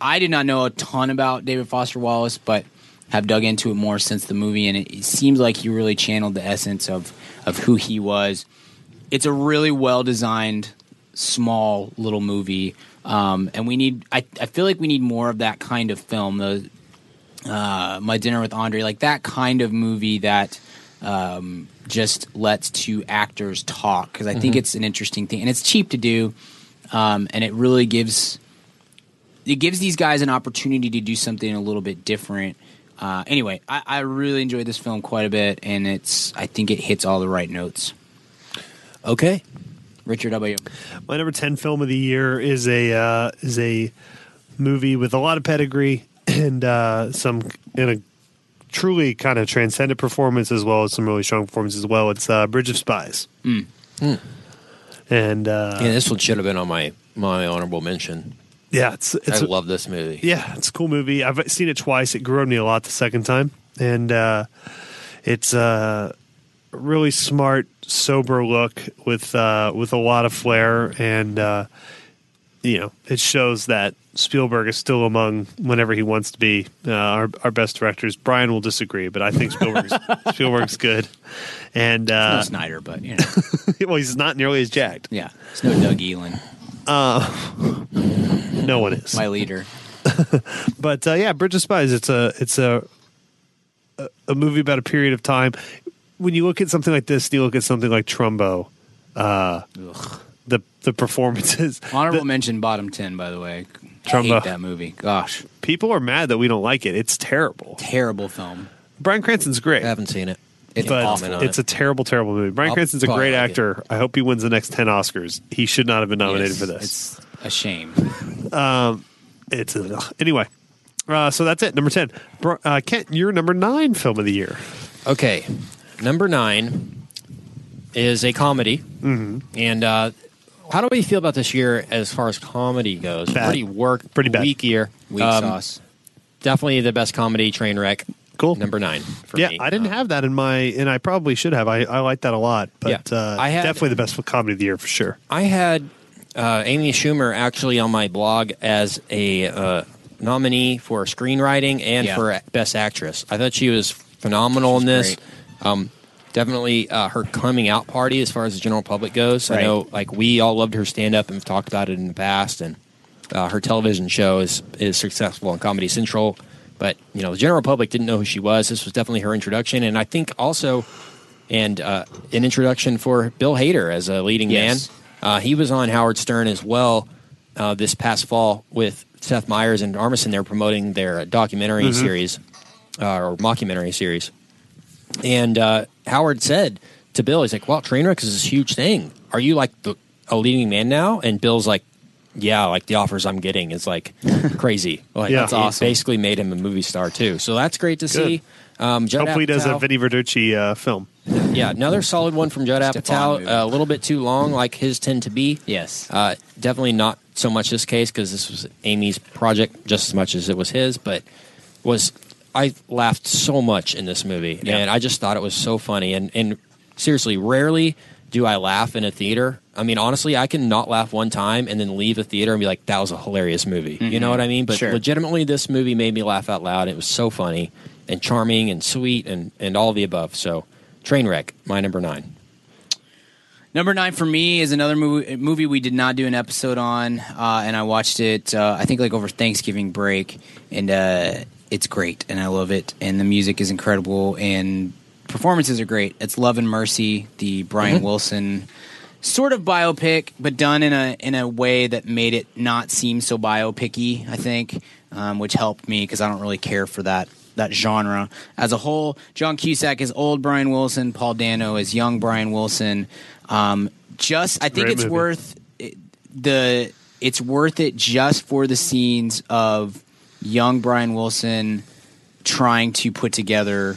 Speaker 3: I did not know a ton about David Foster Wallace, but have dug into it more since the movie, and it, it seems like he really channeled the essence of of who he was it's a really well designed small little movie um, and we need I, I feel like we need more of that kind of film the uh, my dinner with andre like that kind of movie that um, just lets two actors talk because i think it's an interesting thing and it's cheap to do um, and it really gives it gives these guys an opportunity to do something a little bit different Uh, anyway, I, I really enjoyed this film quite a bit, and it's I think it hits all the right notes.
Speaker 2: Okay.
Speaker 3: Richard, how about you?
Speaker 4: My number ten film of the year is a uh, is a movie with a lot of pedigree and uh, some and a truly kind of transcendent performance as well as some really strong performances as well. It's uh, Bridge of Spies. And uh,
Speaker 2: Hmm. yeah, this one should have been on my my honorable mention.
Speaker 4: yeah, it's it's
Speaker 2: I love this movie.
Speaker 4: yeah, it's a cool movie. I've seen it twice. It grew on me a lot the second time, and uh, it's a really smart, sober look with uh, with a lot of flair, and uh, you know, it shows that Spielberg is still among whenever he wants to be uh, our our best directors. Brian will disagree, but I think Spielberg's Spielberg's good, and
Speaker 3: No
Speaker 4: uh,
Speaker 3: Snyder, but you know,
Speaker 4: well, he's not nearly as jacked.
Speaker 3: yeah, it's no Doug Elin,
Speaker 4: No one is.
Speaker 3: my leader.
Speaker 4: but uh, yeah, Bridge of Spies. It's a it's a a- a movie about a period of time. When you look at something like this, and you look at something like Trumbo. Uh, the the performances.
Speaker 3: Honorable
Speaker 4: the- uh,
Speaker 3: mention, bottom ten, by the way. I
Speaker 4: Trumbo.
Speaker 3: hate that movie. Gosh,
Speaker 4: people are mad that we don't like it. It's terrible.
Speaker 3: terrible film.
Speaker 4: Brian Cranston's great,
Speaker 2: I haven't seen it.
Speaker 3: It's
Speaker 4: but
Speaker 3: awful.
Speaker 2: awful.
Speaker 4: it's a terrible, terrible movie. Brian
Speaker 2: I'll
Speaker 4: Cranston's a
Speaker 2: probably
Speaker 4: great
Speaker 2: like it.
Speaker 4: actor. I hope he wins the next ten Oscars. He should not have been nominated
Speaker 3: Yes,
Speaker 4: for this.
Speaker 3: It's a shame.
Speaker 4: It's, anyway. Uh, so that's it. Number ten, Br- uh, Kent. Your number nine film of the year.
Speaker 2: Okay, number nine is a comedy, mm-hmm. and uh, how do we feel about this year as far as comedy goes?
Speaker 4: Bad.
Speaker 2: Pretty work,
Speaker 4: Pretty bad.
Speaker 2: weak year.
Speaker 3: Weak
Speaker 2: Um,
Speaker 3: sauce.
Speaker 2: Definitely the best comedy train wreck.
Speaker 4: Cool.
Speaker 2: number nine for
Speaker 4: yeah,
Speaker 2: me.
Speaker 4: I didn't
Speaker 2: Uh,
Speaker 4: have that in my, and I probably should have. I, I like that a lot, but
Speaker 2: Yeah.
Speaker 4: uh,
Speaker 2: I had-
Speaker 4: definitely the best comedy of the year for sure.
Speaker 2: I had uh, Amy Schumer actually on my blog as a uh, nominee for screenwriting and
Speaker 3: Yeah.
Speaker 2: for Best Actress. I thought she was phenomenal in this. Um, definitely uh, her coming out party, as far as the general public goes. I
Speaker 3: Right.
Speaker 2: know, like we all loved her stand up and have talked about it in the past, and uh, her television show is is successful on Comedy Central. But you know, the general public didn't know who she was. This was definitely her introduction, and I think also and uh, an introduction for Bill Hader as a leading
Speaker 3: Yes.
Speaker 2: man. Uh, he was on Howard Stern as well uh, this past fall with Seth Meyers and Armisen. They're promoting their documentary
Speaker 4: Mm-hmm.
Speaker 2: series uh, or mockumentary series. And uh, Howard said to Bill, he's like, "Wow, Trainwreck is this huge thing. Are you like the, a leading man now?" And Bill's like, "Yeah, like the offers I'm getting is like crazy. Like,
Speaker 4: Yeah. That's
Speaker 2: it
Speaker 3: awesome.
Speaker 2: Basically, made him a movie star too. So that's great to see." Um, Judd
Speaker 4: Hopefully, he does a
Speaker 2: Apatow-
Speaker 4: Vinnie Verducci uh, film.
Speaker 2: yeah, another solid one from Judd
Speaker 3: Stefan
Speaker 2: Apatow.
Speaker 3: movie.
Speaker 2: A little bit too long, like his tend to be.
Speaker 3: Yes.
Speaker 2: Uh, definitely not so much this case because this was Amy's project just as much as it was his. But was I laughed so much in this movie,
Speaker 3: Yeah.
Speaker 2: and I just thought it was so funny. And and seriously, rarely do I laugh in a theater. I mean, honestly, I can not laugh one time and then leave a theater and be like, "That was a hilarious movie." You know what I mean? But
Speaker 3: Mm-hmm. Sure.
Speaker 2: legitimately, this movie made me laugh out loud. It was so funny and charming and sweet and and all of the above. So, Trainwreck, my number nine.
Speaker 3: Number nine for me is another movie, movie we did not do an episode on, uh, and I watched it. Uh, I think like over Thanksgiving break, and uh, it's great, and I love it, and the music is incredible, and performances are great. It's Love and Mercy, the Brian
Speaker 4: Mm-hmm.
Speaker 3: Wilson sort of biopic, but done in a in a way that made it not seem so biopicy. I think, um, which helped me because I don't really care for that that genre as a whole. John Cusack is old Brian Wilson. Paul Dano is young Brian Wilson. Um, just I think
Speaker 4: Great
Speaker 3: it's
Speaker 4: movie.
Speaker 3: worth it, the it's worth it just for the scenes of young Brian Wilson trying to put together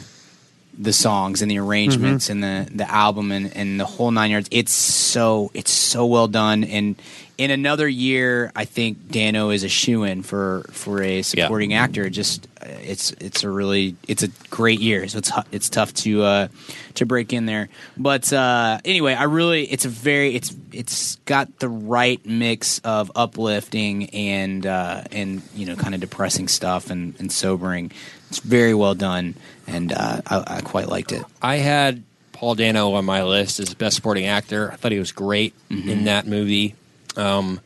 Speaker 3: the songs and the arrangements and the the album and, and the whole nine yards. It's so it's so well done. And in another year, I think Dano is a shoe in for for a supporting actor. It Just uh, it's it's a really it's a great year. So it's hu- it's tough to uh, to break in there. But uh, anyway, I really it's a very it's it's got the right mix of uplifting and uh, and you know kind of depressing stuff and, and sobering. It's very well done, and uh, I, I quite liked it.
Speaker 2: I had Paul Dano on my list as best supporting actor. I thought he was great
Speaker 3: Mm-hmm.
Speaker 2: in that movie. Um,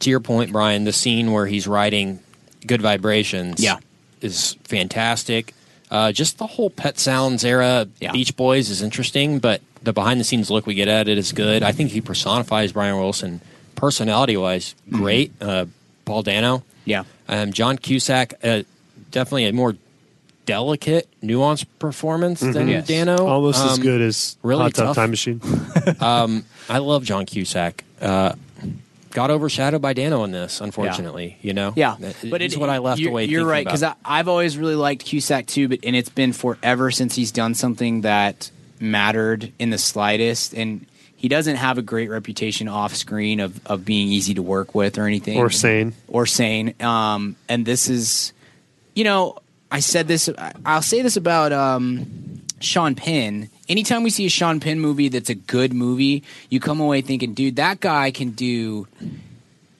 Speaker 2: to your point, Brian, the scene where he's riding "Good Vibrations"
Speaker 3: Yeah.
Speaker 2: is fantastic. Uh, just the whole Pet Sounds era,
Speaker 3: Yeah.
Speaker 2: Beach Boys is interesting, but the behind the scenes look we get at it is good. I think he personifies Brian Wilson personality wise.
Speaker 3: Mm-hmm.
Speaker 2: Great, uh, Paul Dano.
Speaker 3: Yeah.
Speaker 2: Um, John Cusack, uh, definitely a more delicate, nuanced performance than
Speaker 3: Mm-hmm. Yes.
Speaker 2: Dano.
Speaker 4: Almost as
Speaker 2: Um,
Speaker 4: good as
Speaker 2: really
Speaker 4: Hot Tub
Speaker 2: tough.
Speaker 4: Time Machine.
Speaker 2: I love John Cusack. Uh, got overshadowed by Dano in this, unfortunately. You know,
Speaker 3: Yeah,
Speaker 2: but it's what I left
Speaker 3: you're,
Speaker 2: away.
Speaker 3: You're
Speaker 2: thinking
Speaker 3: right
Speaker 2: about.
Speaker 3: because I've always really liked Cusack too, but and it's been forever since he's done something that mattered in the slightest, and he doesn't have a great reputation off screen of of being easy to work with or anything
Speaker 4: Or sane.
Speaker 3: or sane. Um, and this is, you know, I said this. I- I'll say this about um, Sean Penn. Anytime we see a Sean Penn movie that's a good movie, you come away thinking, dude, that guy can do.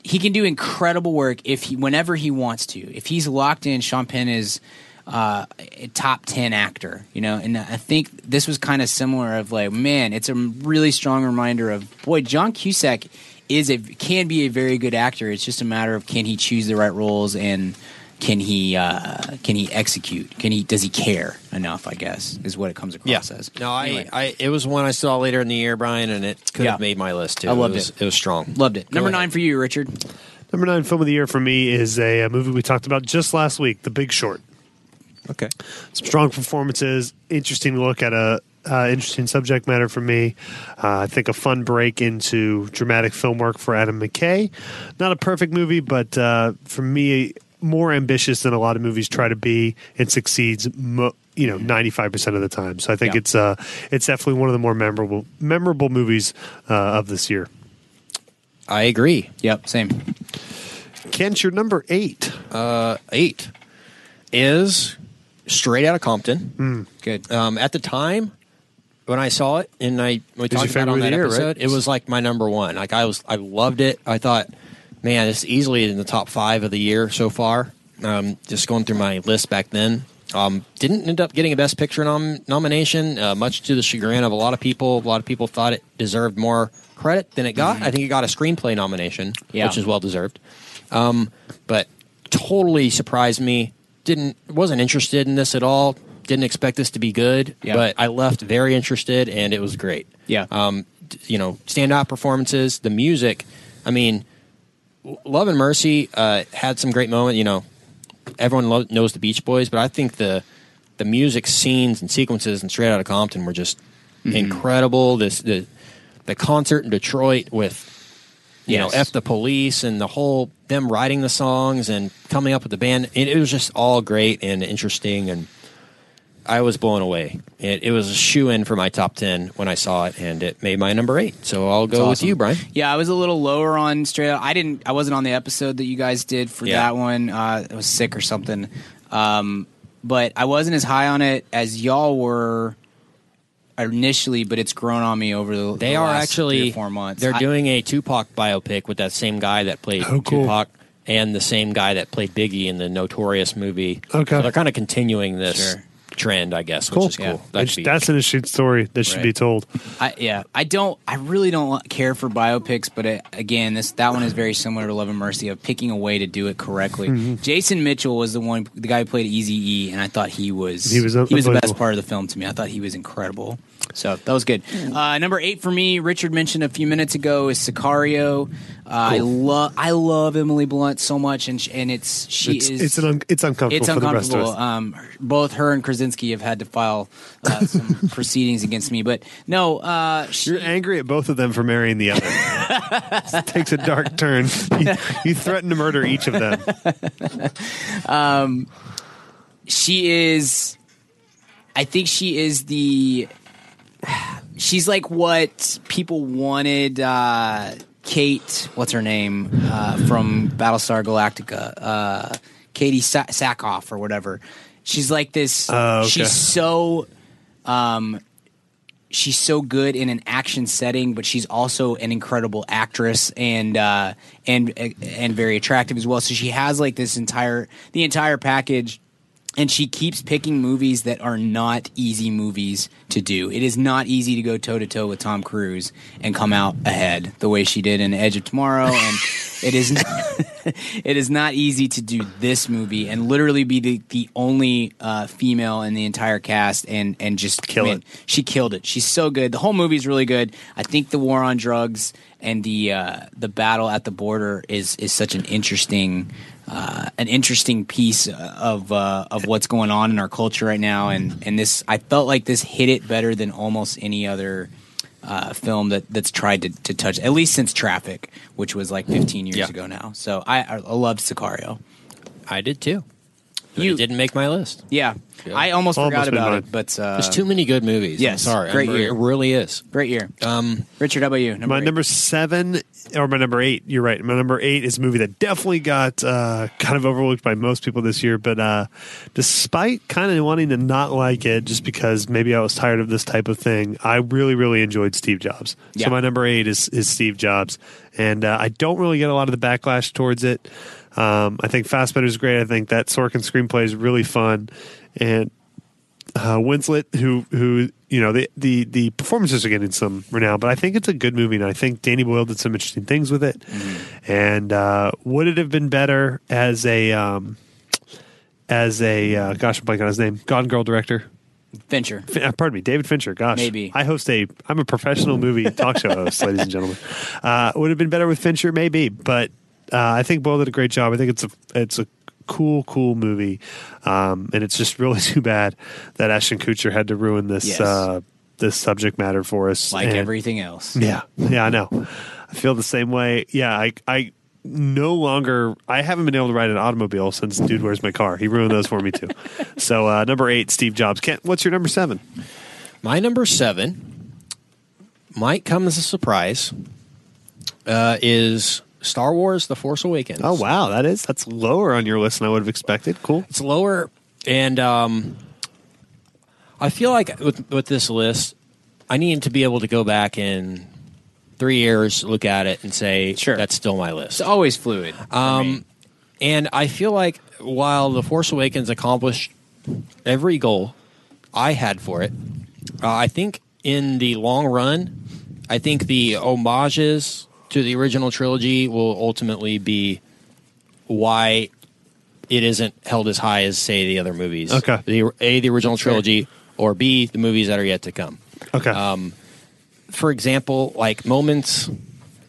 Speaker 3: He can do incredible work if he, whenever he wants to. If he's locked in, Sean Penn is uh, a top ten actor, you know. And I think this was kind of similar. Of like, man, it's a really strong reminder of boy, John Cusack is a can be a very good actor. It's just a matter of can he choose the right roles and can he uh, can he execute? Can he does he care enough? I guess is what it comes across
Speaker 2: yeah.
Speaker 3: as.
Speaker 2: No, I,
Speaker 3: Anyway,
Speaker 2: I, it was one I saw later in the year, Brian, and it could
Speaker 3: Yeah.
Speaker 2: have made my list too.
Speaker 3: I loved
Speaker 2: was,
Speaker 3: it.
Speaker 2: It was strong.
Speaker 3: loved it.
Speaker 2: Go
Speaker 3: Number
Speaker 2: ahead.
Speaker 3: nine for you, Richard.
Speaker 4: Number nine film of the year for me is a, a movie we talked about just last week, The Big Short.
Speaker 2: Okay.
Speaker 4: Some strong performances, interesting look at a uh, interesting subject matter for me. Uh, I think a fun break into dramatic film work for Adam McKay. Not a perfect movie, but uh, for me, more ambitious than a lot of movies try to be, and succeeds. Mo- you know, ninety five percent of the time. So I think
Speaker 3: Yeah.
Speaker 4: it's uh, it's definitely one of the more memorable memorable movies uh, of this year.
Speaker 2: I agree.
Speaker 3: Yep, same.
Speaker 4: Kent, you're number eight.
Speaker 3: Uh,
Speaker 2: Eight is straight out of Compton.
Speaker 3: Good.
Speaker 2: Um, at the time when I saw it, and I we
Speaker 4: your
Speaker 2: talked about
Speaker 4: favorite
Speaker 2: it on
Speaker 4: of the
Speaker 2: that
Speaker 4: year,
Speaker 2: episode,
Speaker 4: right?
Speaker 2: it was like my number one. Like I was, I loved it. I thought, man, it's easily in the top five of the year so far. Um, just going through my list back then, um, didn't end up getting a Best Picture nom- nomination, uh, much to the chagrin of a lot of people. A lot of people thought it deserved more credit than it got.
Speaker 4: Mm-hmm.
Speaker 2: I think it got a screenplay nomination,
Speaker 3: Yeah.
Speaker 2: which is well deserved but totally surprised me. Didn't wasn't interested in this at all. Didn't expect this to be good,
Speaker 3: Yeah.
Speaker 2: but I left very interested, and it was great.
Speaker 3: Yeah.
Speaker 2: um, d- you know, standout performances, the music. I mean, L- Love and Mercy uh, had some great moment. You know, everyone lo- knows the Beach Boys, but I think the the music scenes and sequences and Straight Outta Compton were just
Speaker 3: Mm-hmm.
Speaker 2: incredible. This the the concert in Detroit with you
Speaker 3: Yes.
Speaker 2: know F the Police and the whole them writing the songs and coming up with the band. It, it was just all great and interesting, and I was blown away. It, it was a shoe in for my top ten when I saw it, and it made my number eight. So I'll go
Speaker 3: awesome.
Speaker 2: with you, Brian.
Speaker 3: Yeah, I was a little lower on straight out. I didn't. I wasn't on the episode that you guys did for
Speaker 2: Yeah.
Speaker 3: that one. Uh, I was sick or something. Um, but I wasn't as high on it as y'all were initially. But it's grown on me over the.
Speaker 2: They
Speaker 3: the
Speaker 2: are
Speaker 3: last
Speaker 2: actually
Speaker 3: three or four months.
Speaker 2: They're
Speaker 3: I-
Speaker 2: doing a Tupac biopic with that same guy that played
Speaker 4: Oh, cool.
Speaker 2: Tupac and the same guy that played Biggie in the Notorious movie.
Speaker 4: Okay.
Speaker 2: so they're kind of continuing this
Speaker 3: Sure.
Speaker 2: trend, I guess,
Speaker 4: Cool.
Speaker 2: which is
Speaker 4: Yeah.
Speaker 2: cool. That
Speaker 4: That's,
Speaker 2: should be-
Speaker 4: that's an interesting story that should
Speaker 3: Right.
Speaker 4: be told.
Speaker 3: I, yeah, I don't. I really don't li- care for biopics, but it, again, this that one is very similar to Love and Mercy of picking a way to do it correctly.
Speaker 4: Mm-hmm.
Speaker 3: Jason Mitchell was the one, the guy who played Easy E, and I thought he was
Speaker 4: He was
Speaker 3: he was the best
Speaker 4: unbelievable.
Speaker 3: part of the film to me. I thought he was incredible. So that was good. Uh, number eight for me, Richard mentioned a few minutes ago is Sicario. Uh, I love I love Emily Blunt so much, and sh- and it's she
Speaker 4: It's,
Speaker 3: is
Speaker 4: it's, an un- it's uncomfortable
Speaker 3: it's
Speaker 4: for the rest of
Speaker 3: uncomfortable.
Speaker 4: us.
Speaker 3: Um, both her and Krasinski have had to file uh, some proceedings against me, but no, uh, she,
Speaker 4: You're angry at both of them for marrying the other. This takes a dark turn. You, you threaten to murder each of them.
Speaker 3: she is. I think she is the. She's like what people wanted. Uh, Kate, what's her name uh, from Battlestar Galactica? Uh, Katie Sa- Sackhoff or whatever. She's like this.
Speaker 4: Oh, okay.
Speaker 3: She's so um, she's so good in an action setting, but she's also an incredible actress and uh, and and very attractive as well. So she has like this entire the entire package. And she keeps picking movies that are not easy movies to do. It is not easy to go toe to toe with Tom Cruise and come out ahead the way she did in Edge of Tomorrow. And It is not, it is not easy to do this movie and literally be the, the only uh, female in the entire cast and and just
Speaker 4: Kill it.
Speaker 3: She killed it. She's so good. The whole movie is really good. I think the war on drugs and the uh, the battle at the border is is such an interesting. Uh, an interesting piece of uh, of what's going on in our culture right now, and and this I felt like this hit it better than almost any other uh, film that that's tried to, to touch at least since Traffic, which was like 15 years
Speaker 2: Yeah.
Speaker 3: ago now. So I, I love Sicario.
Speaker 2: I did too. But
Speaker 3: You-
Speaker 2: it didn't make my list.
Speaker 3: Yeah, I almost,
Speaker 4: Almost
Speaker 3: forgot
Speaker 4: been
Speaker 3: about
Speaker 4: mine.
Speaker 3: it, but uh,
Speaker 2: There's too many good movies. I'm
Speaker 3: yes,
Speaker 2: sorry.
Speaker 3: great
Speaker 2: I'm-
Speaker 3: year.
Speaker 2: It really is.
Speaker 3: great year.
Speaker 2: Um,
Speaker 3: Richard, how about you? Number
Speaker 4: My
Speaker 3: eight.
Speaker 4: number seven or my number eight, you're right. My number eight is a movie that definitely got uh, kind of overlooked by most people this year, but uh, despite kind of wanting to not like it just because maybe I was tired of this type of thing, I really, really enjoyed Steve Jobs.
Speaker 3: Yeah.
Speaker 4: So my number eight is, is Steve Jobs. And uh, I don't really get a lot of the backlash towards it. Um, I think Fassbender is great. I think that Sorkin screenplay is really fun. And uh, Winslet, who who you know the, the the performances are getting some renown, but I think it's a good movie, and I think Danny Boyle did some interesting things with it. And uh, would it have been better as a um, as a uh, gosh, I'm blanking on his name, Gone Girl director?
Speaker 3: Fincher.
Speaker 4: Fin- uh, pardon me, David Fincher. Gosh,
Speaker 3: Maybe.
Speaker 4: I host a. I'm a professional movie talk show host, ladies and gentlemen. Uh, would have been better with Fincher, maybe, but uh, I think Boyle did a great job. I think it's a it's a cool, cool movie, um, and it's just really too bad that Ashton Kutcher had to ruin this
Speaker 3: Yes.
Speaker 4: uh, this subject matter for us.
Speaker 3: Like
Speaker 4: And-
Speaker 3: everything else,
Speaker 4: yeah, yeah, I know. I feel the same way. Yeah, I, I no longer. I haven't been able to ride an automobile since Dude, Where's My Car? He ruined those for me too. So uh, number eight, Steve Jobs. Kent, what's your number seven?
Speaker 2: my number seven might come as a surprise. Uh, is Star Wars: The Force Awakens?
Speaker 4: Oh wow, that is that's lower on your list than I would have expected. Cool.
Speaker 2: it's lower and um i feel like with with this list i need to be able to go back in three years look at it and say
Speaker 3: Sure.
Speaker 2: that's still my
Speaker 3: it's
Speaker 2: list
Speaker 3: always fluid. Um,
Speaker 2: and i feel like while the force awakens accomplished every goal i had for it uh, i think in the long run i think the homages to the original trilogy will ultimately be why it isn't held as high as say the other movies
Speaker 4: Okay.
Speaker 2: the, a the original trilogy or b the movies that are yet to come
Speaker 4: Okay.
Speaker 2: Um, for example, like moments.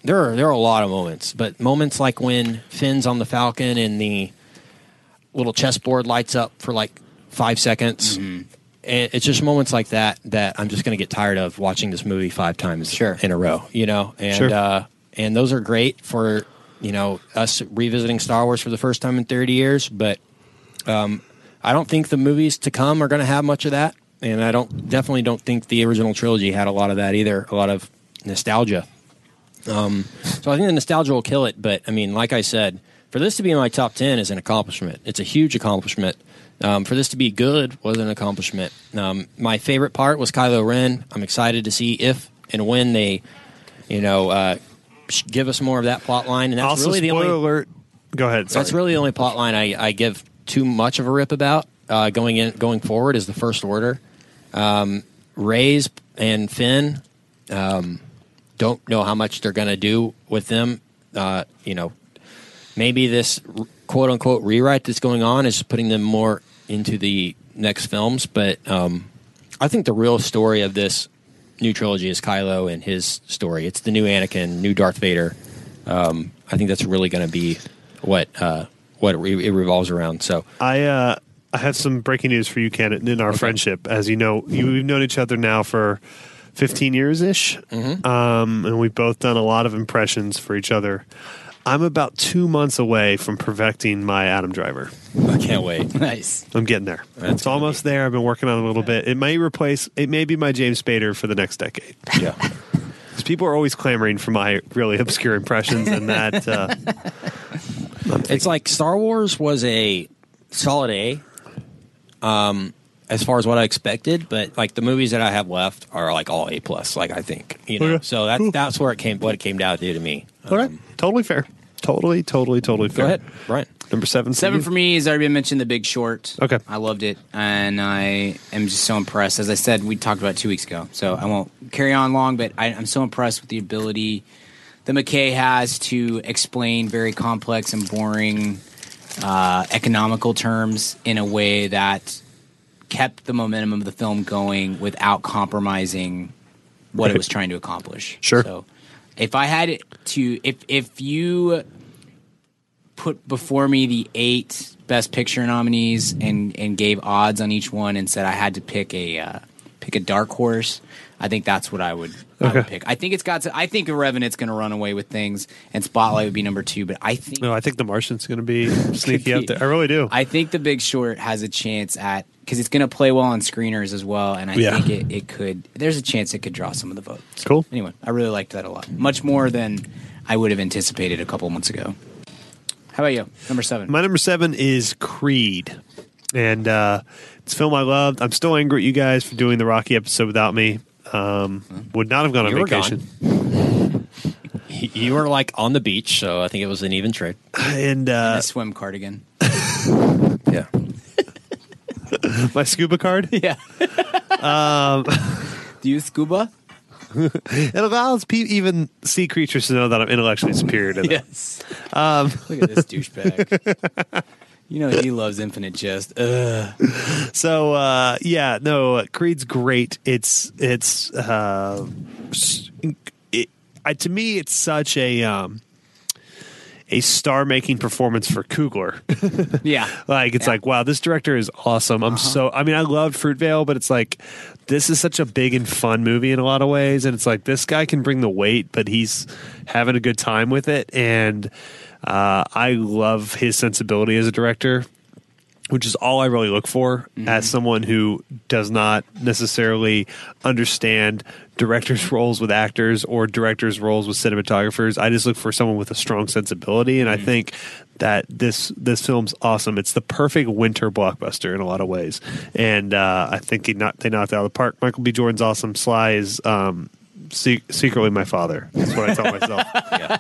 Speaker 2: There are there are a lot of moments, but moments like when Finn's on the Falcon and the little chessboard lights up for like five seconds, and it's just moments like that that I'm just going to get tired of watching this movie five times
Speaker 3: Sure.
Speaker 2: in a row, you know. And
Speaker 4: Sure.
Speaker 2: uh, and those are great for you know us revisiting Star Wars for the first time in 30 years, but um, I don't think the movies to come are going to have much of that, and I don't definitely don't think the original trilogy had a lot of that either. A lot of nostalgia. Um, so I think the nostalgia will kill it. But I mean, like I said, for this to be in my top ten is an accomplishment. It's a huge accomplishment. Um, for this to be good was an accomplishment. Um, my favorite part was Kylo Ren. I'm excited to see if and when they, you know, uh, sh- give us more of that plot line. And that's
Speaker 4: also,
Speaker 2: really the
Speaker 4: spoiler
Speaker 2: only
Speaker 4: alert. Go ahead. Sorry.
Speaker 2: that's really the only plot line I, I give too much of a rip about uh, going in going forward is the first order. Um, Ray's and Finn um, don't know how much they're going to do with them. Uh, you know, maybe this quote unquote rewrite that's going on is putting them more into the next films. But um, I think the real story of this new trilogy is Kylo and his story. It's the new Anakin, new Darth Vader. Um, I think that's really going to be what uh, what it, re- it revolves around. So
Speaker 4: I uh, I have some breaking news for you, Ken, in our friendship. As you know, you, we've known each other now for 15 years ish,
Speaker 2: Mm-hmm.
Speaker 4: um, and we've both done a lot of impressions for each other. I'm about two months away from perfecting my Adam Driver.
Speaker 2: I can't wait.
Speaker 3: nice.
Speaker 4: I'm getting there. it's
Speaker 2: gonna
Speaker 4: almost there. I've been working on it a little bit. It may replace. It may be my James Spader for the next decade.
Speaker 2: Yeah,
Speaker 4: Because people are always clamoring for my really obscure impressions, and that uh,
Speaker 2: it's like Star Wars was a solid A, um, as far as what I expected. But like the movies that I have left are like all A plus. Like I think you know.
Speaker 4: Okay.
Speaker 2: So that's that's where it came. What it came down to to me.
Speaker 4: all right, totally fair, totally, totally, totally fair.
Speaker 2: Go ahead, Brian.
Speaker 4: Number seven,
Speaker 3: Seven
Speaker 4: you?
Speaker 3: for me has already been mentioned. The Big Short.
Speaker 4: Okay.
Speaker 3: I loved it, and I am just so impressed. As I said, we talked about it two weeks ago, so I won't carry on long. But I, I'm so impressed with the ability that McKay has to explain very complex and boring uh, economical terms in a way that kept the momentum of the film going without compromising what it was trying to accomplish.
Speaker 4: Sure.
Speaker 3: So if I had it to if if you put before me the eight best picture nominees and and gave odds on each one and said I had to pick a uh, pick a dark horse, I think that's what I would, I would pick. I think it's got to I think The Revenant's going to run away with things and Spotlight would be number 2, but I think
Speaker 4: No, I think The Martian's going to be sneaky out there. I really do.
Speaker 3: I think The Big Short has a chance at because it's going to play well on screeners as well, and I
Speaker 4: Yeah.
Speaker 3: think it, it could. There's a chance it could draw some of the vote. So,
Speaker 4: Cool.
Speaker 3: Anyway, I really liked that a lot, much more than I would have anticipated a couple months ago. How about you? Number seven.
Speaker 4: My number seven is Creed, and uh, it's a film I loved. I'm still angry at you guys for doing the Rocky episode without me. Um, would not have gone on
Speaker 2: You were
Speaker 4: vacation.
Speaker 2: You were like on the beach, so I think it was an even trade.
Speaker 4: And uh,
Speaker 3: the swim cardigan.
Speaker 2: Yeah.
Speaker 4: my scuba card
Speaker 3: Yeah. um, Do you scuba?
Speaker 4: it allows pe- even sea creatures to know that I'm intellectually superior to them.
Speaker 3: Yes. Look at this douchebag. you know he loves infinite jest. Ugh.
Speaker 4: So uh, yeah, no, Creed's great. It's it's uh, s- it, I, to me, it's such a um, a star making performance for Kugler.
Speaker 3: Yeah.
Speaker 4: Like it's
Speaker 3: Yeah.
Speaker 4: like wow, this director is awesome. I'm so I mean I loved Fruitvale, but it's like this is such a big and fun movie in a lot of ways, and it's like this guy can bring the weight, but he's having a good time with it, and uh, I love his sensibility as a director, which is all I really look for as someone who does not necessarily understand directors' roles with actors or directors' roles with cinematographers. I just look for someone with a strong sensibility, and I think that this this film's awesome. It's the perfect winter blockbuster in a lot of ways, and uh, I think he knocked, they knocked it out of the park. Michael B. Jordan's awesome. Sly is. Um, se- secretly my father that's what i tell myself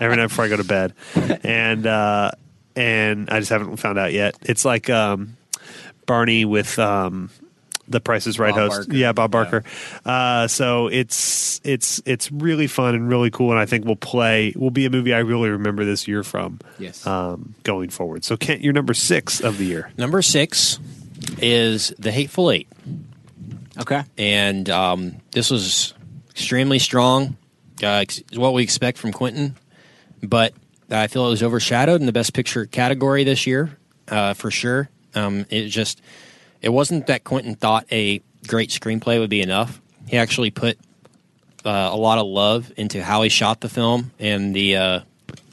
Speaker 4: every night before i go to bed and uh and i just haven't found out yet it's like um Barney with um, the Price is Right
Speaker 3: Bob
Speaker 4: host,
Speaker 3: Barker.
Speaker 4: yeah, Bob Barker. Uh, so it's it's it's really fun and really cool, and I think will play will be a movie I really remember this year from.
Speaker 3: Yes.
Speaker 4: um, going forward. So Kent, you're number six of the year.
Speaker 2: Number six is The Hateful Eight.
Speaker 3: Okay.
Speaker 2: and um, this was extremely strong. Uh, ex- is what we expect from Quentin, but I feel it was overshadowed in the Best Picture category this year, uh, for sure. Um, it just it wasn't that Quentin thought a great screenplay would be enough. He actually put uh, a lot of love into how he shot the film and the uh,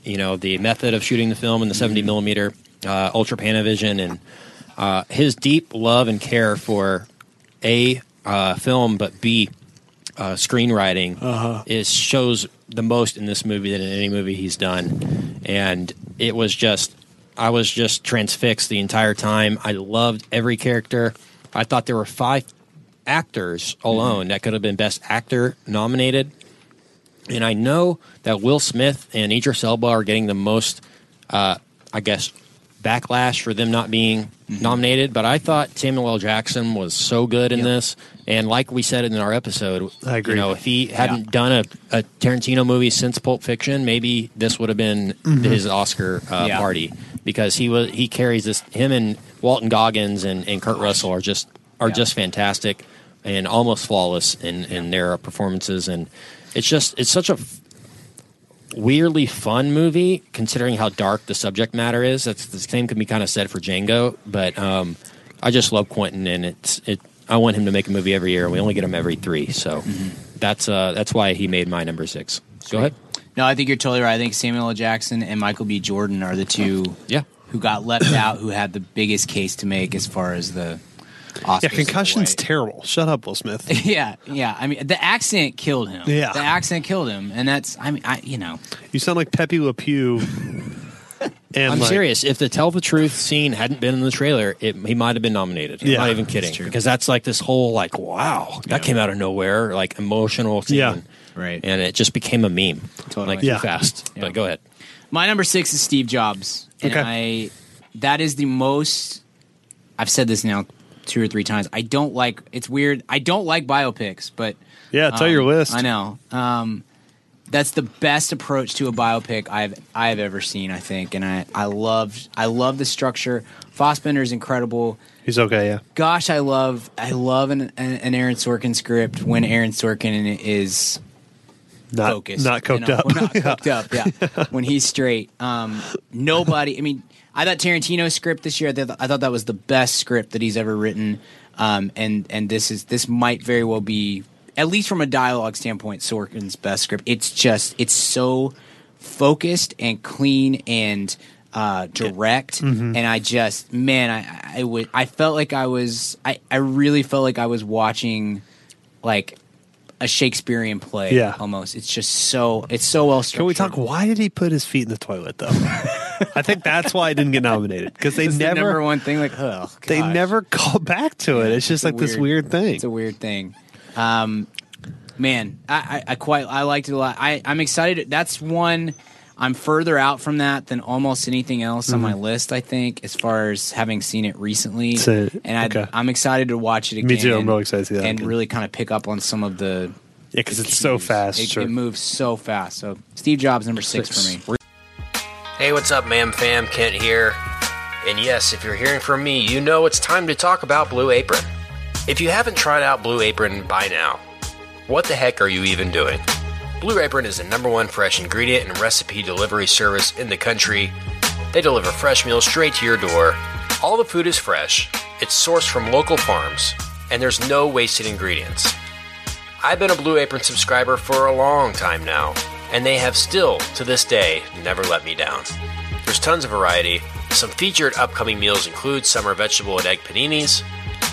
Speaker 2: you know the method of shooting the film and the 70 millimeter uh, ultra panavision and uh, his deep love and care for a uh, film but b uh, screenwriting is shows the most in this movie than in any movie he's done and it was just i was just transfixed the entire time i loved every character i thought there were five actors
Speaker 4: Mm-hmm.
Speaker 2: alone that could have been best actor nominated and I know that Will Smith and Idris Elba are getting the most, uh, I guess, backlash for them not being
Speaker 4: Mm-hmm.
Speaker 2: nominated. But I thought Samuel L. Jackson was so good in this, and like we said in our episode,
Speaker 4: I agree.
Speaker 2: You know, if he hadn't done a, a Tarantino movie since Pulp Fiction, maybe this would have been
Speaker 4: Mm-hmm.
Speaker 2: his Oscar uh,
Speaker 3: Yeah.
Speaker 2: party because he was he carries this. Him and Walton Goggins and, and Kurt Russell are just are
Speaker 3: Yeah.
Speaker 2: just fantastic and almost flawless in, in their performances. And it's just it's such a f- weirdly fun movie considering how dark the subject matter is. That's the same can be kind of said for Django, but um, I just love Quentin and it's it. I want him to make a movie every year, and we only get him every three. So that's uh, that's why he made my number six. Go ahead.
Speaker 3: No, I think you're totally right. I think Samuel L. Jackson and Michael B. Jordan are the two
Speaker 2: Yeah.
Speaker 3: who got left out, who had the biggest case to make as far as the Oscars.
Speaker 4: Yeah, concussion's
Speaker 3: away.
Speaker 4: terrible. Shut up, Will Smith.
Speaker 3: yeah, yeah. I mean, the accent killed him.
Speaker 4: Yeah.
Speaker 3: the accent killed him, and that's. I mean, I you know,
Speaker 4: You sound like Pepe Le Pew. And
Speaker 2: I'm
Speaker 4: like-
Speaker 2: serious. If the tell the truth scene hadn't been in the trailer, it, he might have been nominated.
Speaker 4: Yeah,
Speaker 2: I'm not even kidding because that's like this whole like wow that came out of nowhere like emotional scene.
Speaker 4: Yeah.
Speaker 3: Right.
Speaker 2: And it just became a meme
Speaker 3: Totally.
Speaker 2: like too
Speaker 4: Yeah.
Speaker 2: fast.
Speaker 3: Yeah.
Speaker 2: But go ahead.
Speaker 3: my number six is Steve Jobs, and
Speaker 4: Okay.
Speaker 3: I. That is the most. I've said this now two or three times. I don't like. It's weird. I don't like biopics, but
Speaker 4: Yeah, tell
Speaker 3: um,
Speaker 4: your list.
Speaker 3: I know. Um, that's the best approach to a biopic I've I've ever seen. I think, and I I loved I love the structure. Fossbender is incredible.
Speaker 4: He's okay, yeah.
Speaker 3: Gosh, I love I love an, an an Aaron Sorkin script when Aaron Sorkin is
Speaker 4: Not
Speaker 3: focused,
Speaker 4: not
Speaker 3: you
Speaker 4: coked
Speaker 3: know,
Speaker 4: up.
Speaker 3: well, not coked up, yeah. when he's straight, um, nobody. I mean, I thought Tarantino's script this year. I thought, I thought that was the best script that he's ever written. Um, and and this is this might very well be at least from a dialogue standpoint Sorkin's best script. It's just it's so focused and clean and uh, direct.
Speaker 4: Mm-hmm.
Speaker 3: And I just man, I I, I, would, I felt like I was I I really felt like I was watching like. A Shakespearean play,
Speaker 4: Yeah.
Speaker 3: almost. It's just so it's so well structured.
Speaker 4: Can we talk? Why did he put his feet in the toilet though? I think that's why I didn't get nominated because they
Speaker 3: It's the
Speaker 4: never
Speaker 3: number one thing. Like, oh,
Speaker 4: they
Speaker 3: gosh.
Speaker 4: never call back to it. It's just
Speaker 3: a
Speaker 4: like this weird thing.
Speaker 3: It's a weird thing. Um, man, I, I, I quite I liked it a lot. I, I'm excited. That's one. I'm further out from that than almost anything else on
Speaker 4: Mm-hmm.
Speaker 3: my list. I think, as far as having seen it recently,
Speaker 4: So,
Speaker 3: and I,
Speaker 4: okay.
Speaker 3: I'm excited to watch it again.
Speaker 4: Me too. I'm really excited to see that
Speaker 3: and
Speaker 4: again.
Speaker 3: really kind of pick up on some of the
Speaker 4: yeah, because it's so
Speaker 3: cues.
Speaker 4: fast.
Speaker 3: It,
Speaker 4: sure.
Speaker 3: it moves so fast. So Steve Jobs number six,
Speaker 4: Six.
Speaker 3: for me.
Speaker 5: Hey, what's up, ma'am, fam? Kent here. And yes, if you're hearing from me, you know it's time to talk about Blue Apron. If you haven't tried out Blue Apron by now, what the heck are you even doing? Blue Apron is the number one fresh ingredient and recipe delivery service in the country. They deliver fresh meals straight to your door. All the food is fresh, it's sourced from local farms, and there's no wasted ingredients. I've been a Blue Apron subscriber for a long time now, and they have still, to this day, never let me down. There's tons of variety. Some featured upcoming meals include summer vegetable and egg paninis,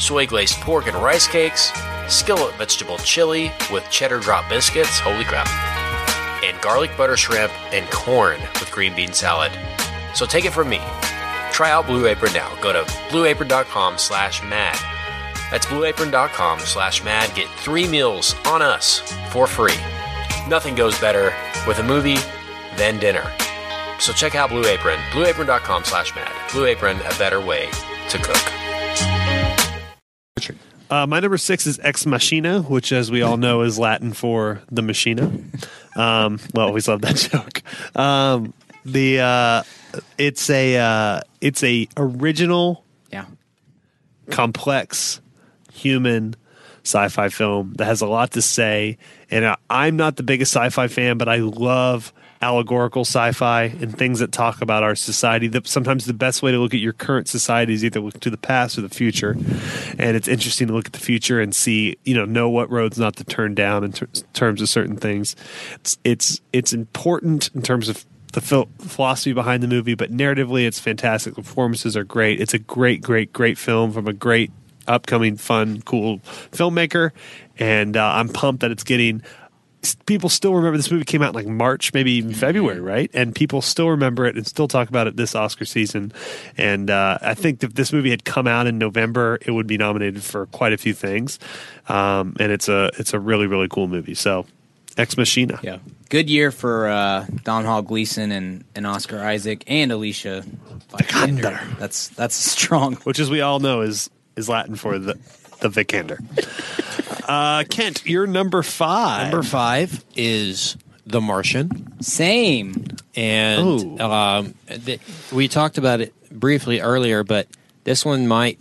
Speaker 5: soy glazed pork and rice cakes, skillet vegetable chili with cheddar drop biscuits, holy crap, and garlic butter shrimp and corn with green bean salad. So take it from me. Try out Blue Apron now. Go to blueapron.com slash mad. That's blueapron.com slash mad. Get three meals on us for free. Nothing goes better with a movie than dinner. So check out Blue Apron, blueapron.com slash mad. Blue Apron, a better way to cook.
Speaker 4: Uh, my number six is Ex Machina, which, as we all know, is Latin for the machina. Um, well, always love that joke. Um, the uh, it's a uh, it's a original
Speaker 3: Yeah,
Speaker 4: complex human sci-fi film that has a lot to say and I, i'm not the biggest sci-fi fan but i love allegorical sci-fi and things that talk about our society that sometimes the best way to look at your current society is either look to the past or the future and it's interesting to look at the future and see you know know what roads not to turn down in ter- terms of certain things it's it's, it's important in terms of the phil- philosophy behind the movie, but narratively, it's fantastic. The performances are great. It's a great, great, great film from a great, upcoming, fun, cool filmmaker. And uh, I'm pumped that it's getting. s- People still remember this movie came out in like March, maybe even February, right? And people still remember it and still talk about it this Oscar season. And uh, I think if this movie had come out in November, it would be nominated for quite a few things. Um, and it's a it's a really really cool movie. So, Ex Machina.
Speaker 3: yeah. Good year for uh, Don Hall Gleason and, and Oscar Isaac and Alicia Vikander. That's that's a strong
Speaker 4: which as we all know is is Latin for the the vicander. uh, Kent, you're number five.
Speaker 2: Number five is The Martian.
Speaker 3: Same.
Speaker 2: and
Speaker 4: Oh.
Speaker 2: um, th- we talked about it briefly earlier, but this one might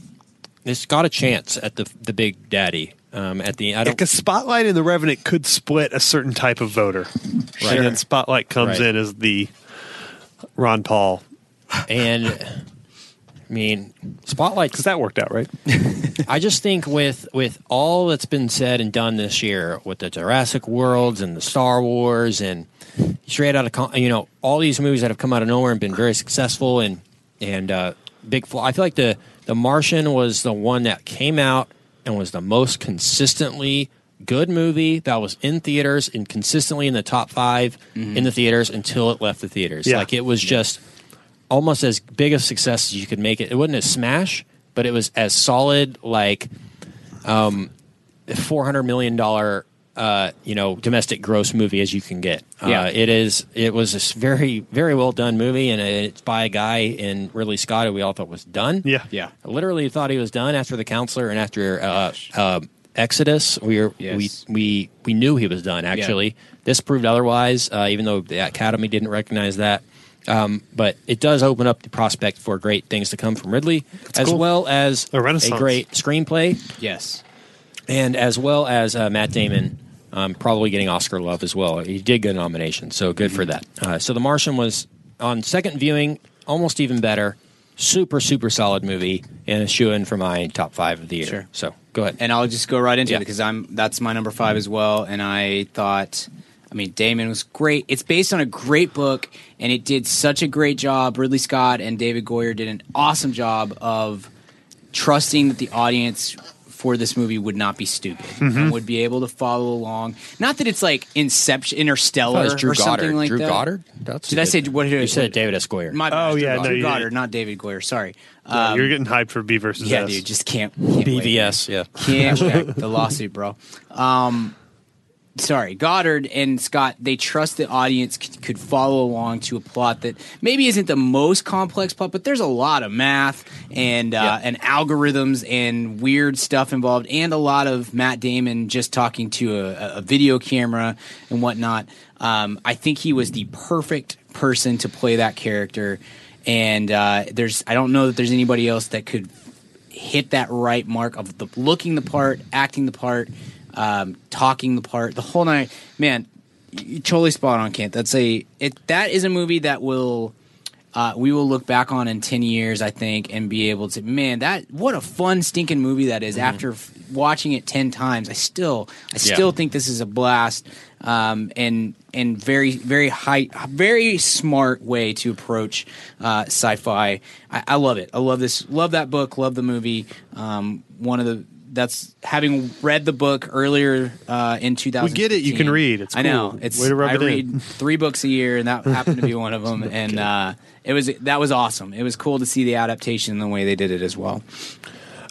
Speaker 2: this got a chance at the the big daddy um, at the I don't
Speaker 4: because Spotlight and The Revenant could split a certain type of voter,
Speaker 2: Right.
Speaker 4: and then Spotlight comes
Speaker 2: Right.
Speaker 4: in as the Ron Paul
Speaker 2: and I mean spotlight.
Speaker 4: because that worked out right.
Speaker 2: I just think with with all that's been said and done this year with the Jurassic Worlds and the Star Wars and straight out of you know all these movies that have come out of nowhere and been very successful and and uh, big flaw. I feel like the the Martian was the one that came out and was the most consistently good movie that was in theaters and consistently in the top 5 in the theaters until it left the theaters.
Speaker 4: Mm-hmm. Yeah.
Speaker 2: Like it was just almost as big a success as you could make it. It wasn't a smash, but it was as solid like um, four hundred million dollar uh, you know domestic gross movie as you can get.
Speaker 3: Yeah.
Speaker 2: Uh, it is. It was this very very well done movie, and it's by a guy in Ridley Scott who we all thought was done.
Speaker 4: Yeah,
Speaker 3: Yeah.
Speaker 2: I literally thought he was done after the counselor and after uh, uh, Exodus. We are,
Speaker 3: Yes.
Speaker 2: we we we knew he was done. Actually, this proved otherwise. Uh, even though the Academy didn't recognize that, um, but it does open up the prospect for great things to come from Ridley, as
Speaker 4: cool.
Speaker 2: well as
Speaker 4: A renaissance.
Speaker 2: great screenplay,
Speaker 3: Yes.
Speaker 2: and as well as uh, Matt Damon. Um, probably getting Oscar love as well. He did get a nomination, so good for that. Uh, so The Martian was on second viewing, almost even better. Super, super solid movie, and a shoe in for my top five of the year.
Speaker 3: Sure.
Speaker 2: So go ahead.
Speaker 3: and I'll just go right into
Speaker 2: Yeah. Mm-hmm.
Speaker 3: it because I'm that's my number five as well. And I thought, I mean, Damon was great. It's based on a great book, and it did such a great job. Ridley Scott and David Goyer did an awesome job of trusting that the audience for this movie would not be stupid
Speaker 2: Mm-hmm.
Speaker 3: and would be able to follow along. Not that it's like Inception, Interstellar,
Speaker 2: That was Oh, Drew
Speaker 3: or something
Speaker 2: Goddard.
Speaker 3: like
Speaker 2: Drew
Speaker 3: that.
Speaker 2: Goddard? That's
Speaker 3: Did I say what?
Speaker 2: You said David Esquire.
Speaker 3: My
Speaker 4: Oh,
Speaker 3: bad, Drew
Speaker 4: yeah, no,
Speaker 3: Goddard,
Speaker 4: you
Speaker 3: Drew
Speaker 4: did.
Speaker 3: Goddard, not David Goyer. Sorry.
Speaker 4: Yeah,
Speaker 3: Um,
Speaker 4: You're getting hyped for B versus
Speaker 3: yeah,
Speaker 4: S.
Speaker 3: dude, just can't. can't wait.
Speaker 2: BVS, yeah.
Speaker 3: Can't wait. the lawsuit, bro. Um, sorry, Goddard and Scott. They trust the audience c- could follow along to a plot that maybe isn't the most complex plot, but there's a lot of math and uh,
Speaker 2: Yeah.
Speaker 3: and algorithms and weird stuff involved, and a lot of Matt Damon just talking to a, a video camera and whatnot. Um, I think he was the perfect person to play that character. And uh, there's, I don't know that there's anybody else that could hit that right mark of the looking the part, acting the part, um, talking the part, the whole night. Man, you totally spot on, Kent. That's a it. That is a movie that will uh, we will look back on in ten years, I think, and be able to man that what a fun stinking movie that is. After f- watching it ten times, I still I
Speaker 2: Yeah.
Speaker 3: still think this is a blast. Um, and and very very high very smart way to approach uh, sci-fi. I, I love it. I love this. Love that book. Love the movie. Um, one of the that's having read the book earlier uh, in 2000.
Speaker 4: get it. You can read. It's
Speaker 3: I know.
Speaker 4: cool.
Speaker 3: It's
Speaker 4: Way to rub
Speaker 3: I
Speaker 4: it in.
Speaker 3: read three books a year, and that happened to be one of them. and uh, it was that was awesome. It was cool to see the adaptation and the way they did it as well.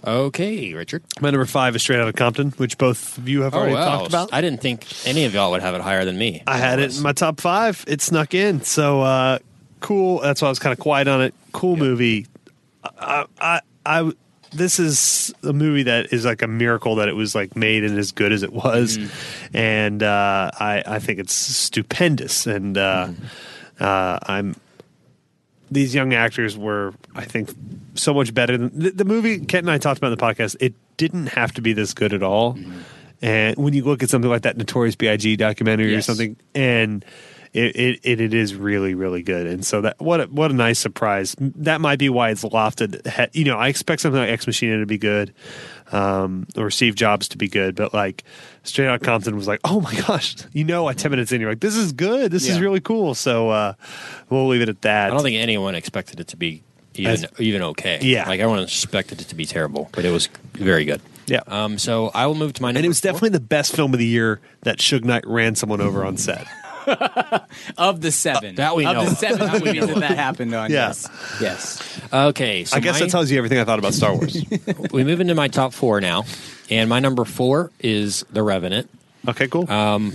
Speaker 2: Okay, Richard. Oh,
Speaker 4: My number five is Straight Out of Compton, which both of you
Speaker 3: Oh,
Speaker 4: have already talked about.
Speaker 2: I didn't think any of y'all would have it higher than me.
Speaker 4: I had it in my top five. It snuck in. So uh, cool. That's why I was kind of quiet on it. Cool movie. I, I, I, this is a movie that is like a miracle that it was like made and as good as it was, and uh, I, I think it's stupendous. And uh, uh, I'm these young actors were, I think, so much better than the, the movie. Kent and I talked about in the podcast. It didn't have to be this good at all.
Speaker 3: Mm-hmm.
Speaker 4: And when you look at something like that Notorious B.I.G. documentary or
Speaker 3: Yes.
Speaker 4: something, and it, it it it is really really good. And so that what a, what a nice surprise. That might be why it's lofted. he- You know, I expect something like Ex Machina to be good, um, or Steve Jobs to be good, but like Straight Out Compton was like, oh my gosh, you know, at ten minutes in, you're like, this is good. This is
Speaker 3: Yeah.
Speaker 4: really cool. So uh, we'll leave it at that.
Speaker 2: I don't think anyone expected it to be even
Speaker 4: As-
Speaker 2: even okay.
Speaker 4: Yeah.
Speaker 2: like everyone expected it to be terrible, but it was very good.
Speaker 4: Yeah.
Speaker 2: Um. So I will move to my number.
Speaker 4: and it was
Speaker 2: four.
Speaker 4: definitely the best film of the year that Suge Knight ran someone over on set.
Speaker 3: Of the seven,
Speaker 2: that we
Speaker 3: of
Speaker 2: know
Speaker 3: the
Speaker 2: of.
Speaker 3: seven movies that that happened on.
Speaker 4: Yeah.
Speaker 3: Yes, yes.
Speaker 2: Okay. So
Speaker 4: I guess
Speaker 2: my-
Speaker 4: that tells you everything I thought about Star Wars.
Speaker 2: we move into my top four now, and my number four is The Revenant.
Speaker 4: okay, cool.
Speaker 3: Uh,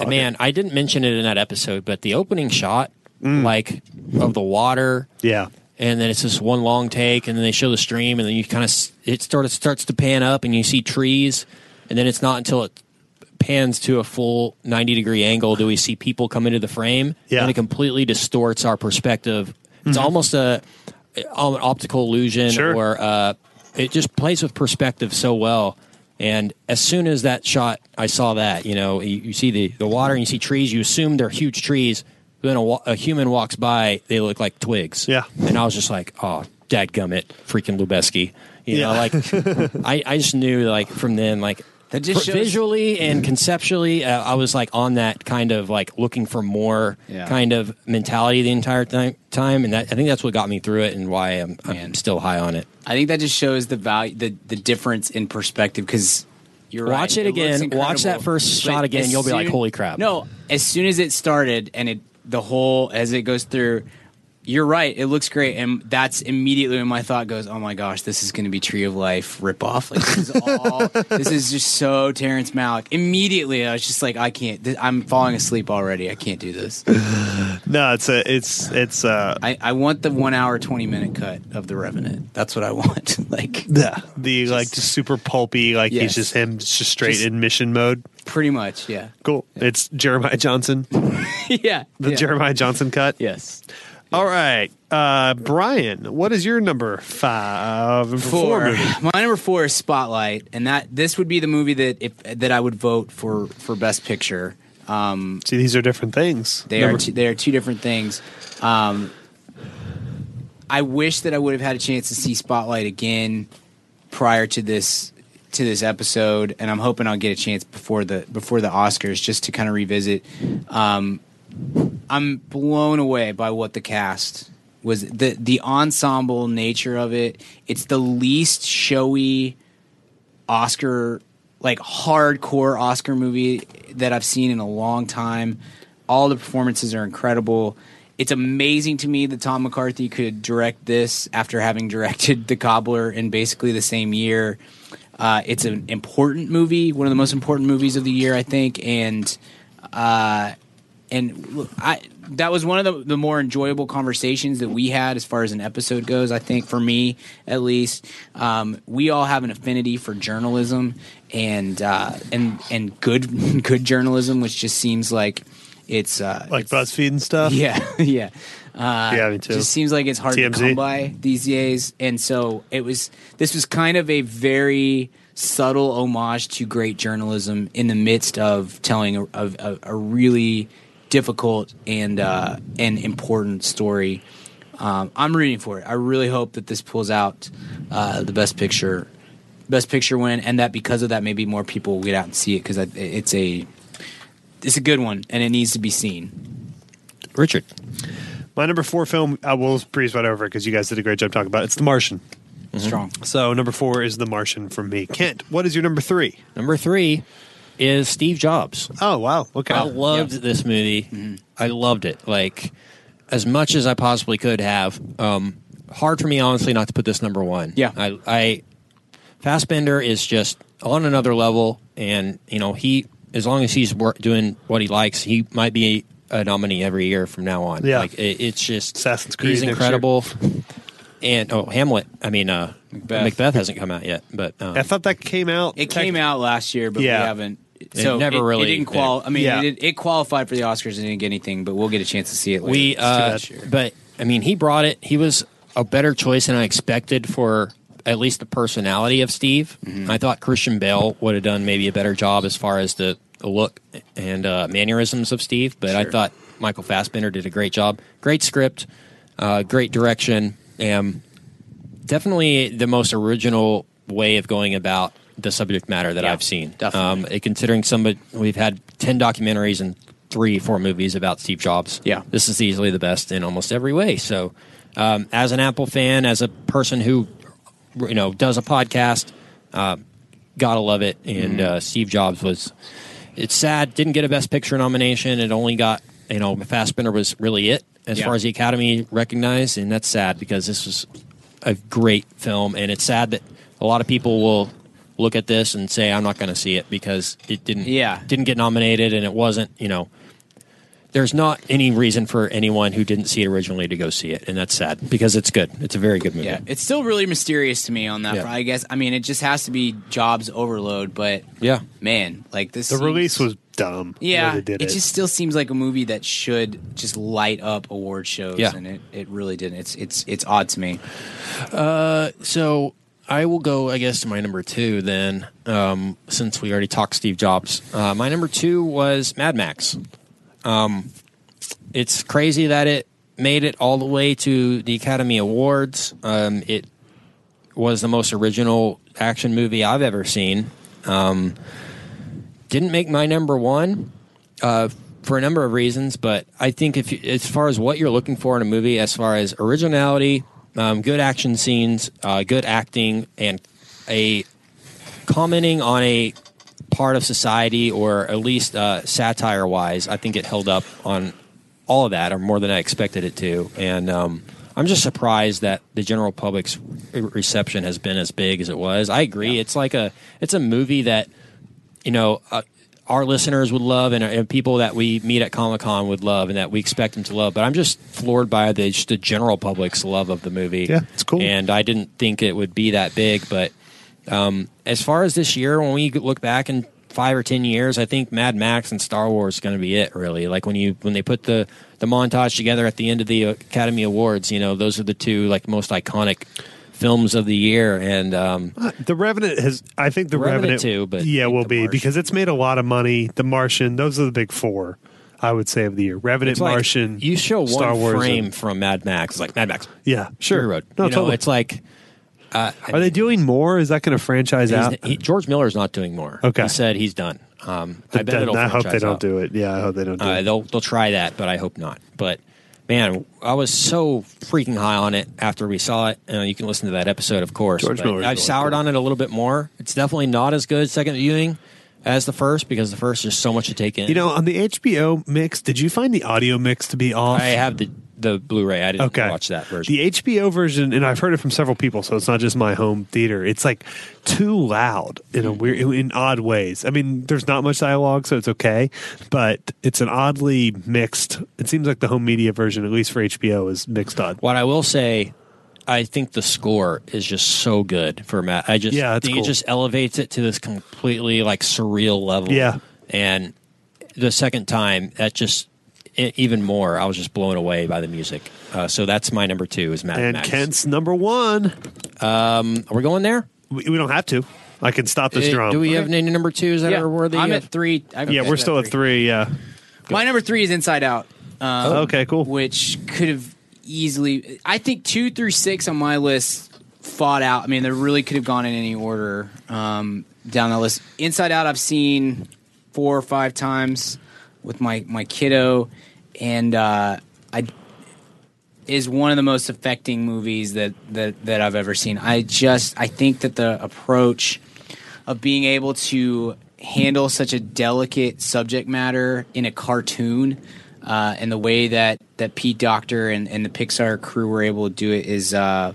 Speaker 2: And man, I didn't mention it in that episode, but the opening shot,
Speaker 4: Mm.
Speaker 2: like of the water,
Speaker 4: yeah,
Speaker 2: and then it's just one long take, and then they show the stream, and then you kind of it sort of starts to pan up, and you see trees, and then it's not until it pans to a full ninety degree angle do we see people come into the frame,
Speaker 4: Yeah. Mm-hmm.
Speaker 2: and it completely distorts our perspective. It's almost a an optical illusion,
Speaker 4: Sure.
Speaker 2: or uh, it just plays with perspective so well. And as soon as that shot, I saw that. You know, you, you see the, the water and you see trees. You assume they're huge trees. Then a, wa- a human walks by, they look like twigs.
Speaker 4: Yeah.
Speaker 2: And I was just like, oh, dadgummit, freaking Lubeski. You know,
Speaker 4: Yeah.
Speaker 2: like I, I just knew like from then like
Speaker 3: That just
Speaker 2: pr-
Speaker 3: shows-
Speaker 2: visually and conceptually, uh, I was like on that kind of like looking for more
Speaker 3: Yeah.
Speaker 2: kind of mentality the entire time. Time, and that I think that's what got me through it, and why I'm, I'm
Speaker 3: Man.
Speaker 2: still high on it.
Speaker 3: I think that just shows the value, the the difference in perspective because. You're
Speaker 2: Watch
Speaker 3: right.
Speaker 2: it again.
Speaker 3: looks
Speaker 2: Watch that
Speaker 3: incredible.
Speaker 2: first shot again.
Speaker 3: as
Speaker 2: You'll be like, "Holy crap."
Speaker 3: No, as soon as it started and it the whole as it goes through, you're right. It looks great, and that's immediately when my thought goes, "Oh my gosh, this is going to be Tree of Life ripoff. Like this is all. this is just so Terrence Malick." Immediately, I was just like, "I can't. Th- I'm falling asleep already. I can't do this.
Speaker 4: No, it's a, it's it's uh
Speaker 3: I, I want the one hour twenty minute cut of The Revenant. That's what I want. like
Speaker 4: the, like just super pulpy like
Speaker 3: Yes.
Speaker 4: he's just him just straight
Speaker 3: Just-
Speaker 4: in mission mode.
Speaker 3: pretty much, yeah,
Speaker 4: Cool. It's Jeremiah Johnson,
Speaker 3: yeah,
Speaker 4: the
Speaker 3: yeah.
Speaker 4: Jeremiah Johnson cut.
Speaker 3: Yes,
Speaker 4: All right, uh, Brian, what is your number five? Number
Speaker 3: four.
Speaker 4: movie?
Speaker 3: My number four is Spotlight, and that this would be the movie that if that I would vote for for Best Picture. Um,
Speaker 4: See, these are different things.
Speaker 3: They
Speaker 4: Number-
Speaker 3: are two, they are two different things. Um, I wish that I would have had a chance to see Spotlight again prior to this to this episode, and I'm hoping I'll get a chance before the before the Oscars just to kind of revisit. Um, I'm blown away by what the cast was the the ensemble nature of it. It's the least showy Oscar like hardcore Oscar movie that I've seen in a long time. All the performances are incredible. It's amazing to me that Tom McCarthy could direct this after having directed The Cobbler in basically the same year. Uh, it's an important movie, one of the most important movies of the year, I think, and uh, and look, I that was one of the, the more enjoyable conversations that we had as far as an episode goes. I think for me, at least, um, we all have an affinity for journalism and uh, and and good good journalism, which just seems like it's uh,
Speaker 4: like BuzzFeed and stuff.
Speaker 3: yeah, yeah. Uh,
Speaker 4: Yeah, me too.
Speaker 3: Just seems like it's hard to
Speaker 4: TMZ.
Speaker 3: come by these days, and so it was. This was kind of a very subtle homage to great journalism in the midst of telling a, of a, a really difficult and uh, and important story. Um, I'm rooting for it. I really hope that this pulls out uh, the best picture, best picture win, and that because of that, maybe more people will get out and see it because it's a it's a good one and it needs to be seen.
Speaker 2: Richard.
Speaker 4: My number four film, I will breeze right over because you guys did a great job talking about it. It's The Martian. Mm-hmm.
Speaker 3: Strong.
Speaker 4: So number four is The Martian for me. Kent, what is your number three?
Speaker 2: Number three is Steve Jobs.
Speaker 4: Oh wow, okay. Mm-hmm.
Speaker 2: I loved this movie. I loved it like as much as I possibly could have. Um, hard for me, honestly, not to put this number one.
Speaker 3: Yeah.
Speaker 2: I, I Fassbender is just on another level, and you know he, as long as he's wor- doing what he likes, he might be a nominee every year from now on.
Speaker 4: Yeah.
Speaker 2: like it, it's just
Speaker 4: Assassin's Creed
Speaker 2: He's
Speaker 4: next
Speaker 2: incredible. And oh, Hamlet. I mean, uh,
Speaker 3: Macbeth.
Speaker 2: Macbeth. hasn't come out yet, but um,
Speaker 4: I thought that came out.
Speaker 3: It came out last year, but
Speaker 4: Yeah.
Speaker 3: we haven't. So
Speaker 2: never
Speaker 3: it,
Speaker 2: really
Speaker 3: it didn't qual. I mean,
Speaker 4: Yeah.
Speaker 3: it, it qualified for the Oscars and didn't get anything, but we'll get a chance to see it. Later.
Speaker 2: We, uh,
Speaker 3: It's too bad.
Speaker 2: but I mean, he brought it. He was a better choice than I expected for at least the personality of Steve.
Speaker 3: Mm-hmm.
Speaker 2: I thought Christian Bale would have done maybe a better job as far as the the look and uh, mannerisms of Steve, but I thought Michael Fassbender did a great job. Great script, uh, great direction, and definitely the most original way of going about the subject matter that
Speaker 3: Yeah,
Speaker 2: I've seen.
Speaker 3: definitely.
Speaker 2: Um, considering somebody, we've had 10 documentaries and three, four movies about Steve Jobs.
Speaker 3: Yeah.
Speaker 2: This is easily the best in almost every way. So, um, as an Apple fan, as a person who, you know, does a podcast, uh, gotta love it. And
Speaker 3: Mm-hmm.
Speaker 2: uh, Steve Jobs was, it's sad, didn't get a Best Picture nomination. It only got, you know, Fassbender was really it as
Speaker 3: Yeah.
Speaker 2: far as the Academy recognized. And that's sad because this was a great film, and it's sad that a lot of people will look at this and say, "I'm not going to see it because it didn't,
Speaker 3: Yeah.
Speaker 2: didn't get nominated, and it wasn't." You know, there's not any reason for anyone who didn't see it originally to go see it, and that's sad because it's good. It's a very good movie.
Speaker 3: yeah, it's still really mysterious to me on that.
Speaker 2: Yeah.
Speaker 3: front, I guess. I mean, it just has to be Jobs overload, but
Speaker 2: Yeah.
Speaker 3: man, like this.
Speaker 4: the
Speaker 3: seems-
Speaker 4: release was dumb.
Speaker 3: Yeah,
Speaker 4: when they did
Speaker 3: it, just still seems like a movie that should just light up award shows,
Speaker 2: Yeah.
Speaker 3: and it, it really didn't. It's it's it's odd to me.
Speaker 2: So I will go, I guess, to my number two then, um, since we already talked Steve Jobs. Uh, my number two was Mad Max. Um, it's crazy that it made it all the way to the Academy Awards. Um, it was the most original action movie I've ever seen. Um, didn't make my number one for a number of reasons, but I think if you, as far as what you're looking for in a movie, as far as originality, um, good action scenes, uh, good acting, and a commenting on a part of society or at least uh, satire wise, I think it held up on all of that, or more than I expected it to. And um, I'm just surprised that the general public's re- reception has been as big as it was. I agree. It's like a it's a movie that you know. Uh, our listeners would love, and, and people that we meet at Comic Con would love, and that we expect them to love. But I'm just floored by the just the general public's love of the movie.
Speaker 4: Yeah, it's cool.
Speaker 2: And I didn't think it would be that big, but as far as this year, when we look back in five or ten years, I think Mad Max and Star Wars is going to be it. Really, like when you when they put the the montage together at the end of the Academy Awards, you know, those are the two like most iconic films of the year. And um,
Speaker 4: Uh, The Revenant has. I think the
Speaker 2: Revenant
Speaker 4: Revenant,
Speaker 2: too, but
Speaker 4: yeah,
Speaker 2: I think
Speaker 4: will
Speaker 2: The
Speaker 4: be
Speaker 2: Martian.
Speaker 4: because it's made a lot of money. The Martian. Those are the big four. I would say of the year, Revenant,
Speaker 2: it's like,
Speaker 4: Martian.
Speaker 2: you show one
Speaker 4: Star Wars,
Speaker 2: frame
Speaker 4: and-
Speaker 2: from Mad Max, it's like Mad Max,
Speaker 4: yeah, sure.
Speaker 2: Fury Road.
Speaker 4: No,
Speaker 2: you know,
Speaker 4: totally.
Speaker 2: it's like
Speaker 4: Are they doing more? Is that going to franchise
Speaker 2: he's-
Speaker 4: out?
Speaker 2: he- George Miller's not doing more.
Speaker 4: Okay.
Speaker 2: he said he's done. Um, I
Speaker 4: They've
Speaker 2: bet
Speaker 4: done-
Speaker 2: it'll
Speaker 4: I hope they
Speaker 2: franchise
Speaker 4: don't
Speaker 2: out.
Speaker 4: do it. Yeah, I hope they don't do
Speaker 2: Uh,
Speaker 4: it.
Speaker 2: they'll they'll try that, but I hope not. But man, I was so freaking high on it after we saw it. Uh, you can listen to that episode, of course.
Speaker 4: George
Speaker 2: but
Speaker 4: Miller's
Speaker 2: I've
Speaker 4: really
Speaker 2: soured
Speaker 4: cool.
Speaker 2: on it a little bit more. It's definitely not as good second viewing as the first because the first there's so much to take in.
Speaker 4: You know, on the HBO mix, did you find the audio mix to be off?
Speaker 2: I have the the Blu-ray. I didn't
Speaker 4: okay.
Speaker 2: watch that version.
Speaker 4: The HBO version, and I've heard it from several people, so it's not just my home theater. It's like too loud in a
Speaker 2: Hmm.
Speaker 4: weird, in odd ways. I mean, there's not much dialogue, so it's okay, but it's an oddly mixed. It seems like the home media version, at least for HBO, is mixed odd.
Speaker 2: what I will say, I think the score is just so good for Matt. I just
Speaker 4: Yeah, it's
Speaker 2: think
Speaker 4: cool.
Speaker 2: it just elevates it to this completely like surreal level.
Speaker 4: Yeah.
Speaker 2: And the second time, that just e- even more. I was just blown away by the music. Uh, so that's my number two is Mad
Speaker 4: And
Speaker 2: Max.
Speaker 4: Kent's number one.
Speaker 2: Are we going there?
Speaker 4: We, we don't have to. I can stop this
Speaker 2: Uh,
Speaker 4: drum.
Speaker 2: Do we have any number twos that
Speaker 3: Yeah,
Speaker 2: are worthy?
Speaker 3: I'm
Speaker 2: of-
Speaker 3: at three. I'm
Speaker 4: yeah, we're still at three. Yeah.
Speaker 3: My number three is Inside Out. Um,
Speaker 4: okay, cool.
Speaker 3: Which could have easily. I think two through six on my list fought out. I mean, they really could have gone in any order um, down the list. Inside Out, I've seen four or five times with my my kiddo, and uh, I is one of the most affecting movies that that that I've ever seen. I just I think that the approach of being able to handle such a delicate subject matter in a cartoon uh, and the way that that Pete Doctor and, and the Pixar crew were able to do it is uh,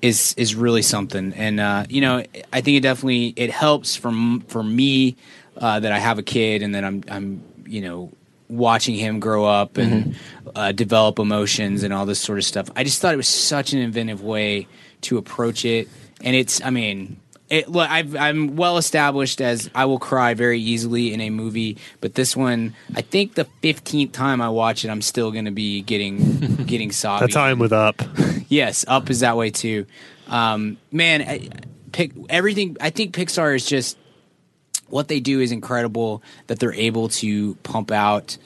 Speaker 3: is is really something. And uh, you know, I think it definitely it helps from for me uh, that I have a kid and that I'm I'm you know watching him grow up and uh, develop emotions and all this sort of stuff. I just thought it was such an inventive way to approach it, and it's I mean. It, look, I've, I'm well established as I will cry very easily in a movie, but this one, I think the 15th time I watch it, I'm still going to be getting getting sobby.
Speaker 4: That's how I'm with up.
Speaker 3: Yes, up is that way too. Um, man, I, pick everything. I think Pixar is just what they do is incredible. That they're able to pump out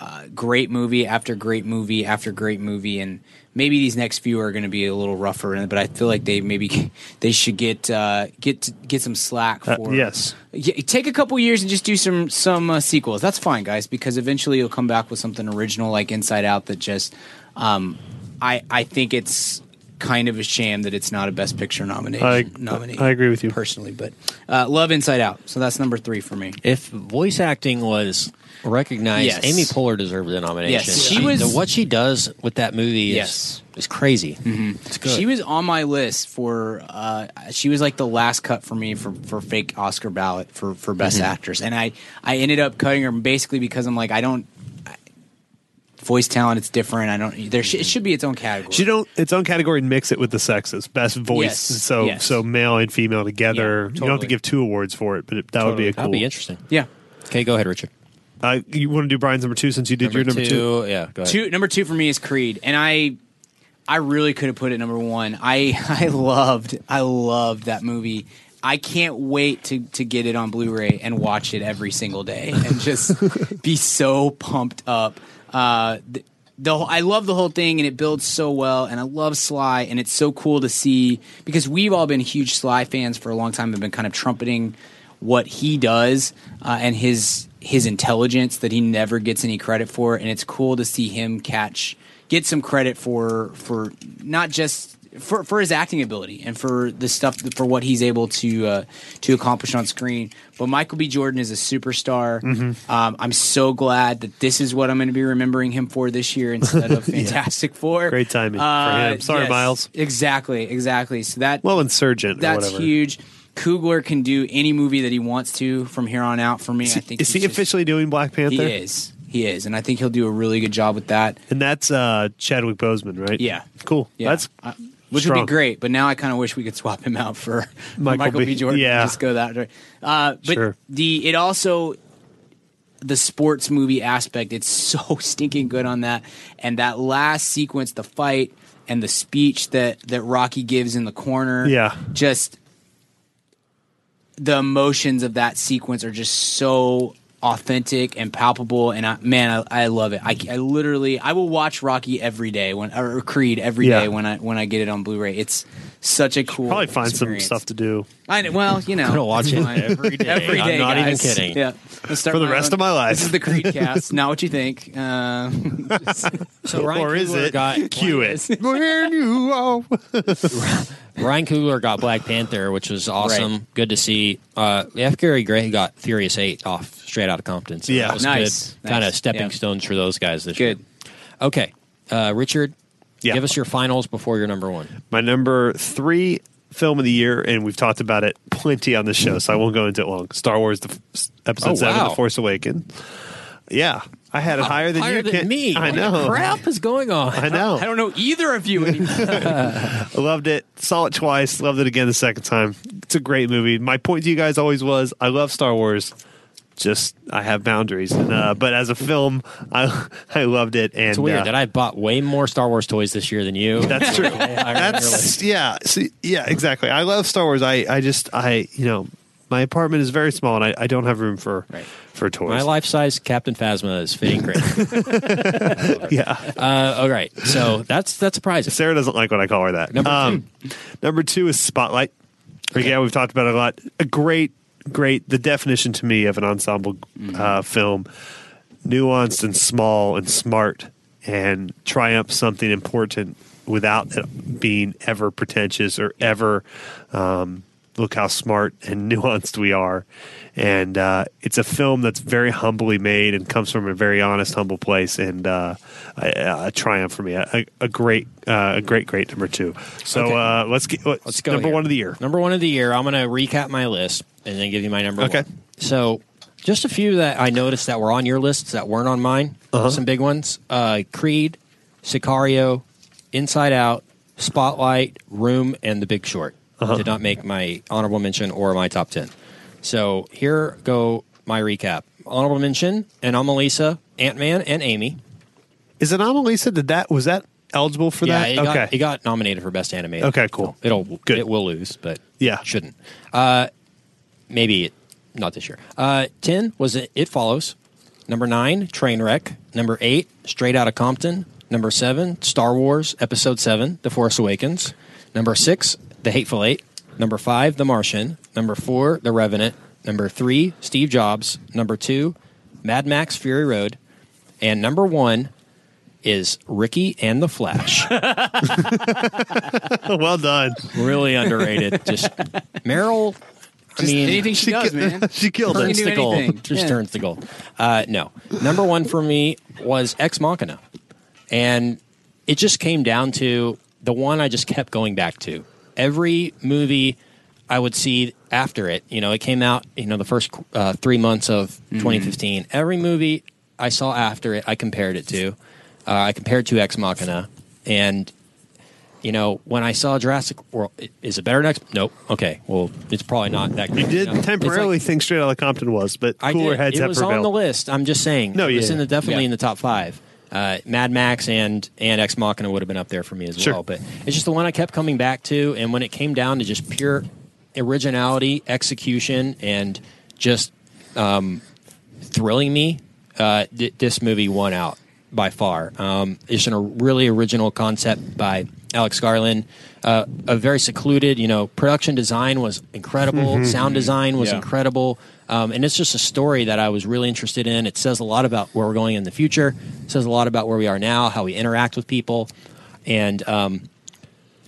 Speaker 3: uh, great movie after great movie after great movie, and maybe these next few are going to be a little rougher. But I feel like they maybe they should get uh, get get some slack
Speaker 4: Uh,
Speaker 3: for
Speaker 4: yes.
Speaker 3: yeah, take a couple years and just do some some uh, sequels. That's fine, guys, because eventually you'll come back with something original like Inside Out. That just, um, I I think it's kind of a shame that it's not a Best Picture nomination.
Speaker 4: I-
Speaker 3: nominee,
Speaker 4: I agree with you.
Speaker 3: personally, but uh, love Inside Out. So that's number three for me.
Speaker 2: If voice acting was recognized,
Speaker 3: Yes.
Speaker 2: Amy Poehler deserved the nomination.
Speaker 3: Yes, she was-
Speaker 2: the- what she does with that movie is
Speaker 3: Yes.
Speaker 2: is crazy. Mm-hmm. It's good.
Speaker 3: She was on my list for. Uh, she was like the last cut for me for, for fake Oscar ballot for for best
Speaker 2: Mm-hmm.
Speaker 3: actress, and I I ended up cutting her basically because I'm like I don't. I- Voice talent, it's different. I don't. There sh- it should be its own category.
Speaker 4: You don't its own category and mix it with the sexes. Best voice.
Speaker 3: Yes,
Speaker 4: So
Speaker 3: yes.
Speaker 4: so male and female together.
Speaker 3: Yeah,
Speaker 4: You don't have to
Speaker 3: totally.
Speaker 4: give two awards for it, but it, that would be a cool.
Speaker 2: That'd be interesting.
Speaker 3: Yeah.
Speaker 2: Okay, go ahead, Richard.
Speaker 4: Uh, you want to do Brian's number two since you did your number two?
Speaker 2: Yeah, go ahead.
Speaker 3: Two number two for me is Creed, and I I really could have put it number one. I I loved I loved that movie. I can't wait to to get it on Blu-ray and watch it every single day and just be so pumped up. Uh, th- the whole- I love the whole thing and it builds so well and I love Sly and it's so cool to see because we've all been huge Sly fans for a long time and been kind of trumpeting what he does uh, and his his intelligence that he never gets any credit for and it's cool to see him catch get some credit for for not just for for his acting ability and for the stuff for what he's able to uh, to accomplish on screen. But Michael B. Jordan is a superstar.
Speaker 4: Mm-hmm.
Speaker 3: Um, I'm so glad that this is what I'm going to be remembering him for this year instead of Fantastic Four. Uh,
Speaker 4: Great timing for him. Sorry, Miles.
Speaker 3: Exactly, exactly. So that
Speaker 4: Well, Insurgent.
Speaker 3: that's
Speaker 4: or whatever.
Speaker 3: huge. Kugler can do any movie that he wants to from here on out. For me, I think
Speaker 4: Is
Speaker 3: he's
Speaker 4: he
Speaker 3: just-
Speaker 4: officially doing Black
Speaker 3: He
Speaker 4: Panther?
Speaker 3: is. He is, and I think he'll do a really good job with that.
Speaker 4: And that's uh, Chadwick Boseman, right?
Speaker 3: Yeah.
Speaker 4: Cool.
Speaker 3: Yeah.
Speaker 4: That's
Speaker 3: I- which
Speaker 4: strong.
Speaker 3: would be great, but now I kind of wish we could swap him out for for
Speaker 4: Michael
Speaker 3: Michael, B.
Speaker 4: B.
Speaker 3: Jordan. and
Speaker 4: Yeah.
Speaker 3: just go that way. Uh, but
Speaker 4: Sure.
Speaker 3: the it also the sports movie aspect. It's so stinking good on that, and that last sequence, the fight and the speech that that Rocky gives in the corner.
Speaker 4: Yeah.
Speaker 3: just the emotions of that sequence are just so authentic and palpable and I, man I, I love it I, I literally i will watch rocky every day when or creed every day
Speaker 4: Yeah.
Speaker 3: when i when i get it on blu-ray it's such a cool
Speaker 4: Probably find
Speaker 3: experience.
Speaker 4: some stuff to do
Speaker 3: i know well you know
Speaker 2: Gonna watch it
Speaker 3: Fine.
Speaker 2: every day.
Speaker 3: every day
Speaker 2: I'm not even
Speaker 3: guys.
Speaker 2: kidding.
Speaker 3: yeah Let's start
Speaker 4: For the
Speaker 3: my
Speaker 4: rest of my life.
Speaker 3: this is the creed cast not what you think uh, just-
Speaker 2: So Ryan
Speaker 4: or is
Speaker 2: Coogler
Speaker 4: it?
Speaker 2: Got,
Speaker 4: Cue it. When you are-
Speaker 2: Ryan Coogler got Black Panther, which was awesome. Good to see. Uh, F. Gary Gray got Furious Eight off straight out of Compton. So
Speaker 4: Yeah.
Speaker 2: that was
Speaker 3: Nice.
Speaker 2: Good. Kind of
Speaker 3: Nice.
Speaker 2: stepping
Speaker 3: Yeah.
Speaker 2: stones for those guys this
Speaker 3: Good.
Speaker 2: year. Okay, uh, Richard,
Speaker 4: Yeah.
Speaker 2: give us your finals before your number one.
Speaker 4: My number three film of the year, and we've talked about it plenty on the show, so I won't go into it long. Star Wars, the f- episode
Speaker 2: Oh,
Speaker 4: seven,
Speaker 2: wow. Oh,
Speaker 4: The Force Awakens. Yeah, I had it higher than you.
Speaker 2: Higher
Speaker 4: Ken.
Speaker 2: than me.
Speaker 4: I
Speaker 2: What the
Speaker 4: know.
Speaker 2: crap is going on.
Speaker 4: I know.
Speaker 3: i don't know either of you anymore.
Speaker 4: I loved it. Saw it twice. Loved it again the second time. It's a great movie. My point to you guys always was I love Star Wars. Just I have boundaries, and, uh, but as a film, I I loved it. And
Speaker 2: It's weird
Speaker 4: uh,
Speaker 2: that I bought way more Star Wars toys this year than you.
Speaker 4: That's true.
Speaker 2: I
Speaker 4: That's yeah. See, yeah, exactly. I love Star Wars. I, I just I you know my apartment is very small and I, I don't have room for
Speaker 3: Right.
Speaker 4: for toys.
Speaker 2: My life size Captain Phasma is fitting great.
Speaker 4: yeah.
Speaker 2: uh, all right, so that's that's surprising.
Speaker 4: Sarah doesn't like when I call her that. Um,
Speaker 2: Number two.
Speaker 4: number two is Spotlight. Again, we've talked about it a lot. A great, great the definition to me of an ensemble
Speaker 2: Mm-hmm.
Speaker 4: uh, film, nuanced and small and smart, and triumph something important without it being ever pretentious or ever um, look how smart and nuanced we are. And uh, it's a film that's very humbly made and comes from a very honest, humble place. And uh, a, a triumph for me, a, a- a great, uh, a great, great number two. So
Speaker 2: Okay.
Speaker 4: uh, let's get let's,
Speaker 2: Let's go.
Speaker 4: number
Speaker 2: here.
Speaker 4: one of the year.
Speaker 2: Number one of the year. I'm going to recap my list and then give you my number.
Speaker 4: Okay.
Speaker 2: one. So, just a few that I noticed that were on your lists that weren't on mine.
Speaker 4: Uh-huh.
Speaker 2: Some big ones: uh, Creed, Sicario, Inside Out, Spotlight, Room, and The Big Short.
Speaker 4: Uh-huh.
Speaker 2: Did not make my honorable mention or my top ten. So here go my recap: honorable mention: Anomalisa, Ant Man, and Amy.
Speaker 4: Is Anomalisa did that was that eligible for
Speaker 2: yeah,
Speaker 4: that?
Speaker 2: It
Speaker 4: okay,
Speaker 2: got, it got nominated for best animated.
Speaker 4: Okay, cool.
Speaker 2: So it'll
Speaker 4: Good.
Speaker 2: it will lose, but
Speaker 4: Yeah.
Speaker 2: shouldn't. Uh, maybe it, not this year. Uh, ten was it, it follows. Number nine, Trainwreck. Number eight, Straight Outta Compton. Number seven, Star Wars Episode Seven: The Force Awakens. Number six, The Hateful Eight. Number five, The Martian. Number four, The Revenant. Number three, Steve Jobs. Number two, Mad Max: Fury Road. And number one is Ricky and the Flash.
Speaker 4: well done.
Speaker 2: really underrated. Just Meryl. I
Speaker 3: Just
Speaker 2: mean,
Speaker 3: anything she does man
Speaker 4: she killed
Speaker 3: Her
Speaker 4: it.
Speaker 2: turns
Speaker 3: can do
Speaker 2: the gold.
Speaker 3: anything.
Speaker 2: Just
Speaker 3: Yeah.
Speaker 2: turns the gold. Uh, no, number one for me was Ex Machina, and it just came down to the one I just kept going back to. Every movie I would see after it, you know, it came out, you know, the first uh, three months of
Speaker 3: Mm-hmm.
Speaker 2: 2015. Every movie I saw after it, I compared it to. Uh, I compared to Ex Machina, and you know, when I saw Jurassic World, i- is it better next? Nope. Okay. Well, it's probably not that.
Speaker 4: You
Speaker 2: great,
Speaker 4: did
Speaker 2: know? It's like-
Speaker 4: temporarily think straight out of Compton was, but
Speaker 2: I
Speaker 4: cooler
Speaker 2: did.
Speaker 4: heads
Speaker 2: it
Speaker 4: have
Speaker 2: was
Speaker 4: prevailed.
Speaker 2: on the list. I'm just saying.
Speaker 4: No,
Speaker 2: it was
Speaker 4: yeah.
Speaker 2: in the,
Speaker 3: Yeah.
Speaker 2: definitely in the top five. Uh, Mad Max and and Ex Machina would have been up there for me as
Speaker 4: Sure.
Speaker 2: well, but it's just the one I kept coming back to. And when it came down to just pure originality, execution, and just um, thrilling me, uh, th- this movie won out by far. Um, it's a really original concept by Alex Garland. Uh, a very secluded, you know, production design was incredible. Sound design was
Speaker 3: Yeah.
Speaker 2: incredible incredible. Um, and it's just a story that I was really interested in. It says a lot about where we're going in the uh, future. It says a lot about where we are now, how we interact with people, and um,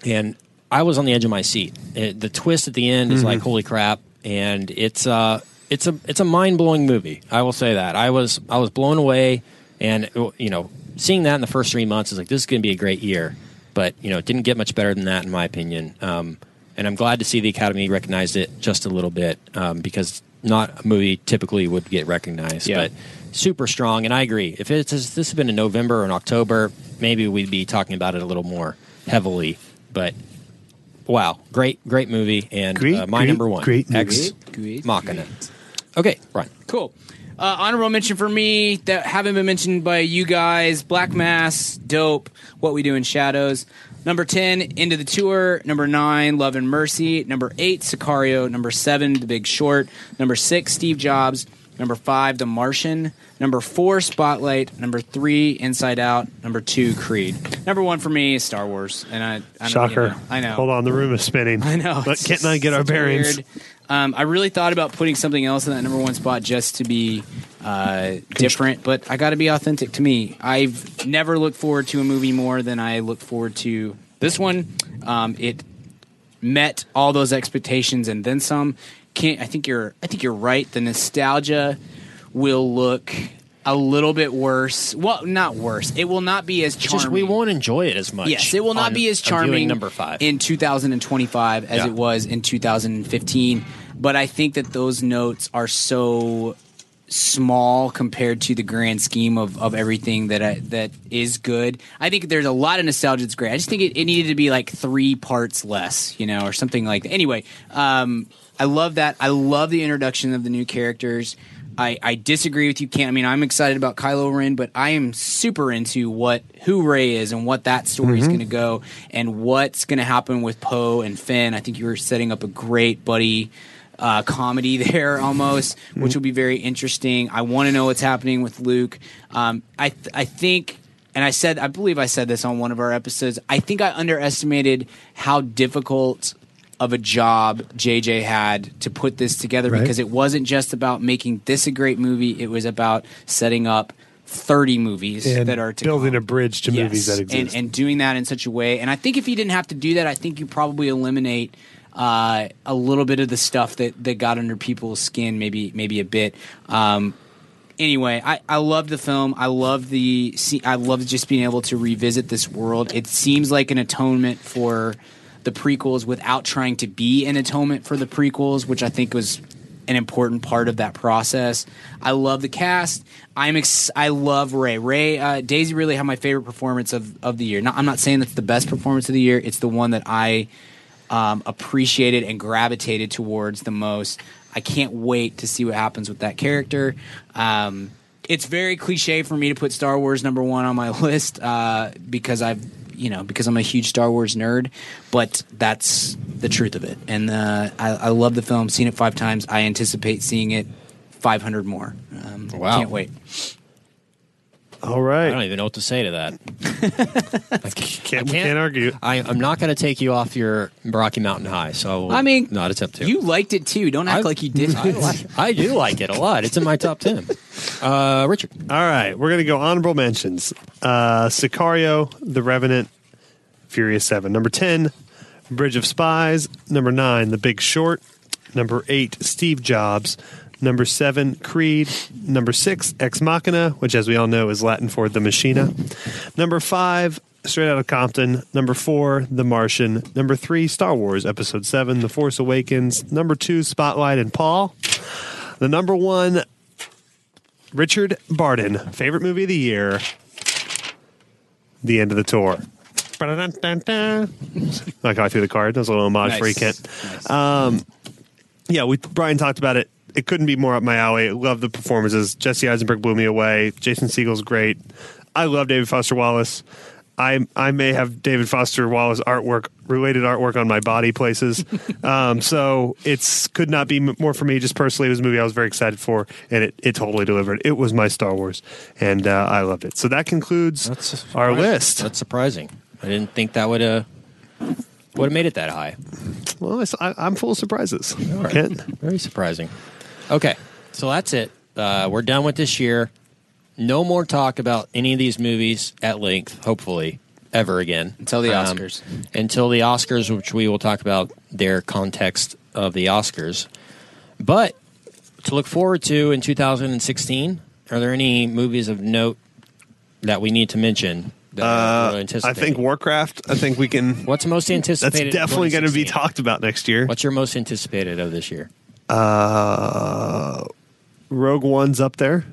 Speaker 2: and I was on the edge of my seat. It- the twist at the end is like holy crap, and it's uh it's a it's a mind blowing movie. I will say that I was I was blown away, and you know seeing that in the first three months is like this is going to be a great year, but you know it didn't get much better than that in my opinion. Um, and I'm glad to see the Academy recognized it just a little bit um, because not a movie typically would get recognized,
Speaker 3: Yeah.
Speaker 2: but super strong. And I agree. If it's this this had been in November or in October, maybe we'd be talking about it a little more heavily. But wow, great, great movie, and
Speaker 4: Great,
Speaker 2: uh, my
Speaker 4: great,
Speaker 2: number one,
Speaker 4: great
Speaker 3: movie.
Speaker 2: Ex
Speaker 3: Great,
Speaker 2: Machina. Okay, right.
Speaker 3: Cool. Uh, honorable mention for me that haven't been mentioned by you guys: Black Mass, Dope, What We Do in Shadows. Number ten, Into the Tour. Number nine, Love and Mercy. Number eight, Sicario. Number seven, The Big Short. Number six, Steve Jobs. Number five, The Martian. Number four, Spotlight. Number three, Inside Out. Number two, Creed. Number one for me is Star Wars, and I, I don't
Speaker 4: Shocker.
Speaker 3: Even, I know.
Speaker 4: Hold on, the room is spinning.
Speaker 3: I know.
Speaker 4: But
Speaker 3: it's
Speaker 4: Kent and I get our
Speaker 3: such a
Speaker 4: bearings.
Speaker 3: weird- Um, I really thought about putting something else in that number one spot just to be uh, different, but I got to be authentic to me. I've never looked forward to a movie more than I look forward to this one. Um, it met all those expectations and then some. Can't I think you're I think you're right. The nostalgia will look a little bit worse. Well, not worse. It will not be as charming.
Speaker 2: Just we won't enjoy it as much.
Speaker 3: Yes, it will not
Speaker 2: on-
Speaker 3: be as
Speaker 2: on viewing
Speaker 3: charming
Speaker 2: Number five.
Speaker 3: in 2025 as
Speaker 2: Yeah.
Speaker 3: it was in 2015. But I think that those notes are so small compared to the grand scheme of, of everything that I, that is good. I think there's a lot of nostalgia that's great. I just think it, it needed to be like three parts less, you know, or something like that. Anyway, um, I love that. I love the introduction of the new characters. I, I disagree with you, Ken. I mean, I'm excited about Kylo Ren, but I am super into what who Ray is and what that story is going to go and what's going to happen with Poe and Finn. I think you were setting up a great buddy uh, comedy there almost, which will be very interesting. I want to know what's happening with Luke. Um, I th- I think, and I said, I believe I said this on one of our episodes. I think I underestimated how difficult of a job JJ had to put this together because it wasn't just about making this a great movie. It was about setting up thirty movies
Speaker 4: And
Speaker 3: that are to
Speaker 4: building
Speaker 3: come.
Speaker 4: a bridge to movies that
Speaker 3: And,
Speaker 4: exist.
Speaker 3: and doing that in such a way. And I think if you didn't have to do that, I think you probably eliminate uh, a little bit of the stuff that, that got under people's skin, maybe maybe a bit. Um, anyway, I, I love the film. I love the see, I love just being able to revisit this world. It seems like an atonement for the prequels without trying to be an atonement for the prequels, which I think was an important part of that process. I love the cast. I'm ex- I love Ray. Ray uh, Daisy really had my favorite performance of of the year. Not, I'm not saying that's the best performance of the year. It's the one that I um, appreciated and gravitated towards the most. I can't wait to see what happens with that character. Um, it's very cliche for me to put Star Wars number one on my list uh, because I've you know because I'm a huge Star Wars nerd, but that's the truth of it. And uh, I, I love the film. Seen it five times. I anticipate seeing it 500 more. Um,
Speaker 2: Wow.
Speaker 3: Can't wait.
Speaker 4: All
Speaker 2: I don't
Speaker 4: right.
Speaker 2: even know what to say to that.
Speaker 4: Can't,
Speaker 2: can't-
Speaker 4: we can't argue.
Speaker 2: I, I'm not going to take you off your Rocky Mountain high, so I, will
Speaker 3: I mean,
Speaker 2: not attempt to.
Speaker 3: You liked it too. Don't act
Speaker 2: I-
Speaker 3: like you didn't.
Speaker 2: I, like- I do like it a lot. It's in my top ten. Uh, Richard,
Speaker 4: All right, we're gonna go honorable mentions: uh, Sicario, The Revenant, Furious Seven. Number ten, Bridge of Spies. Number nine, The Big Short. Number eight, Steve Jobs. Number seven, Creed. Number six, Ex Machina, which, as we all know, is Latin for the Machina. Number five, Straight Outta Compton. Number four, The Martian. Number three, Star Wars Episode Seven: The Force Awakens. Number two, Spotlight and Paul. The number one Richard Barden, favorite movie of the year, The End of the Tour. Ba-da-dun-dun-dun. like how I threw the card. That was a little homage for you, Kent.
Speaker 3: Nice.
Speaker 4: Yeah, we Brian talked about it. It couldn't be more up my alley. I love the performances. Jesse Eisenberg blew me away. Jason Siegel's great. I love David Foster Wallace. I I may have David Foster Wallace artwork related artwork on my body places. um, so it's could not be m- more for me. Just personally, it was a movie I was very excited for, and it, it totally delivered. It was my Star Wars, and uh, I loved it. So that concludes our list.
Speaker 2: That's surprising. I didn't think that would uh would have made it that high.
Speaker 4: well, it's- I, I'm full of surprises.
Speaker 2: right.
Speaker 4: Kent?
Speaker 2: Very surprising. Okay, so that's it. Uh, we're done with this year. No more talk about any of these movies at length, hopefully. ever again
Speaker 3: Until the
Speaker 2: Um,
Speaker 3: Oscars.
Speaker 2: until the Oscars, which we will talk about their context of the Oscars. But to look forward to in 2016, are there any movies of note that we need to mention? That we're
Speaker 4: Uh, I
Speaker 2: anticipating?
Speaker 4: think Warcraft. I think we can.
Speaker 2: What's most
Speaker 4: That's
Speaker 2: anticipated?
Speaker 4: definitely going to be
Speaker 2: 2016?
Speaker 4: talked about next year.
Speaker 2: What's your most anticipated of this year?
Speaker 4: Uh, Rogue One's up there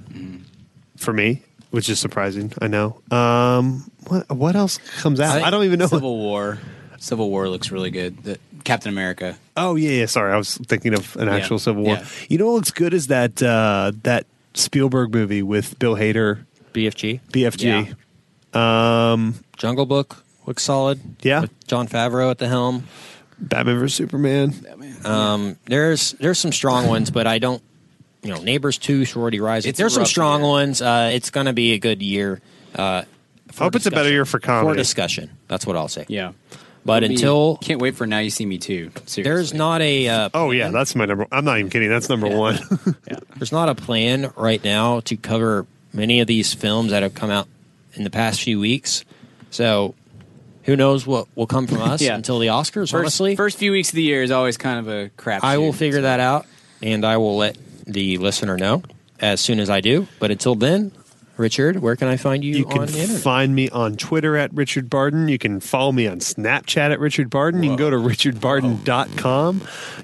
Speaker 4: for me, which is surprising. I know. Um, what what else comes out? I, don't even know.
Speaker 3: Civil War. Civil War looks really good. The, Captain America.
Speaker 4: oh yeah, yeah. Sorry, I was thinking of an actual Civil War.
Speaker 3: yeah.
Speaker 4: You know what looks good is that uh, that Spielberg movie with Bill Hader,
Speaker 2: BFG,
Speaker 4: BFG.
Speaker 3: Yeah.
Speaker 2: Jungle Book looks solid.
Speaker 4: Yeah.
Speaker 2: with John Favreau at the helm.
Speaker 4: Batman vs Superman.
Speaker 2: Um, there's there's some strong ones, but I don't. You know, Neighbors Two, Sorority Rising.
Speaker 3: It's a
Speaker 2: there's some
Speaker 3: rough
Speaker 2: strong
Speaker 3: year.
Speaker 2: ones. Uh, it's going to be a good year. Uh, for
Speaker 4: I hope it's a better
Speaker 2: discussion.
Speaker 4: year for comedy.
Speaker 2: For discussion, that's what I'll say.
Speaker 3: Yeah.
Speaker 2: But
Speaker 3: Be-
Speaker 2: until
Speaker 3: can't wait for Now You See Me Too. Seriously.
Speaker 2: there's not a uh,
Speaker 4: Oh yeah, that's my number. I'm not even kidding. That's number one.
Speaker 2: there's not a plan right now to cover many of these films that have come out in the past few weeks. So who knows what will come from us
Speaker 3: Yeah.
Speaker 2: until the Oscars?
Speaker 3: first,
Speaker 2: honestly,
Speaker 3: first few weeks of the year is always kind of a crap.
Speaker 2: I will figure that out, and I will let the listener know as soon as I do. But until then, Richard, where can I find you,
Speaker 4: You
Speaker 2: on
Speaker 4: can
Speaker 2: the internet?
Speaker 4: find me on Twitter at Richard Barden. You can follow me on Snapchat at Richard Barden. You can go to richardbarden.com.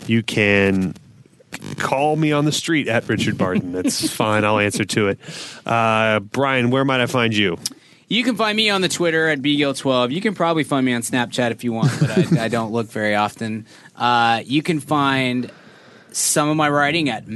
Speaker 4: You can call me on the street at Richard Barden. That's fine. I'll answer to it. Uh, Brian, where might I find you?
Speaker 3: You can find me on the Twitter at bgill12. You can probably find me on Snapchat if you want, but I, I don't look very often. Uh, you can find some of my writing at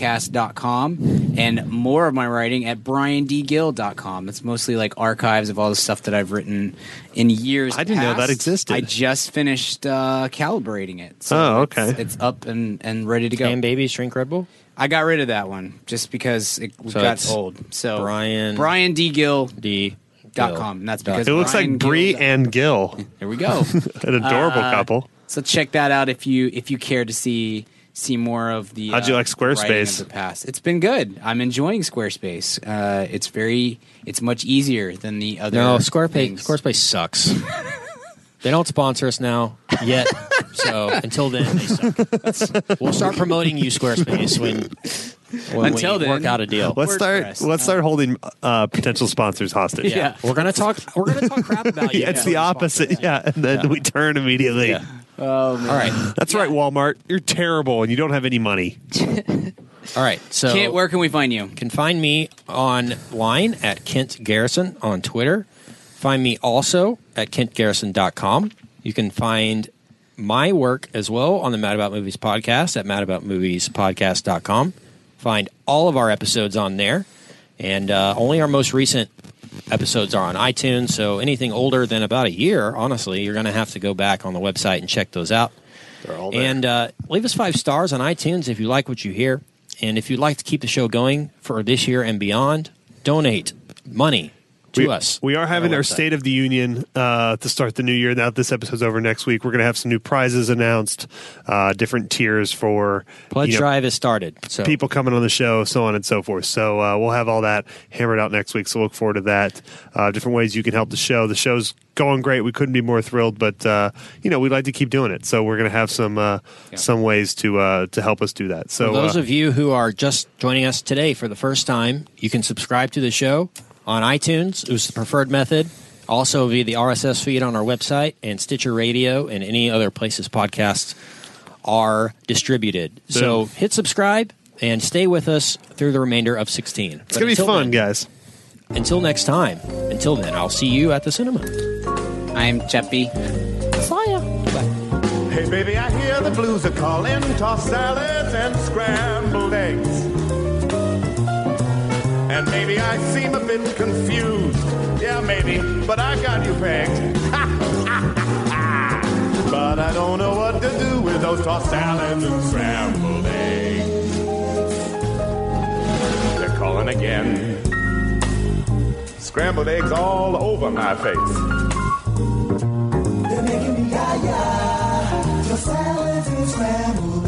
Speaker 3: madaboutmoviespodcast.com and more of my writing at briandgill.com. It's mostly like archives of all the stuff that I've written in years.
Speaker 4: I didn't know
Speaker 3: past.
Speaker 4: that existed.
Speaker 3: I just finished uh, calibrating it. So
Speaker 4: Oh,
Speaker 3: it's-
Speaker 4: okay.
Speaker 3: It's, up and, and ready to go.
Speaker 2: Damn babies drink Red Bull.
Speaker 3: I got rid of that one just because it
Speaker 2: So
Speaker 3: got
Speaker 2: it's
Speaker 3: old. So
Speaker 2: Brian-
Speaker 3: Brian D. Gill
Speaker 2: D.
Speaker 3: dot com. That's
Speaker 2: Dot-
Speaker 3: because
Speaker 4: It looks
Speaker 3: Brian
Speaker 4: like Bree
Speaker 3: Gill-
Speaker 4: and Gil,
Speaker 3: There we go.
Speaker 4: an adorable
Speaker 3: Uh,
Speaker 4: couple.
Speaker 3: so check that out if you if you care to see see more of the. uh,
Speaker 4: How'd you like Squarespace?
Speaker 3: writing of the past, it's been good. I'm enjoying Squarespace. Uh, it's very it's much easier than the other.
Speaker 2: No, Squarespace.
Speaker 3: things.
Speaker 2: Squarespace sucks. they don't sponsor us now yet. So until then, they suck. we'll start promoting you, Squarespace, when, when
Speaker 3: Until
Speaker 2: we
Speaker 3: then-
Speaker 2: work out a deal.
Speaker 4: Let's start.
Speaker 3: WordPress.
Speaker 4: Let's start holding uh, potential sponsors hostage.
Speaker 3: Yeah.
Speaker 2: We're gonna talk. We're gonna talk crap about you.
Speaker 4: Yeah, it's
Speaker 2: until
Speaker 4: the
Speaker 2: you
Speaker 4: opposite. Yeah, and then we turn immediately.
Speaker 2: sponsor. All right.
Speaker 4: That's right, Walmart. You're terrible, and you don't have any money.
Speaker 2: All right. So
Speaker 3: Kent, where can we find you?
Speaker 2: can find me online at Kent Garrison on Twitter. Find me also at kentgarrison.com. You can find my work as well on the Mad About Movies podcast at madaboutmoviespodcast.com. Find all of our episodes on there, and uh, only our most recent episodes are on iTunes. So anything older than about a year, honestly, you're going to have to go back on the website and check those out. And uh, leave us five stars on iTunes if you like what you hear. And if you'd like to keep the show going for this year and beyond, donate money to
Speaker 4: we,
Speaker 2: us.
Speaker 4: We are
Speaker 2: on
Speaker 4: having our
Speaker 2: website.
Speaker 4: State of the Union uh, to start the new year. Now this episode's over next week. We're going to have some new prizes announced, uh, different tiers for
Speaker 2: pledge
Speaker 4: you know,
Speaker 2: drive has started. So
Speaker 4: people coming on the show, so on and so forth. So uh, we'll have all that hammered out next week. So look forward to that. Uh, different ways you can help the show. The show's going great. We couldn't be more thrilled. But uh, you know, we'd like to keep doing it. So we're going to have some uh, some ways to uh, to help us do that. So
Speaker 2: For those
Speaker 4: uh,
Speaker 2: of you who are just joining us today for the first time, you can subscribe to the show on iTunes. It was the preferred method. Also via the RSS feed on our website and Stitcher Radio and any other places podcasts are distributed. So
Speaker 4: Boom.
Speaker 2: hit subscribe and stay with us through the remainder of 16.
Speaker 4: it's going to be fun, guys.
Speaker 2: Until next time. Until then, I'll see you at the cinema.
Speaker 3: I'm Cheppy.
Speaker 6: Hey, baby, I hear the blues are calling. Toss salads and scrambled eggs. And maybe I seem a bit confused. Yeah, maybe, but I got you pegged. but I don't know what to do with those tossed salads and scrambled eggs. They're calling again. Scrambled eggs all over my face.
Speaker 7: They're making me yah yah. Your salads and scrambled